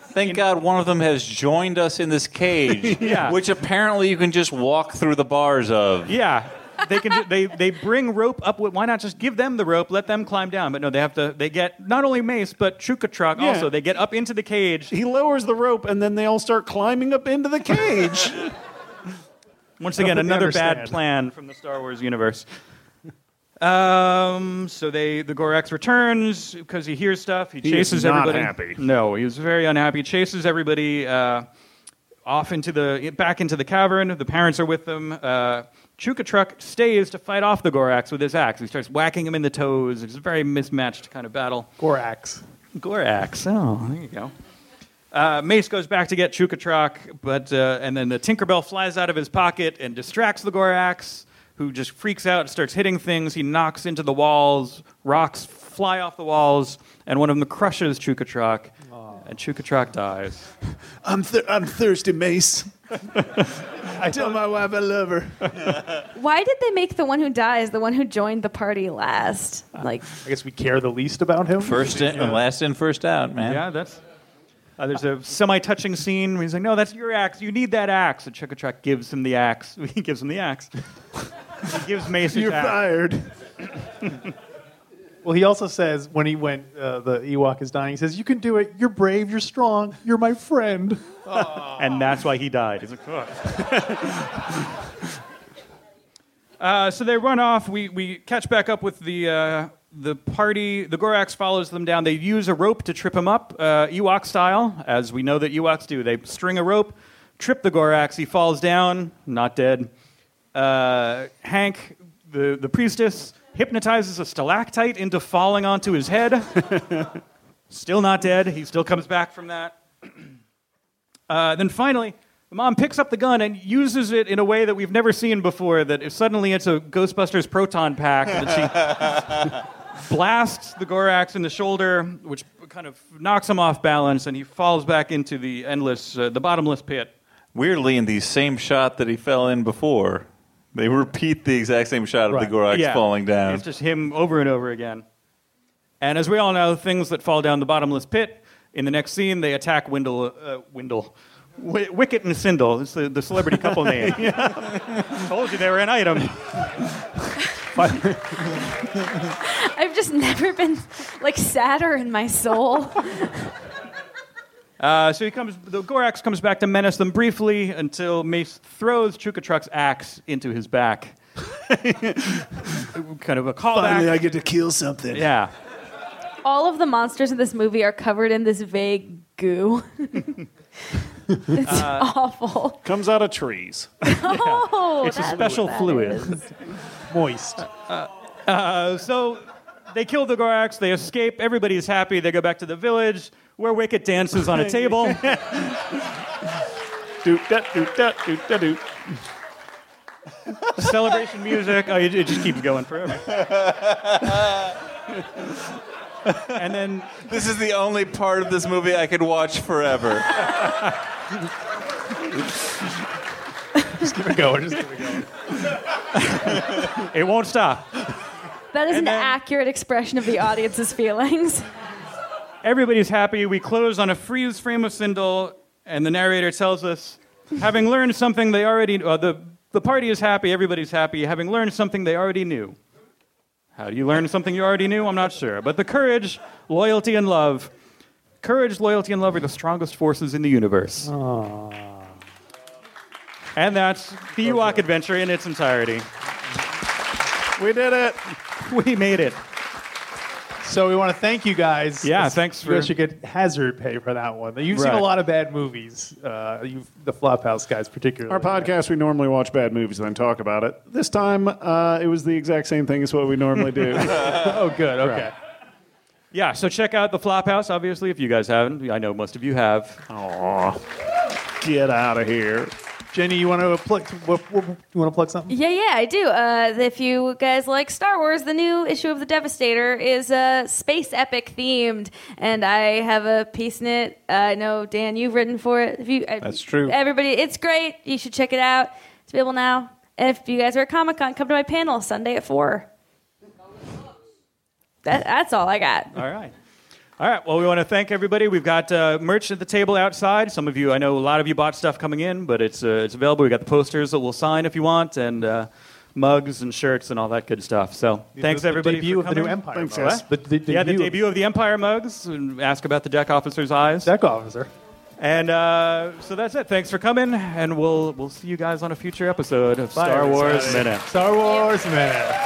[SPEAKER 6] Thank God one of them has joined us in this cage,
[SPEAKER 3] Yeah.
[SPEAKER 6] which apparently you can just walk through the bars of.
[SPEAKER 3] Yeah. They can ju- they they bring rope up. with- Why not just give them the rope? Let them climb down. But no, they have to. They get not only Mace but Chukatrak
[SPEAKER 4] Yeah.
[SPEAKER 3] also. They get up into the cage.
[SPEAKER 4] He lowers the rope, and then they all start climbing up into the cage.
[SPEAKER 3] Once
[SPEAKER 4] I don't
[SPEAKER 3] again,
[SPEAKER 4] think they
[SPEAKER 3] another bad
[SPEAKER 4] understand.
[SPEAKER 3] plan from the Star Wars universe. Um, so they the Gorax returns because he hears stuff. He,
[SPEAKER 4] He is
[SPEAKER 3] chases
[SPEAKER 4] not
[SPEAKER 3] everybody.
[SPEAKER 4] happy.
[SPEAKER 3] No, he was very unhappy. Chases everybody uh, off into the back into the cavern. The parents are with them. Uh, Chukatruck stays to fight off the Gorax with his axe. He starts whacking him in the toes. It's a very mismatched kind of battle.
[SPEAKER 2] Gorax.
[SPEAKER 3] Gorax. Oh, there you go. Uh, Mace goes back to get Chukatrak, but uh, and then the Tinkerbell flies out of his pocket and distracts the Gorax, who just freaks out and starts hitting things. He knocks into the walls, rocks fly off the walls, and one of them crushes Chukatrak, and Chukatrak dies.
[SPEAKER 4] I'm, th- I'm thirsty, Mace. I tell my wife I love her.
[SPEAKER 5] Why did they make the one who dies the one who joined the party last?
[SPEAKER 3] Uh,
[SPEAKER 5] Like
[SPEAKER 2] I guess we care the least about him.
[SPEAKER 6] First in, last in, first out, man.
[SPEAKER 3] Yeah, that's. Uh, there's a semi-touching scene where he's like, "No, that's your axe. You need that axe." And Chukatrak gives him the axe. he gives him the axe. he gives Mace his
[SPEAKER 4] You're
[SPEAKER 3] axe.
[SPEAKER 4] fired.
[SPEAKER 2] Well, he also says when he went, uh, the Ewok is dying. He says, "You can do it. You're brave. You're strong. You're my friend."
[SPEAKER 3] and that's why he died. He's like, "Ugh." uh, so they run off. We, we catch back up with the uh, the party, the Gorax follows them down. They use a rope to trip him up, uh, Ewok style, as we know that Ewoks do. They string a rope, trip the Gorax. He falls down, not dead. Uh, Hank, the, the priestess, hypnotizes a stalactite into falling onto his head. still not dead. He still comes back from that. Uh, then finally, the mom picks up the gun and uses it in a way that we've never seen before. That if suddenly it's a Ghostbusters proton pack that she blasts the Gorax in the shoulder, which kind of knocks him off balance, and he falls back into the endless, uh, the bottomless pit.
[SPEAKER 6] Weirdly, in the same shot that he fell in before, they repeat the exact same shot of the Gorax
[SPEAKER 3] Yeah.
[SPEAKER 6] falling down.
[SPEAKER 3] It's just him over and over again. And as we all know, things that fall down the bottomless pit in the next scene, they attack Windle, uh, Windle, w- Wicket and Sindel. It's the, the celebrity couple name. Told you they were an item.
[SPEAKER 5] I've just never been like sadder in my soul.
[SPEAKER 3] Uh, so he comes. The Gorax comes back to menace them briefly until Mace throws Chukatruck's axe into his back. kind of a callback.
[SPEAKER 10] Finally, I get to kill something.
[SPEAKER 3] Yeah.
[SPEAKER 5] All of the monsters in this movie are covered in this vague goo. it's
[SPEAKER 4] Uh,
[SPEAKER 5] awful.
[SPEAKER 4] Comes out of trees.
[SPEAKER 5] Oh,
[SPEAKER 3] it's a
[SPEAKER 5] that's
[SPEAKER 3] special
[SPEAKER 5] what that
[SPEAKER 3] fluid.
[SPEAKER 5] is.
[SPEAKER 3] Moist. Uh, uh, so they kill the Gorax. They escape. Everybody's happy. They go back to the village where Wicket dances on a table.
[SPEAKER 4] Doot, da, doot, da, doot, da, doot.
[SPEAKER 3] Celebration music. Oh, it, it just keeps going forever. and then
[SPEAKER 6] this is the only part of this movie I could watch forever.
[SPEAKER 3] just keep it going. Just keep it going. it won't stop.
[SPEAKER 5] That is an accurate expression of the audience's feelings.
[SPEAKER 3] Everybody's happy. We close on a freeze frame of Sindel, and the narrator tells us, having learned something they already uh, the the party is happy. Everybody's happy. Having learned something they already knew. How do you learn something you already knew? I'm not sure. But the courage, loyalty, and love. Courage, loyalty, and love are the strongest forces in the universe. And that's the Ewok adventure in its entirety.
[SPEAKER 4] We did it.
[SPEAKER 3] We made it.
[SPEAKER 2] So we want to thank you guys.
[SPEAKER 3] Yeah,
[SPEAKER 2] It's-
[SPEAKER 3] thanks
[SPEAKER 2] You
[SPEAKER 3] for-
[SPEAKER 2] guys should get hazard pay for that one. You've seen a
[SPEAKER 4] Right.
[SPEAKER 2] lot of bad movies. Uh, you've, the Flophouse guys, particularly.
[SPEAKER 4] Our podcast, we normally watch bad movies and then talk about it. This time, uh, it was the exact same thing as what we normally do.
[SPEAKER 2] oh, good. Okay.
[SPEAKER 3] Yeah, so check out the Flophouse, obviously, if you guys haven't. I know most of you have. Aw.
[SPEAKER 4] Get out of here.
[SPEAKER 2] Jenny, you want to plug? What, what, you want to plug something?
[SPEAKER 5] Yeah, yeah, I do. Uh, if you guys like Star Wars, the new issue of The Devastator is uh, space epic themed, and I have a piece in it. Uh, I know Dan, you've written for it. If you, I-
[SPEAKER 6] That's true.
[SPEAKER 5] Everybody, it's great. You should check it out. It's available now. And if you guys are at Comic Con, come to my panel Sunday at four. That, that's all I got.
[SPEAKER 3] All right. All right. Well, we want to thank everybody. We've got uh, merch at the table outside. Some of you, I know, a lot of you bought stuff coming in, but it's uh, it's available. We got the posters that we'll sign if you want, and uh, mugs and shirts and all that good stuff. So
[SPEAKER 2] The-
[SPEAKER 3] thanks
[SPEAKER 2] the
[SPEAKER 3] everybody
[SPEAKER 2] debut
[SPEAKER 3] for
[SPEAKER 2] of the
[SPEAKER 3] coming.
[SPEAKER 2] new Empire
[SPEAKER 3] Thanks,
[SPEAKER 2] mugs.
[SPEAKER 3] What?
[SPEAKER 2] The- the
[SPEAKER 3] yeah, the
[SPEAKER 2] debut of-
[SPEAKER 3] debut of the Empire mugs. And ask about the deck officer's eyes.
[SPEAKER 2] Deck officer.
[SPEAKER 3] And uh, so that's it. Thanks for coming, and we'll we'll see you guys on a future episode of
[SPEAKER 2] Bye,
[SPEAKER 3] Star Wars
[SPEAKER 2] everybody.
[SPEAKER 3] Minute.
[SPEAKER 2] Star Wars Minute.